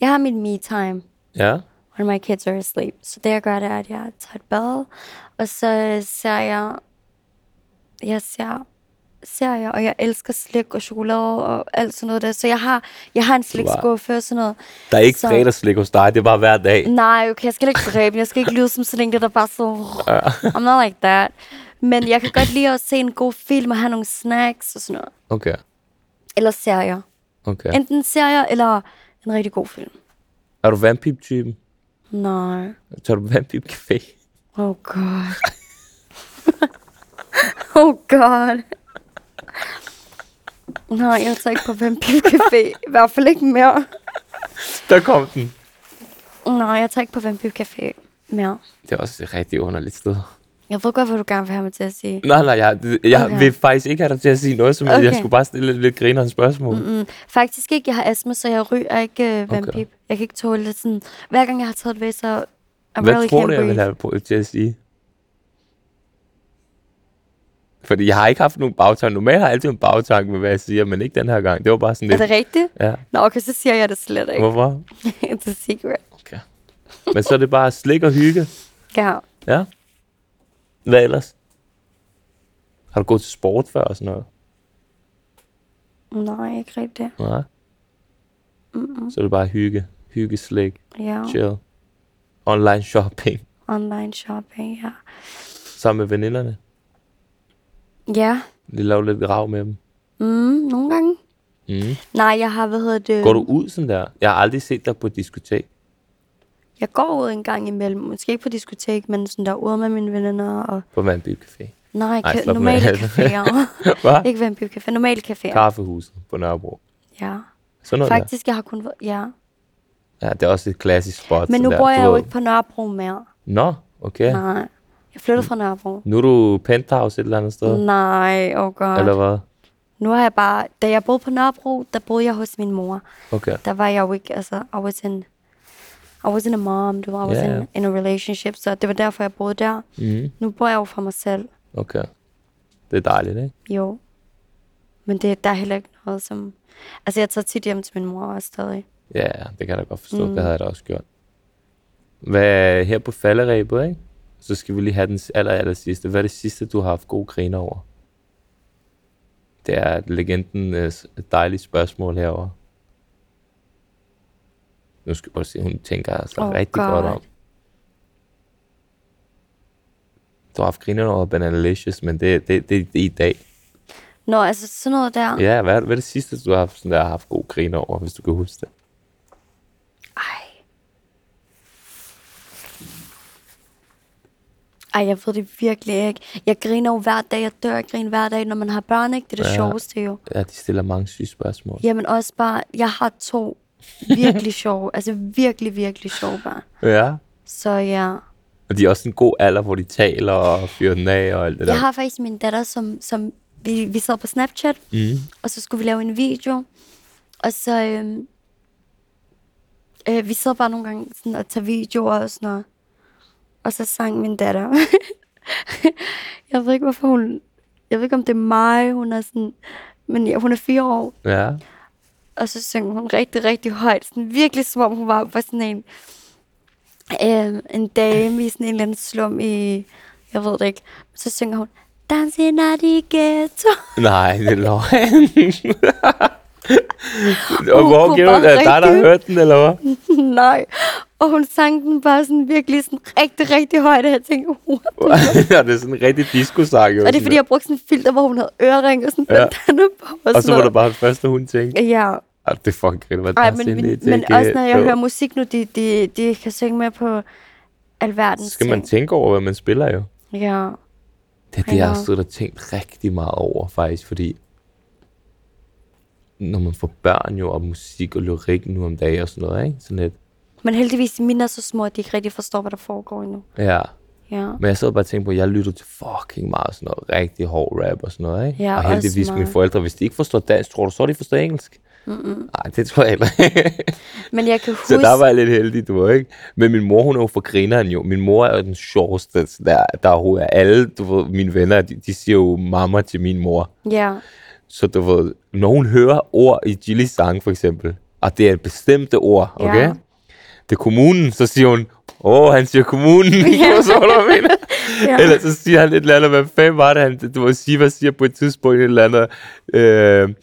S3: Jeg har min me-time.
S2: Ja?
S3: when my kids are asleep. Så det jeg gør, det er, at jeg tager et bad, og så ser jeg, jeg ser serier, og jeg elsker slik og chokolade og alt sådan noget der. Så jeg har, jeg har en slikskuffe og sådan noget.
S2: Der er ikke
S3: Så-
S2: fredagsslik hos dig, det er bare hver dag.
S3: Nej, okay, jeg skal ikke dræbe, jeg skal ikke lyde som sådan en, der bare så... I'm not like that. Men jeg kan godt lide at se en god film og have nogle snacks og sådan noget.
S2: Okay,
S3: Eller serier.
S2: okay.
S3: Enten serier eller en rigtig god film.
S2: Er du vandpip-typen?
S3: Nej.
S2: Tager du vandpip-café?
S3: Oh god. oh god. Nej, jeg tager ikke på vampyrcafé. I hvert fald ikke mere.
S2: *laughs* Der kom den.
S3: Nej, jeg tager ikke på vampyrcafé mere.
S2: Det er også et rigtig underligt sted.
S3: Jeg ved godt, hvad du gerne vil have mig til at sige.
S2: Nej, nej, jeg, jeg
S3: Okay.
S2: okay. vil faktisk ikke have dig til at sige noget, som okay. jeg
S3: Okay.
S2: skulle bare stille et lidt grinerende spørgsmål. Mm-mm.
S3: Mm, Faktisk ikke. Jeg har astma, så jeg ryger ikke øh, vampyr.
S2: Okay.
S3: Jeg kan ikke tåle det sådan... Hver gang jeg har taget et væs, så... I
S2: Hvad
S3: really
S2: tror
S3: can't
S2: du, jeg vil
S3: breathe.
S2: have på, til at sige? Fordi jeg har ikke haft nogen bagtanke. Normalt har jeg altid en bagtanke med, hvad jeg siger, men ikke den her gang. Det var bare sådan
S3: Er
S2: lidt...
S3: det rigtigt?
S2: Ja.
S3: Nå, okay, så siger jeg det slet ikke.
S2: Hvorfor?
S3: *laughs* It's a secret.
S2: Okay. Men så er det bare slik og hygge.
S3: Ja.
S2: Ja. Hvad ellers? Har du gået til sport før og sådan noget?
S3: Nej, ikke rigtigt.
S2: Nej. Mm-mm. Så er det bare hygge. Hygge, slik,
S3: Ja.
S2: chill. Online shopping.
S3: Online shopping, ja.
S2: Sammen med veninderne.
S3: Ja.
S2: Lige lave lidt rav med dem.
S3: Mm, nogle gange.
S2: Mm.
S3: Nej, jeg har, hvad hedder det?
S2: Går du ud sådan der? Jeg har aldrig set dig på et diskotek.
S3: Jeg går ud en gang imellem. Måske ikke på diskotek, men sådan der ude med mine venner. Og...
S2: På Vandbyb Café.
S3: Nej,
S2: Ej,
S3: ka-
S2: slap nu *laughs*
S3: normale
S2: af.
S3: caféer.
S2: Hvad?
S3: ikke vampyr café, normale caféer.
S2: Kaffehuset på Nørrebro.
S3: Ja.
S2: Sådan noget
S3: Faktisk, jeg har kun... været- Ja.
S2: der. Ja, det er også et klassisk spot.
S3: Men
S2: sådan
S3: nu
S2: der.
S3: bor jeg
S2: Du
S3: jo
S2: ved-
S3: ikke på Nørrebro mere.
S2: Nå, okay.
S3: Nej. Jeg flyttede fra Nørrebro.
S2: Nu er du penthouse et eller andet sted.
S3: Nej, åh oh god.
S2: Eller hvad?
S3: Nu har jeg bare... Da jeg boede på Nørrebro, der boede jeg hos min mor.
S2: Okay.
S3: Der var jeg jo ikke... Altså, I was in... I wasn't a mom, du var, I was
S2: Ja,
S3: yeah.
S2: ja.
S3: in, in a relationship, så det var derfor, jeg boede der.
S2: Mm.
S3: Nu bor jeg jo for mig selv.
S2: Okay. Det er dejligt, ikke?
S3: Jo. Men det, der er heller ikke noget som... Altså, jeg tager tit hjem til min mor også stadig.
S2: Ja, ja, det kan jeg da godt forstå. Mm. Det havde jeg da også gjort. Hvad her på falderæbet, ikke? Så skal vi lige have den aller, aller sidste. Hvad er det sidste, du har haft god griner over? Det er legenden øh, s- et dejligt spørgsmål herover. Nu skal jeg bare se, hun tænker altså oh
S3: Åh,
S2: rigtig God. godt
S3: God.
S2: om. Du har haft griner over Banalicious, men det, det, det, det er i dag.
S3: Nå, altså sådan noget der. Yeah.
S2: Ja, hvad, er- hvad er det sidste, du har haft, sådan der, haft god griner over, hvis du kan huske det?
S3: Ej. Ej, jeg ved det virkelig ikke. Jeg griner jo hver dag, jeg dør af grin hver dag, når man har børn, ikke? Det er
S2: Ja.
S3: det ja. sjoveste jo.
S2: Ja, de stiller mange syge spørgsmål.
S3: Jamen også bare, jeg har to
S2: *laughs*
S3: virkelig sjove, altså virkelig, virkelig sjove børn.
S2: Ja.
S3: Så ja.
S2: Og de er også en god alder, hvor de taler og fyrer den af og alt det der.
S3: Jeg har faktisk min datter, som, som vi, vi sad på Snapchat, mm. og så skulle vi lave en video, og så, øhm, øh, vi sad bare nogle gange sådan og tage videoer og sådan noget. Og så sang min datter *laughs* jeg ved ikke, hvorfor hun... Jeg ved ikke, om det er mig, hun er sådan... Men ja, hun er fire år,
S2: Ja.
S3: og så synger hun rigtig, rigtig højt. Sådan virkelig som om hun var på sådan en, øh, en dame i sådan en eller anden slum i, jeg ved det ikke. Så synger hun, Dancing out i ghetto. *laughs*
S2: Nej, det er løgn. og
S3: Uh,
S2: hvor
S3: kunne
S2: giver du
S3: bare
S2: det? Er det dig, der har
S3: rigtig-
S2: hørt den, eller
S3: *laughs*
S2: hvad?
S3: Nej. Og hun sang den bare sådan virkelig sådan rigtig, rigtig højt, og jeg tænkte, what?
S2: *laughs* og det er sådan en rigtig disco-sang. jo,
S3: Og det er
S2: sådan
S3: fordi, jeg brugte sådan en filter, hvor hun havde ørering og sådan
S2: Ja.
S3: ja. *laughs* bandana på. Og,
S2: Og så var
S3: sådan
S2: det
S3: noget.
S2: bare det første, hun tænkte.
S3: Ja,
S2: Ej, det er fucking griner. Hvad
S3: Ej,
S2: der er
S3: men,
S2: sådan
S3: men,
S2: lidt,
S3: men
S2: ikke?
S3: også når jeg
S2: Jo.
S3: hører musik nu, de, de, de kan synge med på alverdens
S2: Så skal man
S3: ting.
S2: tænke over, hvad man spiller jo.
S3: Ja.
S2: Det er
S3: I
S2: det, jeg har
S3: know.
S2: stået og tænkt rigtig meget over, faktisk, fordi når man får børn jo, og musik og lyrik nu om dagen og sådan noget, ikke? Sådan lidt,
S3: Men heldigvis, mine er så små, at de ikke rigtig forstår, hvad der foregår endnu.
S2: ja.
S3: Ja.
S2: Men jeg sad bare og tænkte på, at jeg lyttede til fucking meget sådan noget rigtig hård rap og sådan noget, ikke?
S3: Ja,
S2: og
S3: også
S2: heldigvis mine
S3: meget.
S2: forældre, hvis de ikke forstår dansk, tror du så, de forstår engelsk? Nej, det tror jeg heller ikke. *laughs*
S3: Men jeg kan huske...
S2: Så der var jeg lidt heldig, du ved, ikke? Men min mor, hun er jo for grineren jo. Min mor er jo den sjoveste, der, der overhovedet er. Alle, du ved, mine venner, de, de siger jo mamma til min mor.
S3: Ja.
S2: Så du ved, når hun hører ord i Gillis sang, for eksempel, og det er et bestemte ord,
S3: Ja.
S2: okay? Det er kommunen, så siger hun, åh, han siger
S3: *laughs*
S2: kommunen, *laughs* ja. så du, hvad jeg mener?
S3: Ja.
S2: Eller så siger han et eller andet, hvad fanden var det, han, du må sige, hvad siger på et tidspunkt et eller andet, øh,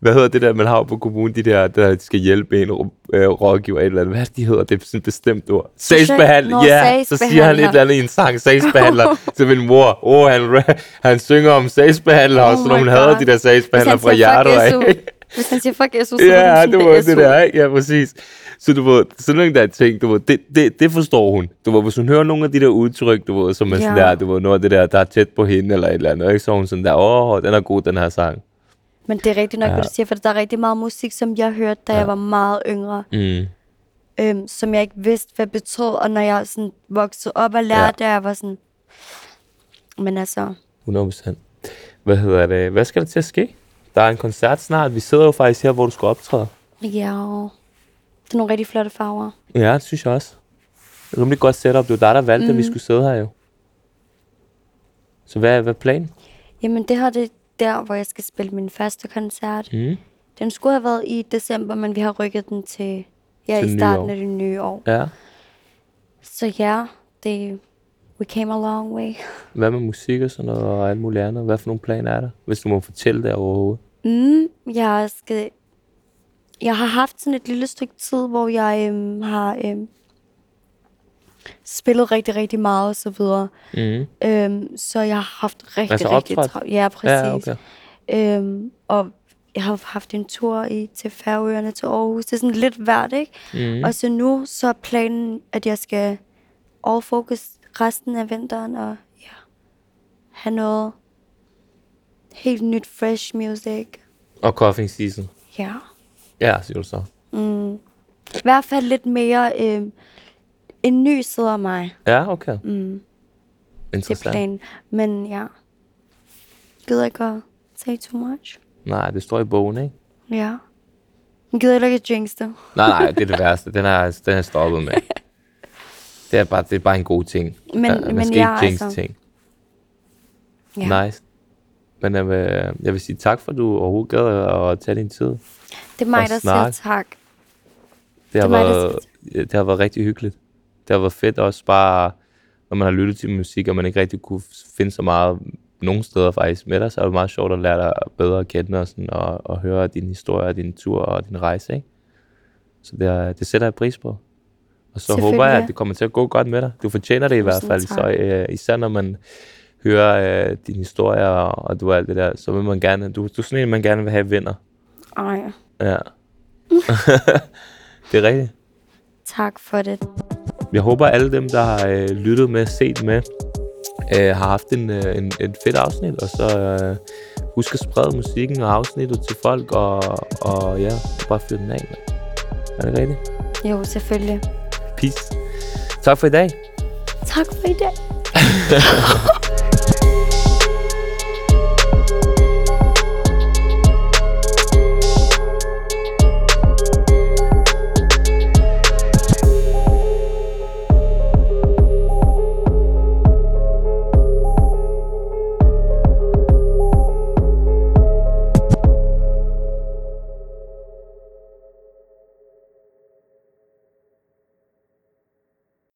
S2: hvad hedder det der, man har jo på kommunen, de der, der skal hjælpe en øh, rådgiver, et eller andet, hvad er det, de hedder, det er sådan et bestemt ord. Sagsbehandler,
S3: Nå,
S2: ja, så siger han et
S3: sagsbehandler.
S2: eller andet i en sang,
S3: *laughs*
S2: sagsbehandler, til min mor, åh, oh, han, ra- han synger om sagsbehandler,
S3: Oh
S2: og så
S3: my
S2: hun hader
S3: God.
S2: de der sagsbehandler
S3: han
S2: fra
S3: siger,
S2: hjertet
S3: "Fuck
S2: af.
S3: SU", *laughs* Hvis han siger fuck SU, så er
S2: *laughs* Ja,
S3: sådan,
S2: det var
S3: er
S2: det
S3: SU.
S2: der, ikke? Ja, præcis. Så du ved, sådan nogle der ting, du ved, det, det, det forstår hun. Du ved, hvis hun hører nogle af de der udtryk, du ved, som er sådan
S3: Ja.
S2: der, du ved, noget af det der, der er tæt på hende eller et eller andet, ikke? Så er hun sådan der, åh, den er god, den her sang.
S3: Men det er rigtigt nok,
S2: Ja.
S3: ja. hvad du siger, for der er rigtig meget musik, som jeg hørte, da ja. jeg var meget yngre,
S2: Mm.
S3: øhm, som jeg ikke vidste, hvad betød, og når jeg sådan voksede op og lærte, ja. jeg var sådan... Men altså,
S2: 100%. Hvad hedder det? Hvad skal der til at ske? Der er en koncert snart. Vi sidder jo faktisk her, hvor du skal optræde.
S3: ja, det er nogle rigtig flotte farver.
S2: Ja, det synes jeg også. Det er Rimelig godt setup. Det var dig, der valgte, mm. at vi
S3: Mhm.
S2: skulle sidde her jo. Så hvad, hvad er planen?
S3: Jamen, det her det er der, hvor jeg skal spille min første koncert.
S2: Mm.
S3: Den skulle have været i december, men vi har rykket den til, ja,
S2: Til
S3: til i starten
S2: nytår.
S3: af det nye år.
S2: Ja.
S3: Så ja, det, we came a long way.
S2: Hvad med musik og sådan noget, og alt muligt andet? Hvad for nogle planer er der, hvis du må fortælle det overhovedet?
S3: Mm, jeg, skal, jeg har haft sådan et lille stykke tid, hvor jeg øhm, har øhm, spillet rigtig, rigtig meget og så videre.
S2: Mm.
S3: Øhm, så jeg har haft rigtig,
S2: Altså
S3: rigtig
S2: optrådt?
S3: travlt. Ja, præcis.
S2: Ja, okay.
S3: Øhm, og jeg har haft en tur i, til Færøerne, til Aarhus. Det er sådan lidt hvert, ikke?
S2: Mm.
S3: Og så nu, så er planen, at jeg skal overfokus resten af vinteren og ja, have noget helt nyt, fresh music.
S2: Og coughing season.
S3: Ja.
S2: Ja, siger du så.
S3: I hvert fald lidt mere øh, en ny side af mig,
S2: Ja, okay. Mm.
S3: det er
S2: Interessant.
S3: planen. Men ja, gider ikke at say too much.
S2: Nej, det står i bogen, ikke?
S3: Ja. Men gider ikke at jinx det.
S2: Nej, nej, det er det værste. Den er, den er stoppet
S3: *laughs*
S2: med. Det er, bare, det er bare en god ting.
S3: Men-
S2: Ja, man
S3: men
S2: skal
S3: jeg er
S2: ikke jinx
S3: altså-
S2: ting.
S3: Ja.
S2: Nice. Men jeg vil, jeg vil sige tak, for at du overhovedet gad at tage din tid.
S3: Det er mig,
S2: Og
S3: der
S2: snak.
S3: siger tak.
S2: Det har,
S3: Det var det
S2: været, det har været rigtig hyggeligt. Det har været fedt også bare, når man har lyttet til musik, og man ikke rigtig kunne finde så meget nogen steder faktisk med dig, så er det meget sjovt at lære dig bedre at kende og, sådan, og, og høre din historie, og din tur og din rejse. Ikke? Så det, er, det sætter jeg pris på. Og så håber jeg,
S3: Selvfølgelig.
S2: at det kommer til at gå godt med dig. Du fortjener det i hvert
S3: Tusind
S2: fald,
S3: tak.
S2: så, øh, især når man hører øh, din historie og, og du alt det der, så vil man gerne, du, du er sådan en, man gerne vil have venner.
S3: Ej,
S2: Ja. *laughs* det er rigtigt.
S3: tak for det.
S2: Jeg håber, at alle dem, der har øh, lyttet med, set med, øh, har haft en, øh, en, et fedt afsnit. Og så øh, husk at sprede musikken og afsnittet til folk, og, og ja, bare fyr den af. mand. Er det rigtigt?
S3: Jo, selvfølgelig.
S2: Peace. Tak for i dag.
S3: Tak for i dag.